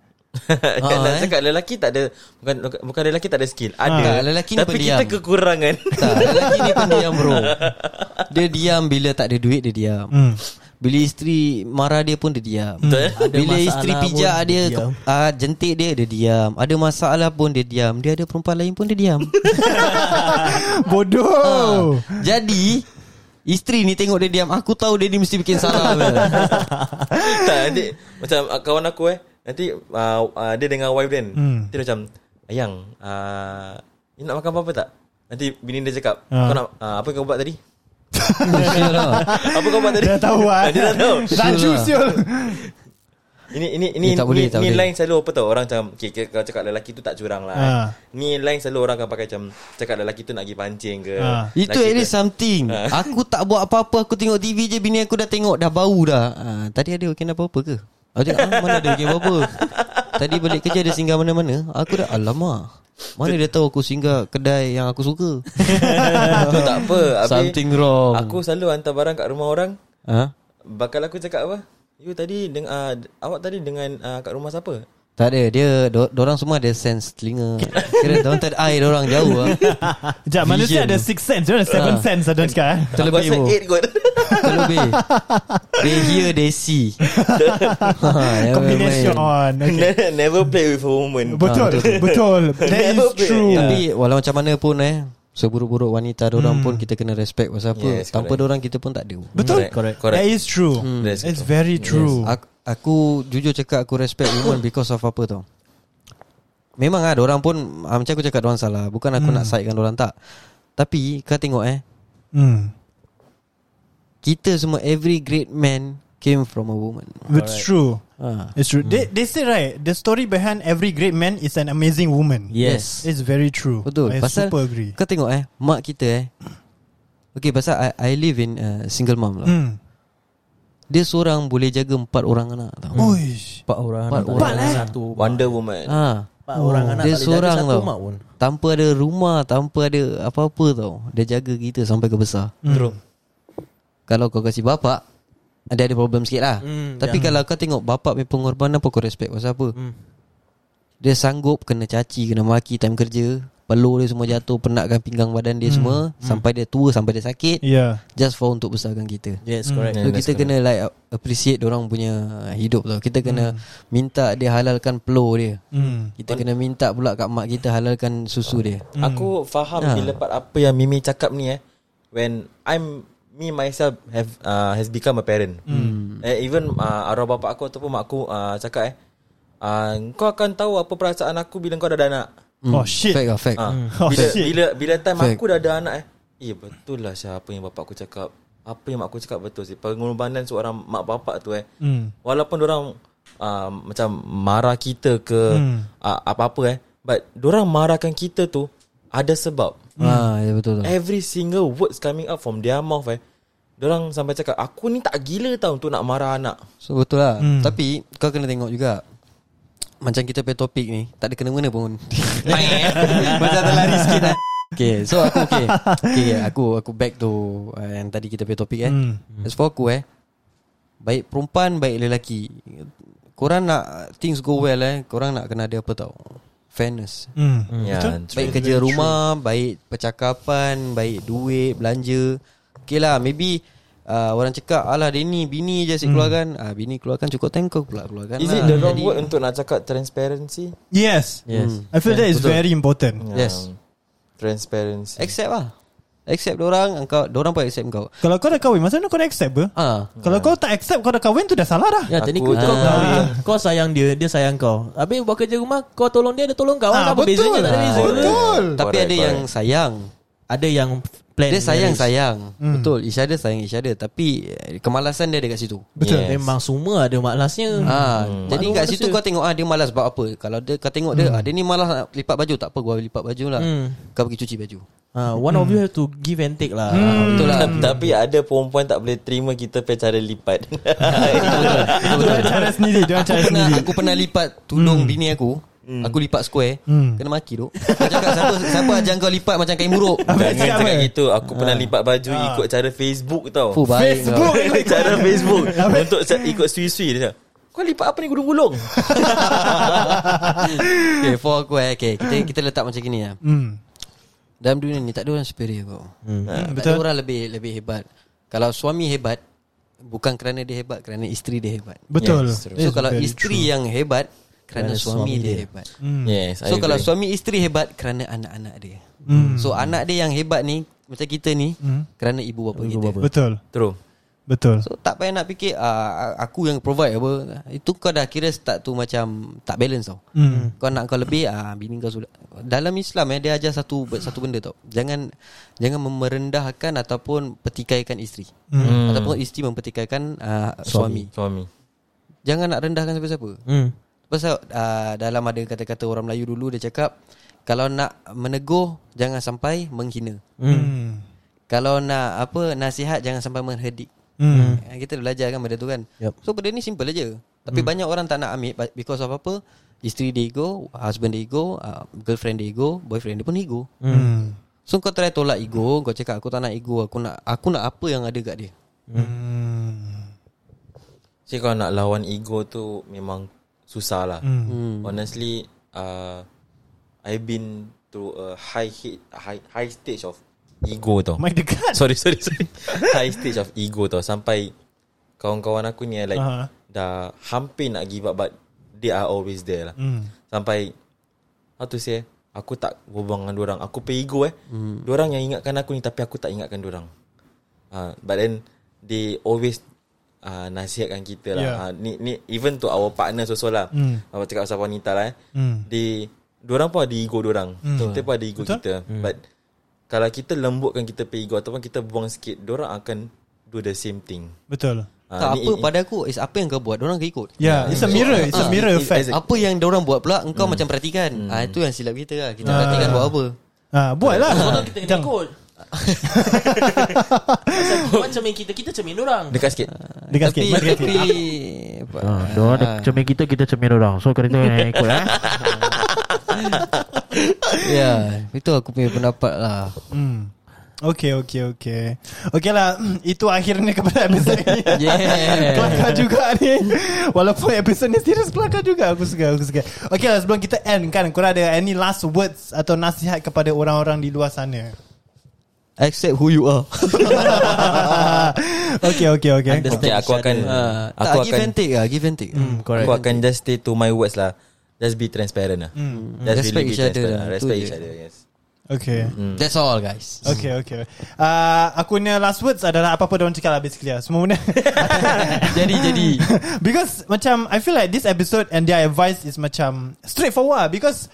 S7: Ah,
S6: nak
S7: eh.
S6: cakap lelaki tak ada bukan bukan lelaki tak ada skill.
S7: Ah,
S6: Ada.
S7: lelaki ni
S6: Tapi kita
S7: pendiam.
S6: kekurangan.
S7: Tak, lelaki ni pendiam bro. Dia diam bila tak ada duit dia diam.
S3: Hmm.
S7: Bila isteri marah dia pun dia diam.
S6: Betul.
S5: Ada
S7: Bila
S5: masalah
S7: isteri
S5: pun
S7: pijak
S5: dia
S7: dia,
S5: diam.
S7: ke- ah, jentik dia dia diam. Ada masalah pun dia diam. Dia ada perempuan lain pun dia diam.
S3: Oh.
S7: Ah,
S3: Bodoh
S7: Jadi Isteri ni tengok dia diam Aku tahu dia ni mesti bikin salah punya.
S6: [LAUGHS] tak nanti macam ah, kawan aku eh nanti uh, uh, dia dengan wife dia hmm. dia macam ayang uh, you nak makan apa-apa tak nanti bini dia cakap
S3: Ah.
S6: kau nak uh, apa kau buat tadi [LAUGHS]
S7: Sial lah.
S6: apa kau buat tadi
S3: Dia dah tahu lah
S6: Ah, [LAUGHS] dia dah tahu
S3: Laju
S7: Sure.
S3: siul
S6: ini ini ini
S7: Eh, tak
S6: ni,
S7: boleh, tak
S6: ni
S7: boleh.
S6: line selalu apa tau orang macam okay, okay, kalau cakap lelaki tu tak curang lah
S3: Ah.
S6: eh. ni line selalu orang akan pakai macam cakap lelaki tu nak pergi pancing ke
S3: Ah.
S7: Itu at
S6: lelaki tu- [LAUGHS]
S7: least something
S6: Ah.
S7: [LAUGHS] Aku tak buat apa-apa Aku tengok TV je Bini aku dah tengok Dah bau dah ah, Tadi ada weekend apa-apa ke? Aku cakap ah, Mana ada weekend
S6: [LAUGHS]
S7: apa-apa Tadi balik kerja Dia singgah mana-mana Aku dah Alamak Mana dia tahu aku singgah Kedai yang aku suka
S6: [LAUGHS] aku tak apa Habis,
S7: Something wrong
S6: aku selalu hantar barang kat rumah orang
S7: ha?
S6: bakal aku cakap apa you tadi deng- uh, awak tadi dengan uh, kat rumah siapa
S7: Tak ada Dia do- Dorang semua ada sense telinga Kira dorang tak ada eye Dorang jauh lah
S3: Sekejap manusia
S7: Vision.
S3: ada six sense Dia ada seven
S7: Ah.
S3: sense Ada [LAUGHS] cakap eh
S7: Terlebih
S6: Aku
S7: bro.
S6: rasa 8 kot
S7: Terlebih They hear they
S6: [LAUGHS]
S7: see ha,
S3: Combination okay.
S6: Ne- Never play with a woman
S3: Betul Betul That is
S6: Never play.
S3: true
S7: Tapi walau macam mana pun eh Seburuk-buruk wanita
S3: Hmm.
S7: Diorang pun kita kena respect Pasal apa
S6: Yes,
S7: Tanpa
S6: correct.
S7: diorang kita pun tak ada
S3: Betul
S6: Correct, correct.
S3: That is true
S6: That's
S3: It's
S6: true.
S3: very true
S7: aku, aku jujur cakap Aku respect woman Because of apa tau Memang lah Diorang pun ah, Macam aku cakap diorang salah Bukan aku nak sidekan diorang tak Tapi kau tengok eh
S3: Hmm.
S7: Kita semua Every great man Came from a woman
S3: It's true
S7: ha.
S3: It's true. They, they say right, the story behind every great man is an amazing woman.
S7: Yes.
S3: It's very true.
S7: Betul
S3: I
S7: Pasal
S3: super agree.
S7: Kau tengok eh Mak kita eh Okay pasal I, I live in uh, Single mom lah
S3: Hmm.
S7: Dia seorang boleh jaga Empat orang anak tau
S3: Uish.
S5: Empat orang
S7: Empat
S5: anak.
S7: orang,
S5: Empat, Satu
S6: Ah, Wonder woman
S7: Ha.
S5: Empat orang anak
S7: Dia
S5: tak boleh
S7: seorang
S5: jaga
S7: tau
S5: Satu mak pun
S7: Tanpa ada rumah Tanpa ada apa-apa tau Dia jaga kita sampai ke besar
S5: Hmm.
S3: True.
S7: Kalau kau kasih bapak Dia ada problem sikit lah
S5: Hmm,
S7: Tapi kalau kau tengok Bapak punya pengorbanan Apa kau respect Pasal apa Dia sanggup Kena caci Kena maki Time kerja Peluh dia semua jatuh Penatkan pinggang badan
S5: Hmm.
S7: dia semua Sampai dia tua Sampai dia sakit
S3: Yeah.
S7: Just for untuk besarkan kita
S5: Yes correct
S7: So kita kena like appreciate orang punya hidup tau. Kita kena
S5: Hmm.
S7: minta dia halalkan peluh dia.
S3: Hmm.
S7: Kita kena minta pula kat mak kita halalkan susu dia. Hmm.
S6: Aku faham
S7: Ah.
S6: bila part apa yang Mimi cakap ni eh When I'm Me myself have uh, has become a parent
S7: Hmm.
S6: eh, Even uh, arwah bapak aku ataupun mak aku uh, cakap eh uh, Kau akan tahu apa perasaan aku bila kau dah ada anak
S3: Oh shit.
S7: Fact lah fact.
S6: Ah,
S3: Oh,
S6: bila,
S3: shit.
S6: bila bila time
S7: Fact.
S6: aku dah ada anak eh. Eh betul lah Syah apa yang bapak aku cakap. Apa yang mak aku cakap betul sih. Pengorbanan seorang mak bapak tu eh.
S3: Hmm.
S6: Walaupun orang uh, macam marah kita ke
S3: Hmm.
S6: uh, apa-apa eh. But orang marahkan kita tu ada sebab.
S7: Ah,
S3: Hmm.
S7: ya
S3: Eh.
S7: betul tu.
S6: Every single words coming out from their mouth eh. Orang sampai cakap aku ni tak gila tau untuk nak marah anak.
S7: So betul lah.
S3: Hmm.
S7: Tapi kau kena tengok juga. Macam kita punya topik ni Tak ada kena-mena pun [LAUGHS] Macam terlari sikit lah Okay so
S3: [LAUGHS]
S7: aku okay Okay aku aku back to uh, Yang tadi kita punya topik eh
S3: Hmm.
S7: As for aku eh Baik perempuan Baik lelaki Korang nak Things go well eh Korang nak kena ada apa tau Fairness
S3: Hmm.
S6: Ya,
S3: Betul.
S6: true.
S7: Baik kerja rumah Baik percakapan Baik duit Belanja Okay lah Maybe uh, Orang cakap Alah dia ni Bini je asyik keluarkan ah, Bini keluarkan cukup Time kau pula keluarkan
S6: Hmm. Is
S7: lah.
S6: it the wrong
S7: Jadi-
S6: word untuk nak cakap transparency?
S3: Yes.
S7: Yes.
S3: I feel that is
S7: Betul.
S3: very important.
S7: Yes.
S6: Um, transparency.
S7: Accept lah Accept orang Engkau Diorang pun accept kau
S3: Kalau kau dah kahwin, masa mana kau dah accept ber?
S7: Ah,
S3: Kalau kau tak accept kau dah kahwin tu dah salah dah.
S5: Ya teknik
S6: Aku
S5: kau
S6: tak
S5: kahwin Kau sayang dia Dia sayang kau Habis buat kerja rumah Kau tolong dia Dia tolong kau
S3: Ah,
S5: Apa
S3: betul.
S5: bezanya Tak ada beza
S3: Betul.
S7: Tapi
S6: Hmm, Correct,
S7: ada
S6: correct.
S7: yang sayang
S5: Ada yang plan
S7: Dia
S5: marriage.
S7: sayang-sayang
S6: Hmm.
S7: Betul Each other sayang each other Tapi eh, Kemalasan dia dekat situ
S3: Betul.
S6: Yes.
S5: Memang semua ada malasnya
S7: Ah,
S6: Hmm.
S7: Jadi
S5: Maklum
S7: kat
S5: manusia.
S7: situ kau tengok ah dia malas buat apa. Kalau dia kau tengok dia ah, dia ni malas nak lipat baju tak apa gua lipat baju lah.
S6: Hmm.
S7: Kau pergi cuci baju.
S5: Ah, One of you have to give and take lah Ah,
S6: Hmm.
S7: Betul lah.
S6: [LAUGHS] Tapi ada perempuan tak boleh terima kita pakai cara
S7: [LAUGHS]
S6: lipat.
S3: Itu orang cara sendiri Dia orang
S7: Aku
S3: cara
S7: pernah
S3: sendiri Hmm.
S7: aku pernah lipat tudung bini aku. Aku lipat square Kena maki duk Kau cakap siapa, siapa ajar kau lipat Macam kain muruk
S6: Jangan
S3: cakap
S6: cakap
S3: apa?
S6: gitu. Aku pernah lipat baju ikut cara Facebook tau.
S7: Ha.
S6: [LAUGHS]
S7: Fuh, baik kau.
S3: Facebook
S6: cara
S7: [LAUGHS]
S6: Facebook untuk sa- ikut sui-sui dia. cakap, Kau lipat apa ni gulung-gulung?
S7: Okay for aku eh okay, kita, kita letak macam gini lah
S3: Hmm.
S7: Dalam dunia ni tak ada orang superior kau hmm. Tak
S3: betul.
S7: ada orang lebih lebih hebat Kalau suami hebat Bukan kerana dia hebat Kerana isteri dia hebat
S3: Betul
S6: Yes,
S7: So
S3: Yes,
S7: kalau
S3: very
S7: isteri yang hebat Kerana,
S6: Kerana
S7: suami,
S6: suami
S7: dia,
S6: dia.
S7: hebat
S6: [LAUGHS] Yes,
S7: Hmm. So kalau suami isteri hebat Kerana anak-anak dia So anak dia yang hebat ni Macam kita ni Kerana Hmm. ibu bapa kita
S3: true. Betul
S6: True.
S3: Betul
S7: So tak payah nak fikir ah, Aku yang provide apa Itu kau dah kira start tu macam Tak balance tau
S3: Hmm.
S7: Kau nak kau lebih ah, Bini kau sudah Dalam Islam eh Dia ajar satu satu benda tau Jangan Jangan merendahkan Ataupun Petikaikan isteri hmm. Ataupun isteri mempertikaikan ah, suami.
S6: Suami.
S7: suami Jangan nak rendahkan siapa-siapa
S5: Hmm.
S7: Pasal uh, dalam ada kata-kata orang Melayu dulu dia cakap kalau nak menegur jangan sampai menghina.
S3: Hmm.
S7: Kalau nak apa nasihat jangan sampai mengherdik.
S3: Hmm.
S7: Ah, Kita belajar kan benda tu kan.
S5: Yup.
S7: So benda ni simple aja.
S3: Hmm.
S7: Tapi banyak orang tak nak ambil but because of apa? Isteri dia ego, husband dia ego, uh, girlfriend dia ego, boyfriend dia pun ego.
S3: Hmm.
S7: So kau try tolak ego, kau cakap aku tak nak ego, aku nak aku nak apa yang ada kat dia.
S3: Hmm.
S6: Jadi kalau nak lawan ego tu memang susah lah.
S7: Hmm.
S6: Mm. Honestly, uh, I've been through a high hit, high, high stage of ego tau.
S3: Mic dekat
S6: sorry, sorry, sorry. [LAUGHS] high stage of ego tau. Sampai kawan-kawan aku ni like
S3: Aha.
S6: uh-huh. dah hampir nak give up but they are always there lah.
S3: Hmm.
S6: Sampai How to say eh, Aku tak berbual dengan orang. Aku pay ego eh hmm. Diorang yang ingatkan aku ni Tapi aku tak ingatkan diorang uh, But then They always uh, Nasihatkan kita lah
S3: Yeah.
S6: yeah. uh, ni, ni, Even to our partners also lah
S3: Hmm.
S6: Apa cakap pasal wanita lah eh
S3: Hmm.
S6: They Diorang pun ada ego diorang Kita pun ada ego
S3: Betul.
S6: Betul? kita
S7: Hmm.
S6: But Kalau kita lembutkan kita pay ego Ataupun kita buang sikit Diorang akan Do the same thing
S3: Betul
S6: Ah,
S7: tak
S6: ni-
S7: apa
S6: ni-
S7: pada aku is apa yang kau buat, orang akan ikut.
S3: Yeah, it's a mirror, it's a
S7: Ah,
S3: mirror
S6: it-
S3: effect.
S6: Exact.
S7: Apa yang orang buat pula engkau
S6: Hmm.
S7: macam perhatikan. Ah itu yang silap kita lah. Kita perhatikan buat apa.
S3: Ah, buatlah.
S5: Kita kena
S3: [LAUGHS]
S5: ikut Macam orang cermin kita Kita cermin orang
S6: Dekat sikit
S7: Ah.
S3: Dekat sikit, mic dekat
S7: tapi
S3: sikit.
S8: Ah, dia orang ada cermin kita Kita cermin orang So kita kena ikut eh
S7: [LAUGHS] Ya, itu aku punya pendapat lah.
S3: Hmm. Okay, okay, okay. Okay lah, [CLEARS THROAT] itu akhirnya kepada episod ini.
S7: Yeah.
S3: kelakar juga ni. Walaupun episod ni serius kelakar juga. Aku suka, aku suka. Okay lah, sebelum kita end kan, korang ada any last words atau nasihat kepada orang-orang di luar sana? [LAUGHS]
S7: Accept who you
S6: [LAUGHS]
S7: are.
S3: okay, okay, okay.
S6: Okay aku akan
S7: Ah,
S6: Aku
S7: tak, give
S6: akan Hmm,
S7: and take lah, give and take. lah.
S6: Correct. Aku akan just stay to my words lah. Just be transparent lah.
S3: Hmm.
S6: Mm. Just
S7: Respect
S6: be
S7: each other
S6: transparent
S7: lah. Tu
S6: Respect
S7: je.
S6: each other. Yes.
S3: Okay.
S6: Hmm.
S7: That's all guys.
S3: Okay, okay. Uh, aku punya last words adalah apa-apa diorang cakap lah basically lah. Semua benda.
S7: [LAUGHS]
S3: [LAUGHS]
S7: jadi jadi
S3: Because macam I feel like this episode and their advice is macam straightforward lah. because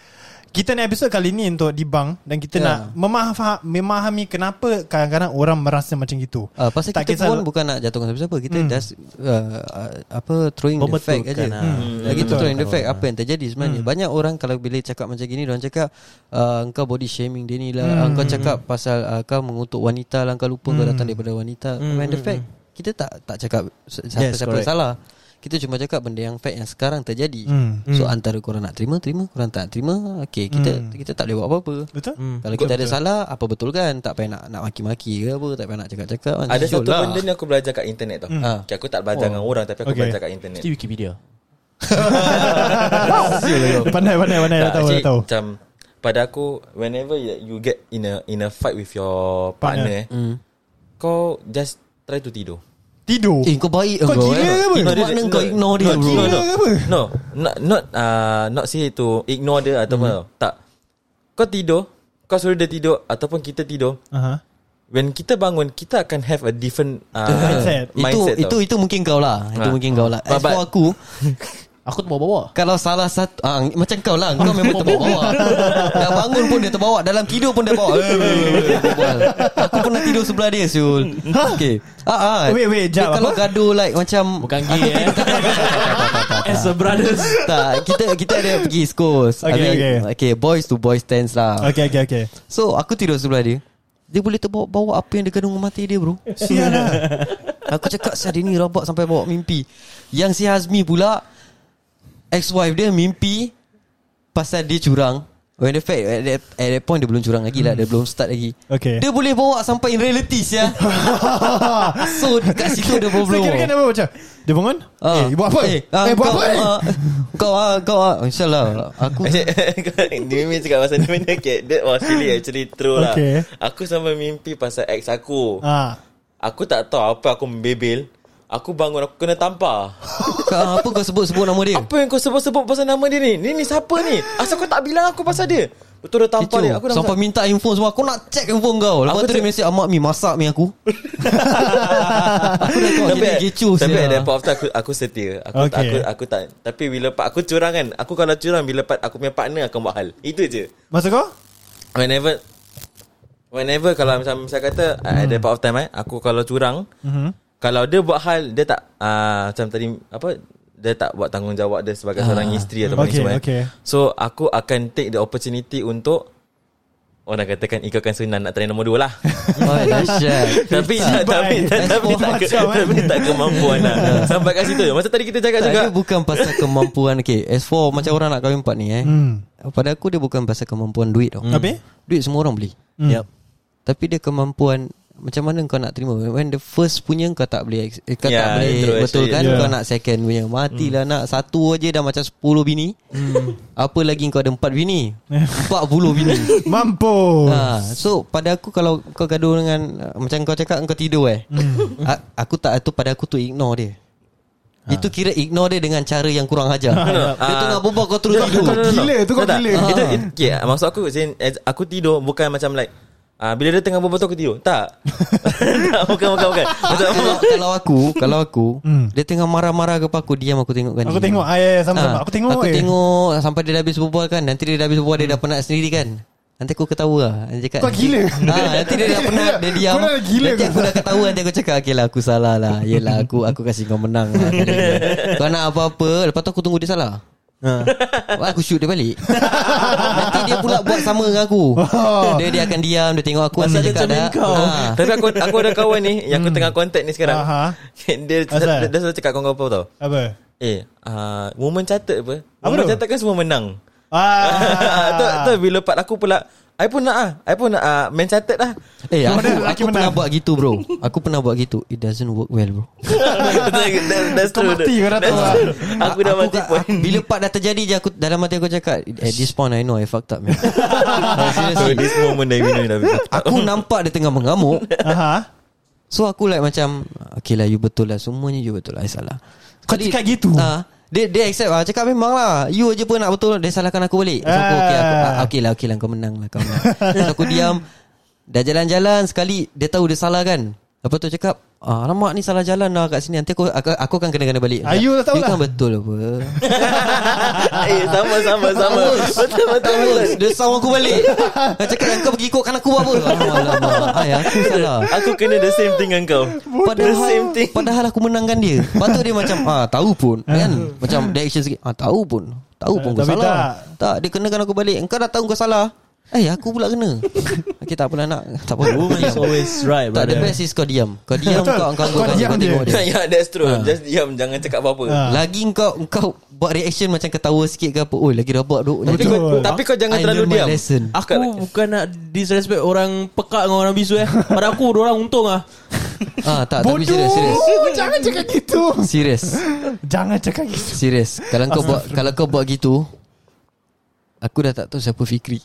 S3: kita ni episode kali ni untuk debunk dan kita yeah.
S7: Yeah.
S3: nak memahami, memahami kenapa kadang-kadang orang merasa macam gitu.
S7: uh, pasal
S3: Tak kisah- lah. [LAUGHS]
S7: kita
S3: Hmm.
S7: pun bukan nak jatuhkan siapa-siapa. Kita just uh, uh, apa throwing the fact
S5: Membetulkan, ah.
S7: aja.
S3: Hmm,
S7: Lagi tu throwing the fact apa yang terjadi sebenarnya. Banyak orang kalau bila cakap macam gini orang cakap uh, engkau body shaming dia ni lah.
S3: Hmm.
S7: Uh, Engkau cakap pasal uh, kau mengutuk wanita lah, engkau lupa kau datang daripada wanita.
S3: Hmm.
S7: When the fact kita tak tak cakap
S5: Yes,
S7: siapa-siapa
S5: correct.
S7: salah. Kita cuma cakap benda yang fact yang sekarang terjadi.
S3: Hmm. Hmm.
S7: So antara korang nak terima terima, korang tak nak terima, okey kita kita tak boleh buat apa-apa.
S3: Betul?
S7: Kalau kita ada salah Apa betul kan Tak payah nak nak maki-maki ke apa Tak payah nak cakap-cakap kan.
S6: Ada
S7: Jujur
S6: satu
S7: lah.
S6: benda ni aku belajar kat internet tau.
S7: Ah.
S6: Okay, aku tak belajar dengan orang tapi aku
S3: Hmm. Okay.
S6: belajar kat internet.
S5: Mesti Wikipedia
S3: pandai, pandai, pandai. Dah
S6: Tak,
S3: tahu, dah
S6: actually,
S3: tahu.
S6: Macam pada aku whenever you- you get in a in a fight with your
S3: Partner.
S6: partner, eh,
S7: Hmm.
S6: kau just try to tidur.
S3: Tidur.
S7: Eh kau baik
S3: Kau
S7: kau
S3: gila
S7: eh.
S3: ke apa?
S7: Kau
S6: No, dia-
S7: makna
S6: no,
S7: kau ignore dia
S6: no,
S7: bro
S6: No, no,
S3: Gila ke apa?
S6: no. Not, not, uh, not say to ignore dia ataupun
S3: Mm-hmm.
S6: tak. Kau tidur, kau suruh dia tidur ataupun kita tidur,
S3: Aha.
S6: when kita bangun kita akan have a different uh,
S3: [LAUGHS] Mindset.
S6: mindset
S7: itu itu
S6: tau.
S7: itu mungkin kau lah. Itu
S6: Ah.
S7: mungkin kau lah. As
S6: But- but-
S7: for aku
S5: Aku terbawa-bawa
S7: Kalau salah satu ah, Macam kau lah Kau memang terbawa Dah bangun pun dia terbawa Dalam tidur pun dia bawa Eh, berbual. Aku pernah tidur sebelah dia Syul Okay ah, ah.
S3: Wait, wait,
S7: Dia
S3: jap,
S7: kalau
S3: apa?
S7: gaduh like Macam
S9: Bukan gay eh As a brothers
S7: tak, kita kita ada pergi East Coast
S3: Okay,
S7: Habis,
S3: okay.
S7: okay boys to boys stands lah
S3: Okay okay okay
S7: So aku tidur sebelah dia Dia boleh terbawa bawa apa yang dia kandung mati dia bro
S3: Sial lah
S7: Aku cakap Syah dia ni rabak sampai bawa mimpi Yang si Hazmi pula Ex-wife dia mimpi Pasal dia curang When the fact at that, at that point dia belum curang lagi lah Dia belum start lagi
S3: Hmm. Okay.
S7: Dia boleh bawa sampai in realities
S3: [LAUGHS]
S7: ya [LAUGHS] So dekat situ dia
S3: So
S7: problem
S3: kira kan apa macam Dia bangun
S7: Ah.
S3: Eh buat apa Eh,
S7: ah,
S3: buat
S7: kau,
S3: apa eh?
S7: ah, Kau ah, Kau ah InsyaAllah Aku
S6: [LAUGHS] Dia memang cakap pasal ni benda okay, That was really actually true lah
S3: Okay.
S6: Aku sampai mimpi pasal ex aku
S3: Ah.
S6: Aku tak tahu apa aku membebel Aku bangun aku kena
S3: [LAUGHS]
S6: tampar
S7: kau, ah, Apa kau sebut-sebut nama dia
S6: Apa yang kau sebut-sebut pasal nama dia ni Ni ni siapa ni Asal kau tak bilang aku pasal dia Betul dia tampar dia Aku dah
S7: Sampai minta info semua Aku nak check info kau Lepas
S6: Aku
S7: tu dia
S6: check-
S7: mesej Amak mi masak mi
S6: [LAUGHS]
S7: aku Aku dah tengok dia kecoh
S6: Tapi
S7: sia.
S6: at that point of time, aku, aku setia aku,
S3: Okay.
S6: okay. aku, aku, tak Tapi bila part Aku curang kan Aku kalau curang Bila part aku punya partner Akan buat hal Itu je
S3: Masa kau
S6: Whenever Whenever Kalau misal, misal kata mm.
S3: Hmm.
S6: At that point of time eh, Aku kalau curang
S3: Mhm.
S6: mm-hmm. Kalau dia buat hal Dia tak uh, Macam tadi Apa Dia tak buat tanggungjawab Dia sebagai seorang isteri Atau
S3: Ah. Okay,
S6: okay, semua,
S3: okay.
S6: eh. So aku akan take the opportunity Untuk Orang katakan Ikatkan sunan Nak try nombor dua lah
S3: [LAUGHS]
S7: Oh
S6: [LAUGHS]
S7: dahsyat
S6: Eh, tapi tak, tapi tak, tapi tak, ke, tapi tak kemampuan [LAUGHS] lah. Sampai kat situ je. Masa tadi kita cakap
S7: Tak,
S6: juga
S7: dia bukan pasal kemampuan Okay S4 macam orang nak kahwin empat ni eh
S3: Hmm.
S7: Pada aku dia bukan pasal kemampuan duit tau
S3: Apa?
S7: Duit semua orang beli
S9: Yep
S7: Tapi dia kemampuan Macam mana kau nak terima When the first punya Kau tak boleh ex- eh, Kau tak
S6: Yeah,
S7: boleh
S6: true,
S7: Betul
S6: actually,
S7: kan
S3: yeah.
S7: Kau nak second punya Matilah nak Satu aja dah macam 10 bini Apa lagi kau ada 4 bini 40 bini
S3: Mampu
S7: Ha, so pada aku kalau kau gaduh dengan uh, macam kau cakap kau tidur eh. A, aku tak tu pada aku tu ignore dia. Itu kira ignore dia dengan cara yang kurang ajar. dia
S6: Ah.
S7: tengah berbual kau terus tidur.
S3: Kau gila tu kau
S6: Tak, tak.
S3: gila
S6: Itu, it, okay, maksud aku Zain, as- Aku tidur Bukan macam like ah, Bila dia tengah berbual tu aku tidur [LAUGHS] Tak Tak, Bukan bukan bukan Maksud aku
S3: [LAUGHS]
S7: kalau, kalau aku, kalau aku, dia tengah marah-marah kepada aku diam aku tengokkan
S3: Hmm. Aku
S7: dia.
S3: tengok ah, ya, ya, sama sama.
S7: Ah,
S3: Aku tengok.
S7: Aku
S3: eh. Hmm.
S7: tengok sampai dia dah habis berbual kan. Nanti dia dah habis berbual dia dah penat sendiri kan. Nanti aku ketawa lah Nanti cakap
S3: Kau
S7: [LAUGHS]
S3: gila.
S7: ha, Nanti dia dah penat Dia diam
S3: Kau dah gila
S7: Nanti
S3: kau.
S7: aku dah ketawa Nanti aku cakap Okay lah aku salah lah Yelah aku aku kasih kau menang lah kali ni. Kau nak apa-apa Lepas tu aku tunggu dia salah Aku shoot dia balik Nanti dia pula buat sama dengan aku
S3: Oh.
S7: Dia dia akan diam Dia tengok aku Nanti
S9: Pasal dia
S7: cakap
S9: cermin
S7: dah
S9: kau.
S7: ha.
S6: Tapi aku aku ada kawan ni Yang aku tengah contact ni sekarang
S3: Aha.
S6: Dia
S3: Asal?
S6: dia, dia selalu cakap kawan kau tau
S3: Apa?
S6: Eh uh, Woman catat apa
S3: Apa
S6: Woman
S3: tu?
S6: catat kan semua menang [LAUGHS]
S3: Ah.
S6: tu, tu bila part aku pula I pun nak ah, I pun nak ah, Man catat lah
S7: Eh
S3: Kau ada
S7: aku,
S3: lelaki
S7: aku pernah
S3: menang.
S7: buat gitu bro Aku pernah buat gitu It doesn't work well bro
S6: That- That's
S3: Kau
S6: true
S3: mati kau dah tahu.
S6: That's- Aku dah mati
S7: kat-
S6: point
S7: Bila part dah terjadi je aku Dalam hati aku cakap At this point I know I fucked up man Like,
S6: So
S7: Seriously
S6: this moment I know dah
S7: Aku nampak dia tengah mengamuk
S3: Aha.
S7: So aku like macam Okay lah you betul lah Semuanya you betul lah I salah
S3: Kau
S7: Jadi-
S3: cakap gitu?
S7: Ah, dia dia accept lah Cakap memang lah You je pun nak betul Dia salahkan aku balik So aku okay aku,
S3: Ah.
S7: ah, Okay lah okay lah kau menang lah kau
S3: [LAUGHS]
S7: menang So aku diam Dah jalan-jalan sekali Dia tahu dia salah kan Lepas tu cakap ah, Alamak ni salah jalan lah kat sini Nanti aku aku, aku akan kena-kena balik
S3: Ah, you dah tahu
S7: You
S3: lah.
S7: kan betul
S3: [LAUGHS]
S7: apa
S6: Eh sama sama sama Betul betul betul
S7: Terus Dia sawa aku balik Dia cakap kau pergi ikutkan aku buat apa Alamak, Alamak Ay, aku salah
S6: Aku kena the same thing dengan kau The same
S7: Padahal
S6: thing
S7: Padahal aku menangkan dia Lepas tu dia macam ah, Tahu pun kan Macam dia action sikit ah, Tahu pun Tahu pun
S3: Eh,
S7: kau
S3: tapi
S7: salah
S3: tak.
S7: tak. Dia kenakan aku balik Engkau dah tahu kau salah Eh aku
S3: [LAUGHS]
S7: pula kena Okay tak apalah nak Tak apa Kau
S9: Woman
S7: diam.
S9: is always right
S7: Tak the
S9: brother
S7: best is kau diam Kau diam
S3: Betul.
S7: kau Kau,
S3: Kau
S7: kau, kau,
S3: diam
S7: kau
S3: dia.
S7: tengok dia
S6: Ya that's true Just diam Jangan cakap apa-apa
S3: [LAUGHS] Ah.
S7: Lagi kau Kau buat reaction Macam ketawa sikit ke apa Oi lagi rabak duk
S6: Tapi
S7: Macam-
S6: kau,
S3: Betul.
S6: tapi kau jangan
S7: I
S6: terlalu
S7: learn my
S6: diam
S7: lesson.
S5: [LAUGHS] Aku bukan nak disrespect orang pekak dengan orang bisu eh Pada aku orang untung ah.
S7: ah, Tak
S3: Bodoh. Eh,
S7: tapi serius Serius
S3: Jangan cakap gitu.
S7: Serius
S3: [LAUGHS] Jangan cakap gitu.
S7: Serius Kalau kau buat Kalau kau buat gitu Aku dah tak tahu siapa Fikri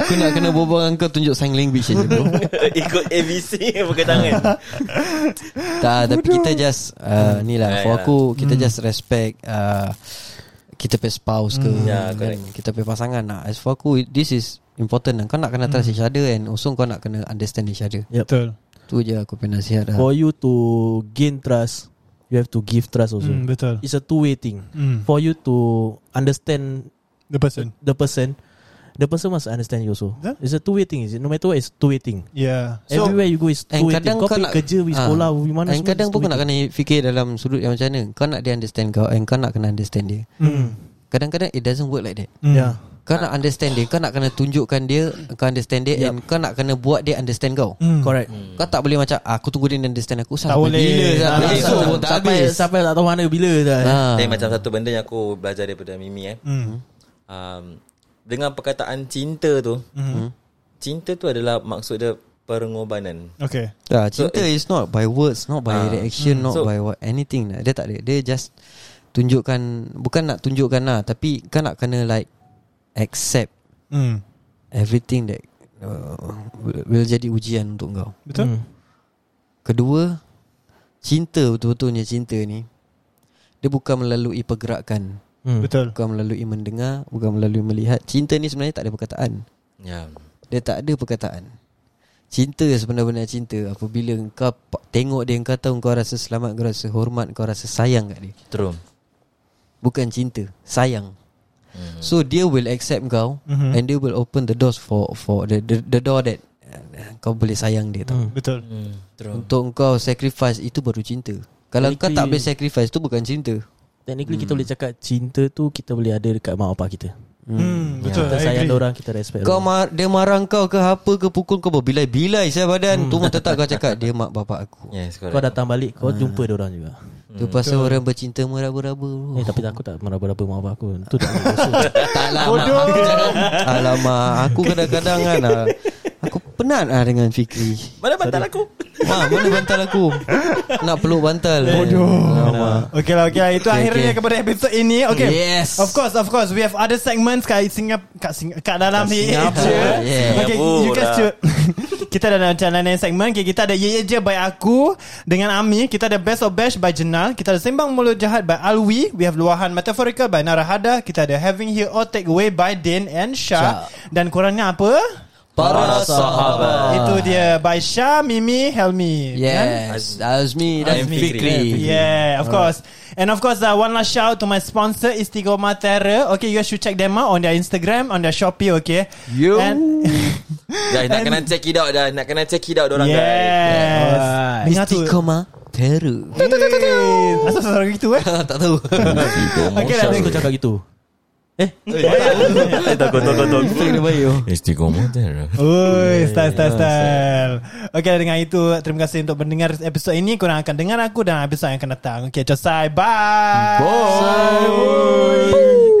S7: Aku nak kena berbual dengan kau Tunjuk sign language je bro
S6: Ikut ABC Pakai tangan
S7: Tak tapi kita just uh, Ni lah For
S6: Ya, ya.
S7: aku Kita just respect uh, Kita punya spouse ke
S6: Ya,
S7: kan?
S6: correct.
S7: Kita punya pasangan lah As for aku This is important lah. Kau nak kena trust each other And also kau nak kena Understand each other
S3: Betul.
S7: Tu je aku punya nasihat lah
S5: For you to gain trust you have to give trust also.
S3: Mm, betul.
S5: It's a two way thing.
S3: Mm.
S5: For you to understand
S3: The person.
S5: the person, the person must understand you also.
S3: Betul.
S5: It's a two way thing. Is it? No matter what, it's two way thing.
S3: Yeah.
S5: So, Everywhere you go is
S7: And
S5: two way thing.
S7: kadang
S5: Kau
S7: kau
S5: pergi
S7: nak-
S5: kerja, pergi
S7: Ah.
S5: sekolah, pergi mana
S7: And
S5: semua
S7: kadang
S5: is
S7: pun kau
S5: two-way
S7: nak
S5: thing.
S7: kena fikir dalam sudut yang macam mana Kau nak dia understand kau And kau nak kena understand dia
S3: Mm.
S7: Kadang-kadang it doesn't work like that
S3: Mm.
S5: Yeah.
S7: Kau nak understand dia Kau nak kena tunjukkan dia Kau understand dia And kau nak kena buat dia understand kau
S3: Mm.
S5: Correct.
S7: Kau tak boleh macam "Ah, Aku tunggu dia understand aku lah. Sampai
S3: boleh.
S7: bila
S3: Tak
S7: Sampai
S3: boleh.
S7: esok pun tak
S5: sampai,
S7: habis
S5: sampai tak tahu mana bila dah.
S7: Ah.
S6: Dan macam satu benda yang aku belajar daripada Mimi eh.
S3: Mm.
S6: Um, dengan perkataan cinta tu. Mm-hmm. Cinta tu adalah maksud dia pengorbanan.
S3: Okay.
S7: Ah, cinta is not by words, not by
S6: Ah.
S7: reaction,
S5: Hmm.
S7: not
S6: So-
S7: by what anything. lah. Dia tak ada. Dia just tunjukkan bukan nak tunjukkan lah, tapi kau nak kena like accept
S3: Mm.
S7: everything that uh, will, will jadi ujian untuk kau.
S3: Betul? Mm.
S7: Kedua, cinta betul-betulnya cinta ni dia bukan melalui pergerakan,
S5: Hmm.
S3: Betul.
S7: bukan melalui mendengar, bukan melalui melihat. Cinta ni sebenarnya tak ada perkataan.
S6: Ya.
S7: Dia tak ada perkataan Cinta sebenar-benar cinta Apabila kau pa- tengok dia Kau tahu kau rasa selamat Kau rasa hormat Kau rasa sayang kat dia
S6: True.
S7: Bukan cinta Sayang
S6: Hmm.
S7: So dia will accept kau
S3: Mhm.
S7: And they will open the doors For for the the, the door that uh, Kau boleh sayang dia tau
S3: Betul.
S6: Hmm, true.
S7: Untuk kau sacrifice Itu baru cinta Kalau kau tak boleh sacrifice Itu bukan cinta
S5: Technically kita
S6: Hmm.
S5: boleh cakap cinta tu kita boleh ada dekat mak bapak kita.
S6: ya,
S3: Mm. Betul.
S5: Kita
S3: I
S5: sayang
S3: agree.
S5: orang, kita respect
S7: Kau
S5: dorang.
S7: mar- dia marah kau ke apa ke Pukul kau berbilai-bilai Saya badan Tu pun tetap kau cakap Dia mak bapak aku
S6: Yes,
S5: Kau
S6: correct.
S5: datang balik
S6: Ah.
S5: Kau jumpa orang juga
S6: Hmm.
S7: Tu pasal orang bercinta meraba-raba bro.
S6: [LAUGHS]
S5: Eh tapi aku tak meraba-raba mak bapak aku Tu tak boleh dosa
S6: lah,
S7: Taklah Bodoh Alamak Aku kadang-kadang kan ah, Aku penat lah dengan Fikri
S6: Mana bantal aku?
S7: Ma, Ha, mana bantal aku Nak peluk bantal Bodoh Alamak
S3: Okay lah, okay lah. Itu
S7: Okay,
S3: okay, akhirnya
S7: okay.
S3: okay. kepada episod ini. Okay.
S7: Yes.
S3: Of course, of course. We have other segments kat Singap kat, Sing kat dalam kat [LAUGHS]
S7: Singapura. Yeah. lah.
S3: Okay,
S6: Singapura.
S3: you guys should [LAUGHS] kita ada macam lain segmen okay, Kita ada Ye Ye Je by aku Dengan Ami Kita ada Best of Bash by Jenal Kita ada Sembang Mulut Jahat by Alwi We have Luahan Metaphorical by Narahada Kita ada Having Here or Take Away by Din and Shah Dan korangnya apa?
S7: Para
S3: Uh.
S7: sahabat
S3: Itu dia By Shah, Mimi, Helmi Kan?
S7: Ah. Yes Azmi dan
S6: I'm Fikri.
S7: Fikri
S3: Yeah, of course. And of course, uh, one last shout out to my sponsor, Istigoma Terra. Okay, you guys should check them out on their Instagram, on their Shopee, okay?
S7: Yo.
S3: And,
S6: Dah nak kena check it out dah. Nak kena check it out orang
S3: yes. Dengar tu.
S7: Istiqomah [LAUGHS] Terror
S3: Hey, Asal seorang gitu eh?
S7: Tak tahu
S3: Okay, lah.
S5: Kau cakap gitu
S7: Eh,
S6: guys. Takut takut takut.
S7: Kena baik oh.
S6: Istiqomah dah.
S3: Oi, style, style, style. Okay, dengan itu, terima kasih untuk mendengar episod ini. Korang akan dengar aku dan episod yang akan datang. Okay, just say bye. Bye.